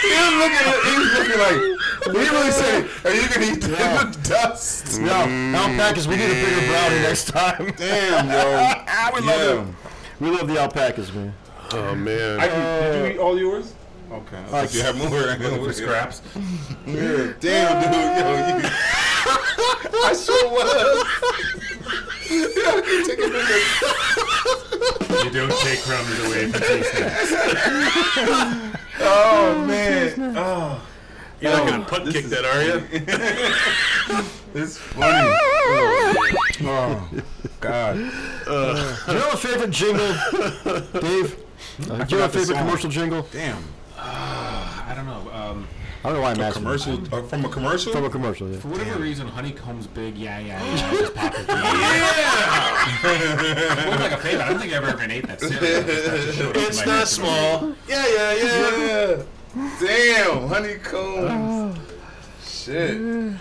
he was looking. at- He was looking like. He really said, "Are you gonna eat
Yeah.
the (laughs) dust?"
No, alpacas. We need a bigger brownie next time.
Damn, yo.
I would
Yeah.
(laughs) We love the alpacas, man.
Oh man.
did you eat all yours? (laughs) Okay. I think you have more.
Scraps.
Damn, dude. Yo, you, I swear it was. Take a picture.
You don't take crumbs away from tea snacks.
(laughs) Oh man, oh,
You're not gonna putt kick that, are you?
it's funny. Oh God,
Do you have a favorite
(laughs)
jingle, Dave? Do you have
forgot the
a favorite
song.
commercial jingle?
damn.
I don't know. Um,
I don't know why I'm asking.
Commercial uh, from a commercial.
From a commercial, yeah.
for whatever reason, Honeycomb's big yeah yeah yeah just popped into my head. Wasn't like a favorite. I don't think I ever even ate that cereal.
It's not small.
Yeah, yeah, yeah, yeah. Damn, honeycombs. Shit.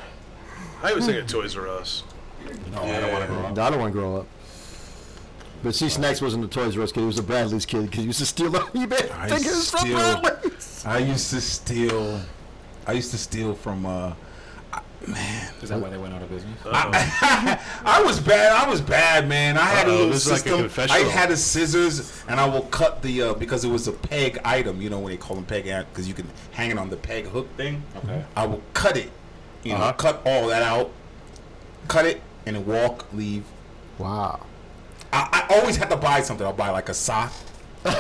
I was thinking Toys R Us.
No, I don't want to grow up.
No, I don't want to grow up. But see, Snacks wasn't a Toys R Us kid. He was a Bradley's kid because he used to steal the (laughs) eBay
I
tickets from
steal-
Bradley.
I used to steal. I used to steal from. uh
Is that why they went out of business?
I was bad. I was bad, man. I had a
Uh-oh,
little
this is like a
system. I
confessional.
had a scissors, and I will cut the uh, because it was a peg item. You know when they call them peg because you can hang it on the peg hook thing.
Okay.
I will cut it. You know, cut all that out. Cut it and then walk, leave.
Wow.
I, I always had to buy something. I'll buy like a sock. a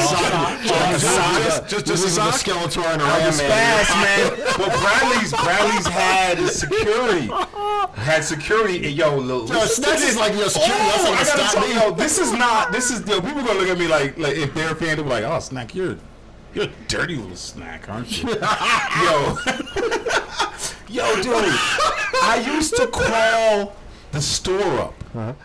sock.
Just, just, just a
This is a
sock?
Skeletor and a
I
Ram
was
Man.
fast, man. But Bradley's Bradley's had security. Had security. And yo, little,
No, Snacks is like, yo, security, that's not
Oh, I
gonna
gotta
stop
tell
me.
you, yo, this is not. This is yo. People gonna look at me like, like if they're a fan, they're like, oh, snack, you're, you're a dirty little snack, aren't
(laughs)
you? yo, yo, dude, I used to call the store up.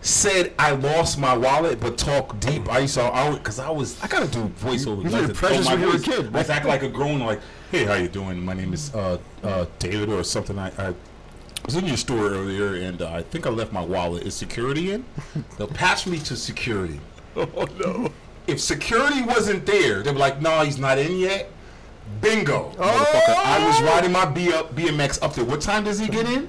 Said I lost my wallet, but talk deep. I used to, I would- cause I was, I gotta do voiceover.
You did
like,
impressions
oh, my
when you were a
voice-
kid,
I act like a grown, like, hey, how you doing? My name is uh, uh, David or something. I, I was in your store earlier, and uh, I think I left my wallet. Is security in? They'll patch me
(laughs)
to security.
Oh, no.
If security wasn't there, they'd be like, no, he's not in yet. Bingo, motherfucker! I
Oh!
was riding my B up, BMX up there. What time does he get in?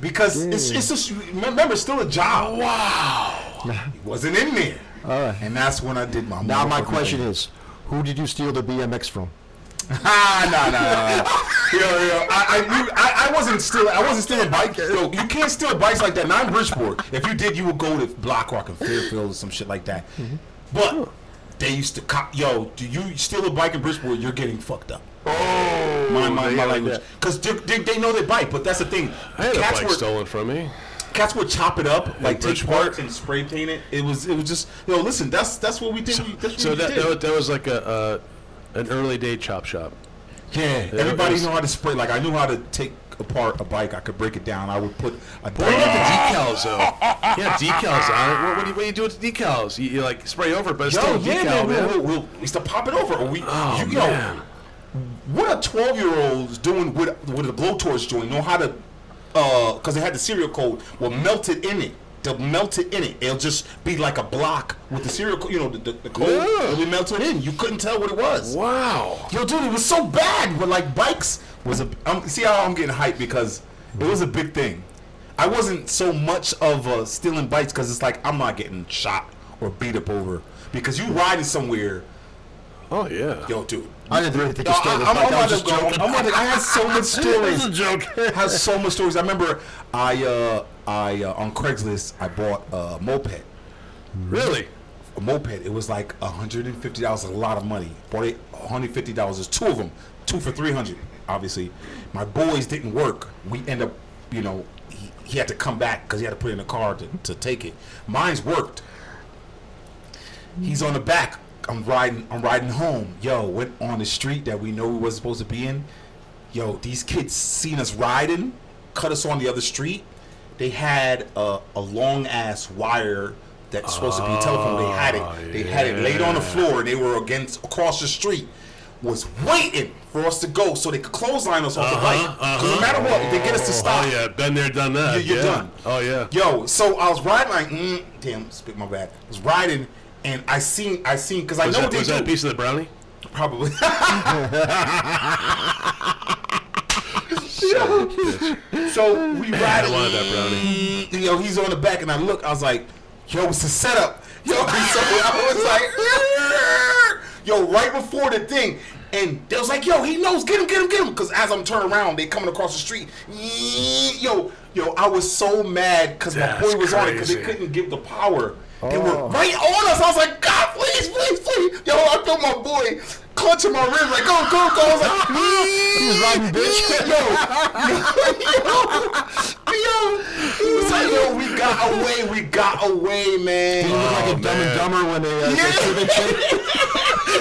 Because it's it's just remember, it's still a job. Wow, he wasn't in there, and that's when I did
(laughs)
my.
Now my
motherfucking
question
thing.
is, who did you steal the BMX from?
Ah, nah, nah, nah, nah. Yo, yo, I, I, knew, I, I wasn't still, I wasn't stealing bikes. Yo, you can't steal bikes like that. Not in Bridgeport. If you did, you would go to Block Rock and Fairfield or some shit like that.
Mm-hmm.
But they used to cop. Yo, do you steal a bike in Bridgeport? You're getting fucked up.
Oh,
My, my,
they
my
got
language.
that.
Because they, they, they know they bike, but that's the thing.
I had a
Cats
bike
were-
stolen from me.
cats would chop it up, like take
Bridgeport.
parts and spray paint it. It was, it was just, yo, listen, that's that's what we did. we- that's what
So
we
that,
did.
that, was, that was like a uh, an early day chop shop.
Yeah,
it
everybody
was-
knew how to spray. Like I knew how to take apart a bike. I could break it down. I would put a
Look
diamond.
at the decals though. Yeah, decals on it. What, what, do you, what do you do with the decals? You, you like spray over, it, but it's
Yo,
still a
yeah,
decal,
man,
man.
we'll, we'll, we used to pop it over. Or we,
Oh,
you, yo,
man.
what are twelve year olds doing with with a blowtorch joint? Know how to? Uh, because it had the serial code. Well, melt it in it. They'll melt it in it. It'll just be like a block with the serial, co- you know, the, the, the code.
Yeah.
It'll be melted in. You couldn't tell what it was.
Wow.
Yo, dude, it was so bad. But like bikes was a. I'm, see how I'm getting hyped because it was a big thing. I wasn't so much of uh, stealing bikes because it's like I'm not getting shot or beat up over because you riding somewhere.
Oh yeah.
Yo, dude.
I didn't really think
Yo,
you
I,
stole the
am
bike. I
about
was
to
just
go.
joking.
I'm about to, I had so (laughs) much stories.
This is a joke.
Has so much stories. I remember I uh I uh, on Craigslist I bought a moped.
Really?
a moped. It was like hundred and fifty dollars, a lot of money. Bought it hundred fifty dollars. There's two of them, two for three hundred. Obviously, my boys didn't work. We end up, you know, he, he had to come back because he had to put it in the car to, to take it. Mine's worked. He's on the back. I'm riding. I'm riding home. Yo, went on the street that we know we wasn't supposed to be in. Yo, these kids seen us riding, cut us on the other street. They had a, a long ass wire that's supposed to be telephone. They had
Ah,
it. They had it laid on the floor. They were against across the street. Was waiting for us to go so they could clothesline us off the bike. Because no matter what, if they get us to stop,
Uh-huh, Oh yeah. Been there, done that.
You- you're
yeah.
done.
Oh yeah.
Yo, so I was riding like, mm, damn, spit my bad. I was riding and I seen, I seen, because I
Was,
know
that,
they
was
do.
that a piece of the brownie?
Probably. (laughs) so we
(laughs)
ride.
I wanted that brownie.
Mm, Yo, he's on the back, and I look. I was like, "Yo, it's a (laughs) setup." Yo, so I was like, "Yo!" Right before the thing, And they was like, yo, he knows, get him, get him, get him. Because as I'm turning around, they coming across the street. Yo, yo, I was so mad because my
That's
boy was on it because they
crazy.
couldn't give the power. They were right on us. I was like, God, please, please, please. Yo, I felt my boy clutching my ribs, like, go, go, go. I was like, he was
riding bitch. (laughs)
yo, yo, he was like, yo, we got away, we got away, Oh, man.
He looked like a Dumb and Dumber when they, uh, they-
Yeah.
they, traded- (laughs)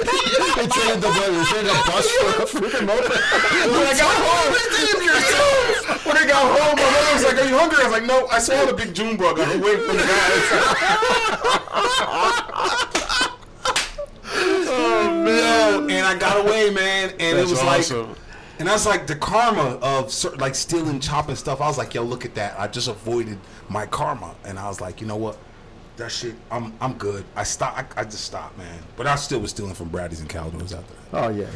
they traded the they traded a bus (laughs) for a freaking motor. (laughs)
When I got home, (laughs) when I got home, my mother was like, "Are you hungry?" I was like, "No, I swallowed a big June bug. I'm away from the guys." (laughs) oh man! And I got away, man. And
That's
it was
awesome.
like, and that's like the karma of certain, like stealing, chopping stuff. I was like, "Yo, look at that! I just avoided my karma." And I was like, "You know what?" That shit, I'm I'm good. I stop. I, I just stopped, man. But I still was stealing from Braddy's and Caldo's out there.
Oh yeah,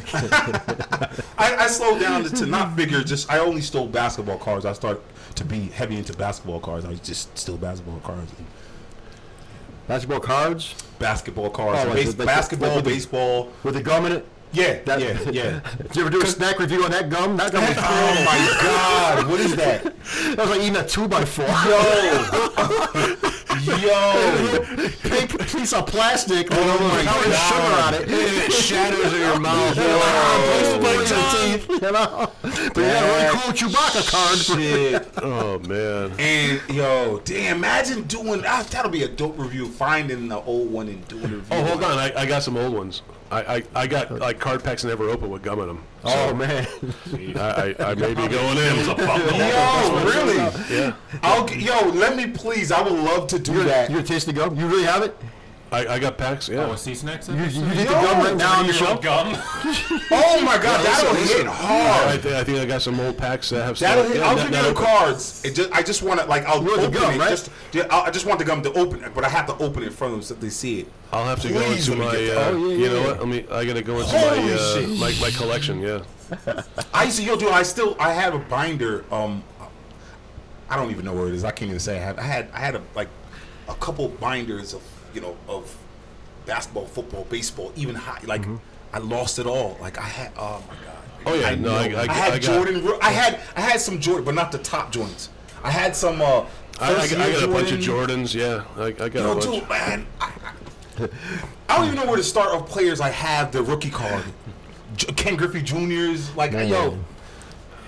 I, I slowed down to, to not figure. Just I only stole basketball cards. I started to be heavy into basketball cards. I was just steal basketball cards, and
basketball cards
basketball cards,
Oh, like
base,
the- like the-
basketball,
like the-
baseball.
with the gum in it.
Yeah,
That-
yeah,
(laughs)
yeah.
Did you ever do a snack review on that gum? That gum (laughs) was
oh my god, what is that?
That was like eating a two by (laughs) four.
Yo, yo,
Paper piece of plastic with all the colored sugar on Oh it.
It shatters in your
(laughs)
mouth.
Oh,
Oh,
your teeth, you know? But you had a really cool Chewbacca card. for-
shit.
(laughs) oh man.
And yo, damn! Imagine doing ah, that'll be a dope review. Finding the old one and doing a review.
Oh, hold on. I, I got some old ones. I, I, I got like card packs never open with gum in them.
Oh man,
I, I, I may be going (laughs) in.
Yo, really?
yeah.
I'll, g- yo, let me please. I would love to do
you
that.
are tasting gum? You really have it?
I, I got packs. Yeah.
Oh, a sea snacks
You, you
episode?
did the gum right now on the show?
Three-year-old gum.
Oh my god, that'll hit hard.
I, thi- I think I got some old packs that have.
That'll
stuff-
hit.
yeah,
I'll
that-
give
that
you the
open.
cards. It just, I just want to like I'll
want
open
the gum,
it.
right?
Just, yeah, I I just want the gum to open it, but I have to open it in front of them so they see it.
I'll have to
Please
go into
let
my.
me get
Uh,
that.
Oh, yeah,
you
yeah,
know
yeah.
what? Let me. I gotta go into
Holy
my, uh,
shit.
my my collection. Yeah.
I used to, yo, dude. I still, I have a binder. Um, I don't even know where it is. I can't even say I have. I had, I had a like a couple binders of you know of basketball, football, baseball, even high. Like I lost it all. Like I had. Oh my god.
Mm-hmm. Oh, yeah, no, I-
know.
I-
had
I got-
Jordan. Ru- I had, I had some Jordan, but not the top joints. I had some. uh
I, I, I
first-year
got a bunch of
Jordan.
Jordans. Yeah. I, I got a
Yo,
bunch.
dude, man, I, I- I don't even know where to start of players I have the rookie card. J- Ken Griffey Jr.'s, like, yo,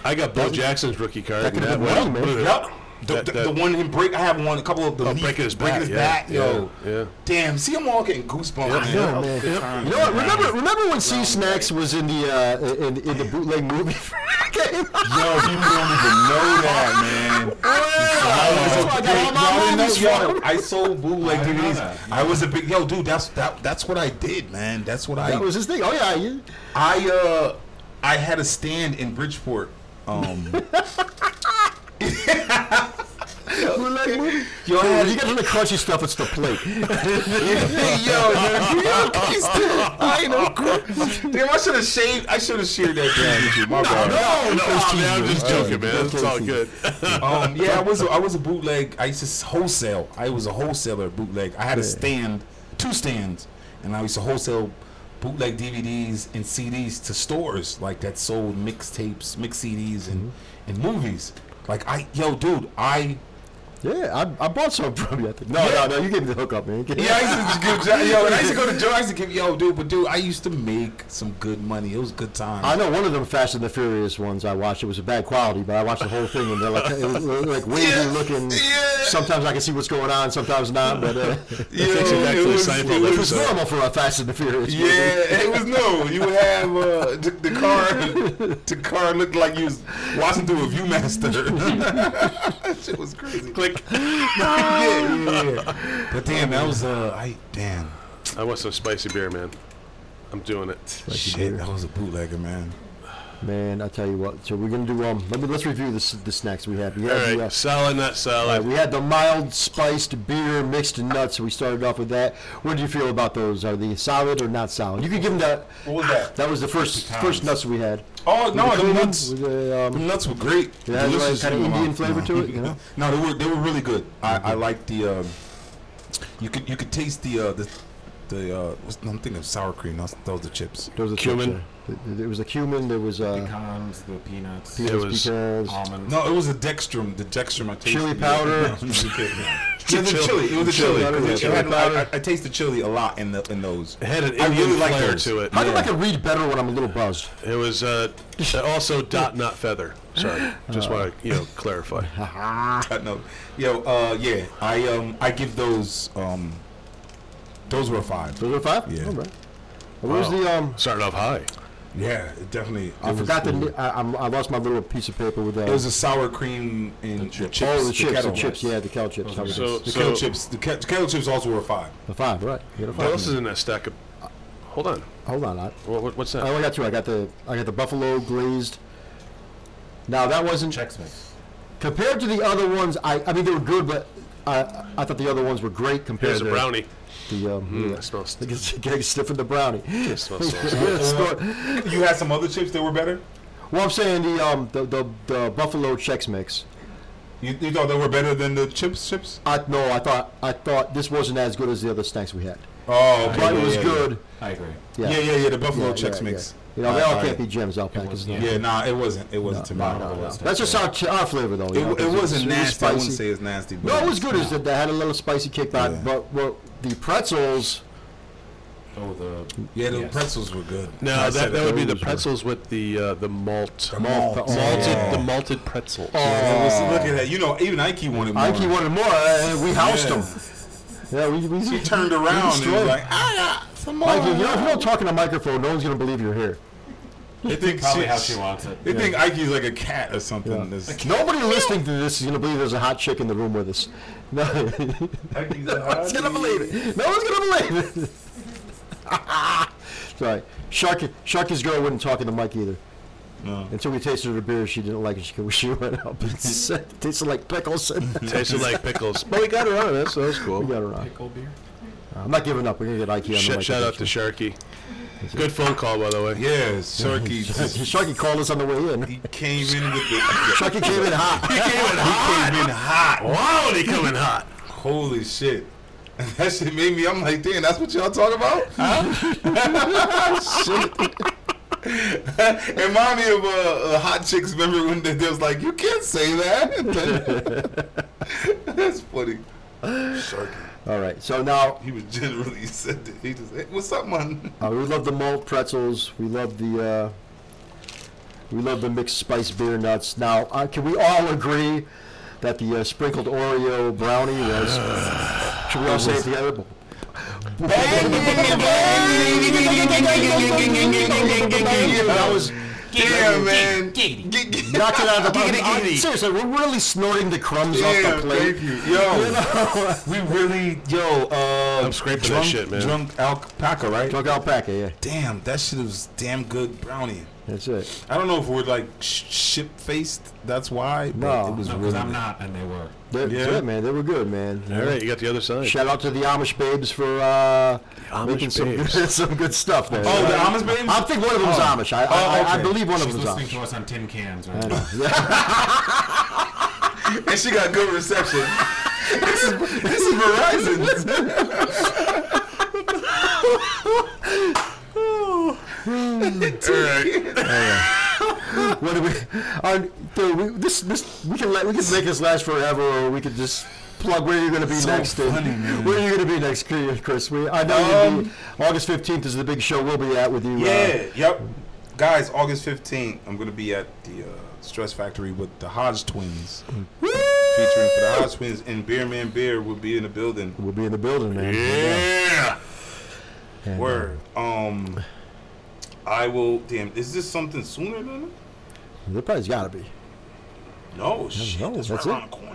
I got Bo Jackson's rookie card.
that
and
could've
That
been wrong, man.
went-
yep. The,
That-
the,
that-
the one him break, I have one. A couple of the
Oh,
leaf-
breaking his back,
breaking his
yeah,
back, yo.
yeah, yeah.
Damn, see them all getting goosebumps. man.
yeah,
That was
man.
good
Yep.
times,
You know what?
man.
Remember, remember when Sea Snacks was in the uh, in, in the bootleg movie? (laughs) game?
Yo, people don't even know that, (laughs) man.
That's why I got all my
Y'all didn't
movies
know-
from.
yo, I sold bootleg
I didn't know
DVDs.
that.
I was a big yo, dude. That's that. That's what I did, man. That's what I.
That was his thing. Oh yeah, you,
I uh I had a stand in Bridgeport. Um
bootleg movie.
yo, I
When
had
you get to the crunchy stuff, it's the plate. (laughs)
(laughs) yo, yo, please, dude, I ain't no cr- Uh, Damn, I should have shaved I should have shared that down with you. My bad.
No, no,
Those
man, I'm
teeth
just
were-
joking, man.
those
It's all
teeth.
good.
Um yeah, I was a, I was a bootleg I used to s- wholesale. I was a wholesaler of bootleg. I had a stand, two stands, and I used to wholesale bootleg DVDs and CDs to stores like that sold mixtapes, mix CDs and and movies. Like I yo, dude, I
Yeah, I, I bought some from you. I think. No,
Yeah.
no, no. You gave me the hookup, man.
Yeah, I used to give John, yo, and I used to go to Joe. I used to give yo, dude, but dude, I used to make some good money. It was good time.
(laughs) I know one of them Fast and the Furious ones I watched. It was a bad quality, but I watched the whole thing, and they're like, it was, like wavy
Yeah,
looking.
yeah.
Sometimes I can see what's going on, sometimes not. But uh,
Yo,
takes you back to the Seinfeld (laughs)
it
it
was normal for a Fast and the Furious.
Yeah, it was new. You would have uh, the, the car. The car looked like you was watching through a ViewMaster. (laughs) that shit was crazy. Click. yeah, yeah, yeah. But damn, that was uh, I damn
I want some spicy beer, man. I'm doing it.
shit. That was a bootlegger, man. (laughs)
Man, I tell you what. So we're gonna do um. Let me let's review this the snacks we have. We
All
had the,
right,
uh,
salad, not
all right,
salad.
we had the mild spiced beer mixed in nuts. So we started off with that. What do you feel about those? Are they solid or not solid? You can give them that.
What was that?
That was the first first nuts we had.
Oh no,
With the
the
cool one,
nuts.
with the, um,
The nuts were great.
It has, like,
Delicious
kinda
in my
Indian
mouth.
flavor to it, you know?
no, um, they were they were really good. I, I like the. Uh, you could you could taste the uh, the the uh, what's, no, I'm thinking of sour cream. That's, those are chips.
There was a
Cumin.
There was a cumin. There was uh, a
Pecans, the peanuts,
It was
pecans.
Oh,
almonds.
No, it was a dextrum. The dextrum I tasted.
Chili powder. (laughs)
(laughs) No, it was a chili. It was a
Chili.
chili.
Chili.
It
Chili
had- I,
powder.
I, I taste the chili a lot in the in those. (laughs)
It had an
I
Indian
really like
flair
those.
to it.
How come I can read better when I'm a little buzzed?
It was uh, also dot not feather. Sorry, just want to you know clarify.
I know. Yo, uh, yeah. I um I give those um those were five.
Those are five.
Yeah.
All right. What was
Wow.
the um?
Started off high.
Yeah, it definitely.
I forgot the. ni- I, I'm- I lost my little piece of paper with uh, that.
It was a sour cream and the chips.
oh, the chips, the
kettle.
chips, yeah, the kettle chips. okay.
So,
The
so
kettle chips. The, ke- the kettle chips also were five.
the five, right? You got a
what
five.
else is in that stack of? Hold on.
Hold on, I,
What, what- what's that?
oh, I got two. I got the I got the buffalo glazed. Now that wasn't
Chex Mix.
compared to the other ones. I I mean they were good, but I I thought the other ones were great compared
Here's a
to
brownie.
the um.
Hmm,
Mm,
yeah.
it (laughs) smells.
I guess you Getting stiff in the
(laughs)
brownie. (laughs)
It smells so
Snort-
You had some other chips that were better.
well, I'm saying the um the the, the buffalo Chex mix.
You, you thought they were better than the chips chips?
I no, I thought I thought this wasn't as good as the other snacks we had,
Oh, okay.
but
yeah,
it was
yeah,
good.
I agree.
Yeah. yeah, yeah, yeah. The buffalo
yeah,
chips
yeah,
mix.
yeah. You know, they all
I- I-
can't be gems out back.
was-
isn't it?
yeah.
Yeah, nah, it wasn't. It wasn't to me.
No, no, no. That's just our, our flavor, though. you know,
It, it
'cause was
wasn't nasty. I wouldn't
spicy.
say it's nasty. But
No, it was good. Is that they had a little spicy kick back,
Yeah.
but well, the pretzels.
Oh, the
Yeah, the
Yes.
pretzels were good.
No,
I
that,
said
that would be the
those were-
pretzels with the uh, the malt,
malt.
malted
Oh.
Yeah.
the malted pretzel.
Yeah, listen, look at that. You know, even Ike wanted more.
I think he wanted more, and we housed
Yeah.
him.
(laughs)
Yeah, we, we
He turned around and he was
destroyed
like,
him.
ah, yeah, some more.
Like, you know, if you don't talk in a microphone, no one's gonna believe you're here.
they think
probably how she wants it.
They think Ike's like a cat or something.
Yeah.
This-
Nobody listening to this is gonna believe there's a hot chick in the room with us. No, no one's gonna believe it. No one's gonna believe it. (laughs) Sorry, Shark, Sharky's girl wouldn't talk in the mic either.
No.
Until we tasted her beer, she didn't like it. She could she went up
(laughs)
and said, it "Tasted like pickles." (laughs) we
Tasted like (laughs) pickles, but we got her on it, so that was cool.
got her on.
Pickle beer.
I'm not giving up. We're gonna get Ike on the
Shout,
mic
shout out to
eventually.
Sharky. Good phone call, by the way.
Yeah, Sharky. just-
Sharky called us on the way
(laughs)
in.
he came in with the.
Sharky came in hot.
He came in hot.
Came in hot.
Wow, they coming hot.
Holy shit. And that shit made me. I'm like, damn, that's what y'all talk about? (laughs) Shit. Remind me of uh, uh, Hot Chicks. Remember when they, they was like, you can't say that. (laughs) that's funny. Sharky.
All right. So now
He was generally (laughs) said that he just hey, what's up, man?
uh, we love the malt pretzels. We love the uh, we love the mixed spice beer nuts. Now, uh, can we all agree that the uh, sprinkled Oreo brownie was? (sighs) should we all say it together? That was.
Yeah, man.
Knocked it out of the
Giggity,
park. Uh,
giggity.
Seriously, we're really snorting the crumbs off
Yeah,
the plate.
thank you. Yo, (laughs) we really, yo, uh,
I'm scraping that
drunk,
shit, man.
Drunk alpaca, right?
Drunk alpaca, yeah.
Damn, that shit was damn good brownie.
That's it.
I don't know if we're like sh- ship faced. That's why. but
No.
it was
No,
really.
because I'm not, and they were.
That's
Yeah.
it, man. They were good, man.
All right, you got the other side.
Shout out to the Amish babes for uh,
Amish
making some
babes.
good, (laughs) some good stuff there.
Oh, the Amish babes?
I think one of them was Amish. I, I,
Oh,
I- I
okay.
believe one of
She's
them was
listening to
Amish.
us on tin cans right now.
and she got good (laughs) reception. this is this is
(laughs)
Verizon. All right.
What do we? Our, dude, we this this we can let, we can make this last forever, or we could just plug where you're going to be next. and- where you're going to be next, Chris? We I know you'll be, August 15th is the big show we'll be at with you. uh,
Um, Yeah, yep. Guys, August 15th, I'm going to be at the uh, Stress Factory with the Hodge Twins.
Mm.
Featuring for the Hodge Twins, and Beer Man Beer will be in the building.
we'll be in the building, man.
Yeah!
And, uh,
Word. Um, I will. Damn, is this something sooner than that?
There probably's got to be.
No, shit.
no,
that's
that's
right
it.
around the corner.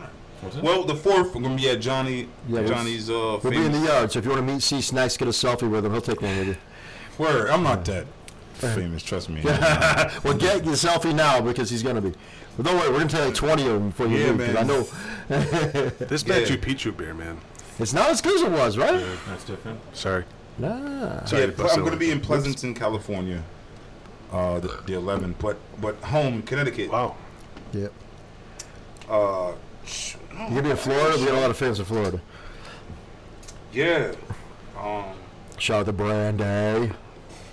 Well, the fourth, we're going to be at Johnny.
Yeah, we'll-
Johnny's uh,
We'll be in
famous-
the yard, so if you want to meet C Snacks, get a selfie with him. He'll take one with you.
Word, I'm not that famous,
(laughs)
trust me.
Well, get your selfie now because he's gonna be. But don't worry, we're gonna take like 20 of them before you
Yeah,
leave. 'cause
man.
I know
This
Yeah.
Machu Picchu beer, man.
it's not as good as it was, right?
That's different.
Sorry.
Nah.
Sorry
Yeah,
to
ple-
bust
I'm
that
going to
one.
be in Pleasanton, California. Uh, the, the 11th, but but home, Connecticut.
Wow.
Yep.
Uh, sh- no,
You're gonna be in Florida. We got a lot of fans in Florida.
yeah. Um,
Shout out to Brandy.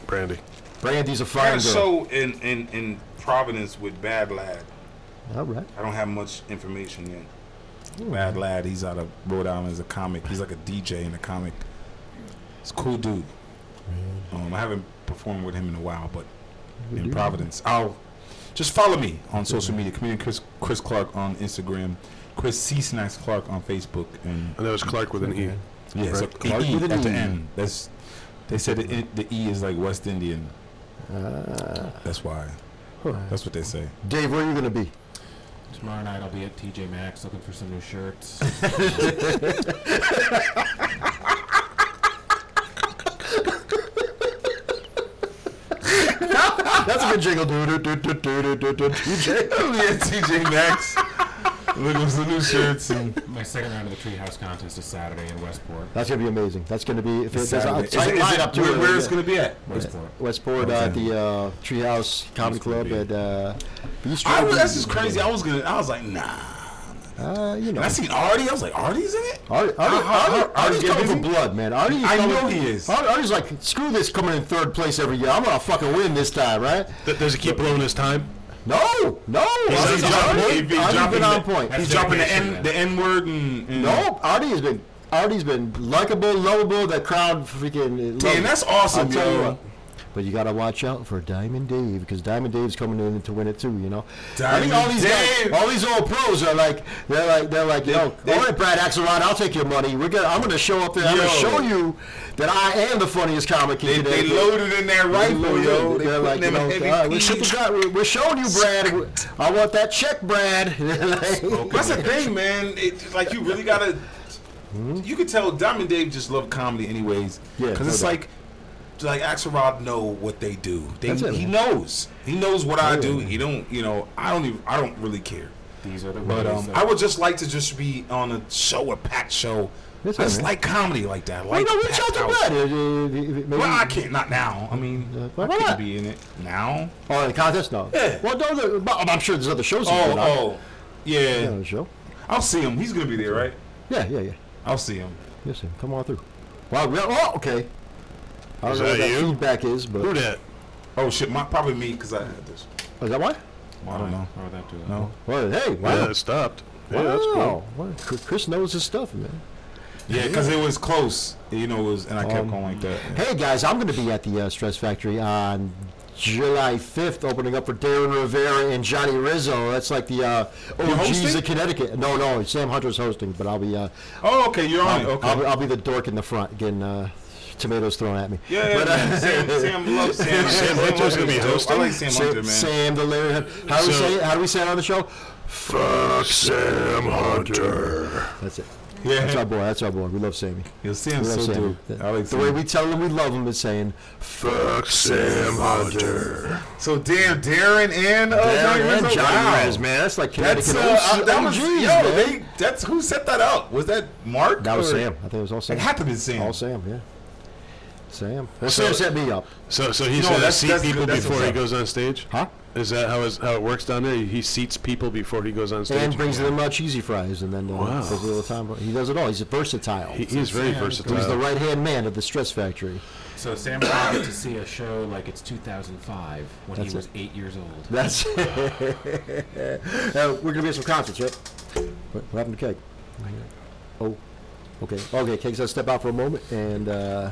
Brandy.
Brandy's a
I
fine
got
girl.
a show in, in, in Providence with Bad Lad.
All right.
I don't have much information yet. Bad Lad, he's out of Rhode Island. He's a comic. He's like a DJ in a comic. He's a cool dude. Um, I haven't performed with him in a while, but in Providence, I'll just follow me on social media. Comedian Chris, Chris Clark on Instagram, Chris C. Snacks Clark on Facebook, and
And that was Clark with an E.
yeah, so
Right.
Clark
E
e
with
at
an
the
E.
end. That's they said the, I- the E is like West Indian.
Ah.
That's why. That's what they say.
Dave, where are you going to be?
Tomorrow night I'll be at TJ Maxx looking for some new shirts.
That's a good jingle. Do, do, do, do, do, do, do, TJ.
yeah, TJ Maxx. Look at some new shirts and
My second round of the Treehouse contest is Saturday in Westport.
That's going to be amazing. That's going to be. If it, there's
Saturday.
a
Is
tight
it- is it-
lineup to
where,
it.
where it's
Yeah.
gonna be at?
Westport.
Westport uh, at the uh, Treehouse Comedy Club at uh, B Street.
I was, that's just crazy. I was gonna. I was like, nah.
Uh, you know.
And I seen Artie. I was like, Artie's in it.
Artie, Artie,
Uh, Artie-
Artie, Artie's
Artie's
coming for
coming-
blood, man. Artie's
I
coming-
know he is.
Artie- Artie's like, screw this coming in third place every year. I'm going to fucking win this time, right?
Th- does he keep blowing his time?
No, no. Artie's
He's
on
dropping-
point.
he'd be
Artie's
dropping
been
the-
on point.
He's
That's
dropping the
dedication,
n the n word and, and
No, Artie has been. Artie's been likable, lovable. The crowd freaking.
Damn,
loved-
that's awesome,
I'll tell you
yo.
what. But you gotta watch out for Diamond Dave because Diamond Dave's coming in to win it too. You know,
Diamond
all these guys,
Dave.
all these old pros are like, they're like, they're like, yo,
they-
all right, Brad Axelrod, I'll take your money. We're gonna, I'm gonna show up there. I'm
Yo.
gonna show you that I am the funniest comic in
They,
today.
they loaded in that rifle,
Loaded.
yo. They
They're
putting
like, you
them
know,
in
all
heavy
right, we're,
peas.
shipping out- we're- we're showing you, Brad. I want that check, Brad. (laughs)
That's the thing, man. It, like you really gotta. You could tell Diamond Dave just loved comedy, anyways.
Hmm? Yeah,
because
no
it's
doubt.
like, like Axelrod know what they do. They,
That's it,
he
man.
knows. He knows what I do. He don't. You know, I don't even. I don't really care.
These are the
But
ways
um,
that-
I would just like to just be on a show, a packed show.
That's
I
it,
just
man.
like comedy like that.
You
Like
know, reach out
packed
to
house.
Brad. Uh, uh, maybe-
Well, I can't. Not now. I mean,
Uh, why
I can't
not?
be in it now.
Oh, the contest? No.
Yeah.
Well, no, there- but I'm sure there's other shows.
Oh,
that are on.
oh, yeah.
Yeah, the show.
I'll see him. He's gonna be there, right?
Yeah, yeah, yeah.
I'll see him.
Yes, sir. Come on through. Wow. we- Oh, okay. I don't
Is
know what
that
that
you?
feedback is, but
Who that?
Oh shit, my, probably me because I had this.
is that why?
Why
I don't know.
Why would Oh, that do that?
No.
Well, hey, wow.
Yeah, it stopped. Yeah,
wow.
that's cool.
Wow. Chr- Chris knows his stuff, man.
Yeah, because it was close. You know, it was, and I kept
Um,
going like that.
Hey guys, I'm going to be at the uh, Stress Factory on July 5th, opening up for Darren Rivera and Johnny Rizzo. That's like the uh, OGs
hosting?
of Connecticut. No, no, Sam Hunter's hosting, but I'll be uh,
Oh, okay, you're on it.
I'll,
Okay.
I'll, be- I'll be the dork in the front getting uh, tomatoes thrown at me.
yeah, yeah,
But, uh, (laughs)
man. Sam, Sam loves Sam.
Sam Hunter's gonna be
dope.
hosting?
I like Sam,
Sam,
Hunter, man.
Sam the Larry. How do
So-
we say it? How do we say it on the show?
Fuck Sam Hunter.
That's it. That's
yeah,
our boy. That's our boy. We love Sammy.
yo,
We
Sam's
love
so
Sammy.
dope.
The,
I like
the way
Sam.
we tell him we love him is saying,
Fuck Sam Hunter.
So damn, Darren and uh,
"Darren
Johnny
and
Rizzo.
Johnny
wow.
Rez, man. That's like Connecticut.
That's uh,
OGs,
uh, that was yo.
man.
They, that's who set that up. Was that Mark?
That was
or-
Sam. I think it was all Sam.
It had to be Sam.
All Sam, yeah. Sam. Well,
So-
Sam set me up.
So, so he's
No,
gonna
that's-
seat
that's-
people
that's
before
what's
he
up.
goes on stage.
Huh?
Is that how is how it works down there? He seats people before he goes on stage.
And brings them uh, cheesy fries, and then uh,
Wow.
does a little time. He does it all. He's versatile.
He, he is very versatile.
He's the right hand man of the Stress Factory.
So Sam and I get to see a show like it's 2005 when
That's it.
he was eight years old.
That's (laughs) uh, we're gonna be at some concerts, right? What, what happened to Keg? Oh, okay, okay. Keg's gonna step out for a moment, and uh,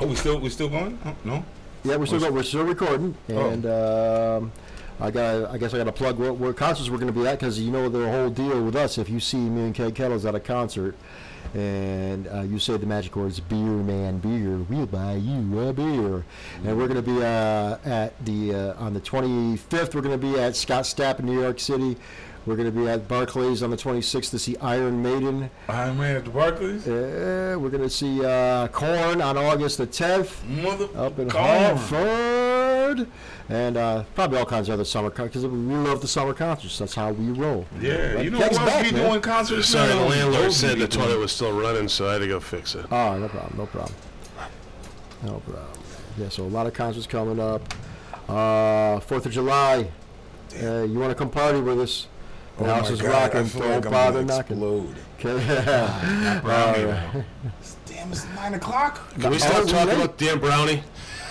Oh, we still we still going? Oh, no.
yeah, we're still go, we're still recording,
Oh.
and um, I got I guess I got to plug what, what concerts we're gonna be at because you know the whole deal with us. If you see me and Keg Kettles at a concert. And uh, you say the magic words, beer man, beer. We'll buy you a beer, and we're gonna be uh, at the uh, on the 25th. We're gonna be at Scott Stapp in New York City. We're going to be at Barclays on the 26th to see Iron Maiden.
I'm at the Barclays.
Uh, we're going to see uh, Corn on August the 10th
Mother.
up in
Korn.
Hartford. And uh, probably all kinds of other summer concerts because we love the summer concerts. That's how we roll.
Yeah, you know
Jack's
what
back,
we
man.
doing concerts.
Sorry, the
now?
landlord
Those
said
we
the
doing.
toilet was still running, so I had to go fix it.
Oh, no problem, no problem. No problem. Yeah, so a lot of concerts coming up. Uh, 4th of July. Uh, you want to come party with us? The
Oh
house
my
is
God, I
rocking.
feel
Don't (laughs)
like I'm gonna
bother knocking.
explode.
Okay.
Brownie, though.
Damn Damn, it's nine o'clock.
Can we stop
Oh,
talking
right.
about damn brownie?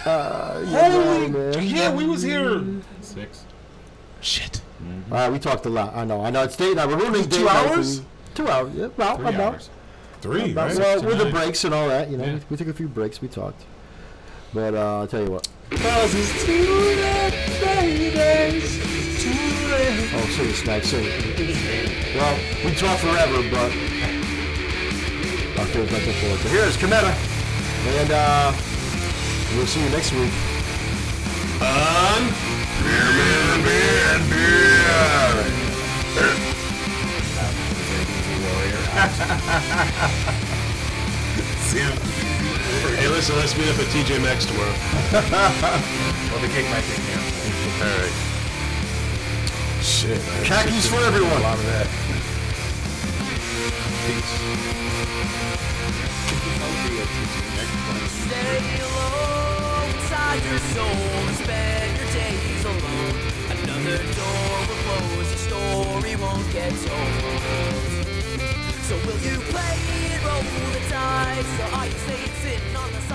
Holy
Yeah, we was here.
Six.
Shit.
All right, we talked a lot. I know. I know. It's date night. We're ruining date
Two
night for
hours?
you. Two hours. Yeah, about
Three
about.
hours.
Three,
about
right?
well,
Six to
with the
nine.
breaks and all that, you know,
Yeah.
we took a few breaks. We talked. But uh, I'll tell you what. Oh, serious snipes, serious. Well, we talk forever, but I'll feel like that forward. So here's Cometa, and uh, we'll see you next week.
Hey, listen, let's meet up at TJ Maxx tomorrow.
Well, the cake might take me
All right.
Shit.
Khakis for everyone.
lot of that. Peace.
Stay alone inside your soul and spend your days alone. Another door will close, a story won't get told. So will you play it, roll the dice? Your eyes say it's in on the side.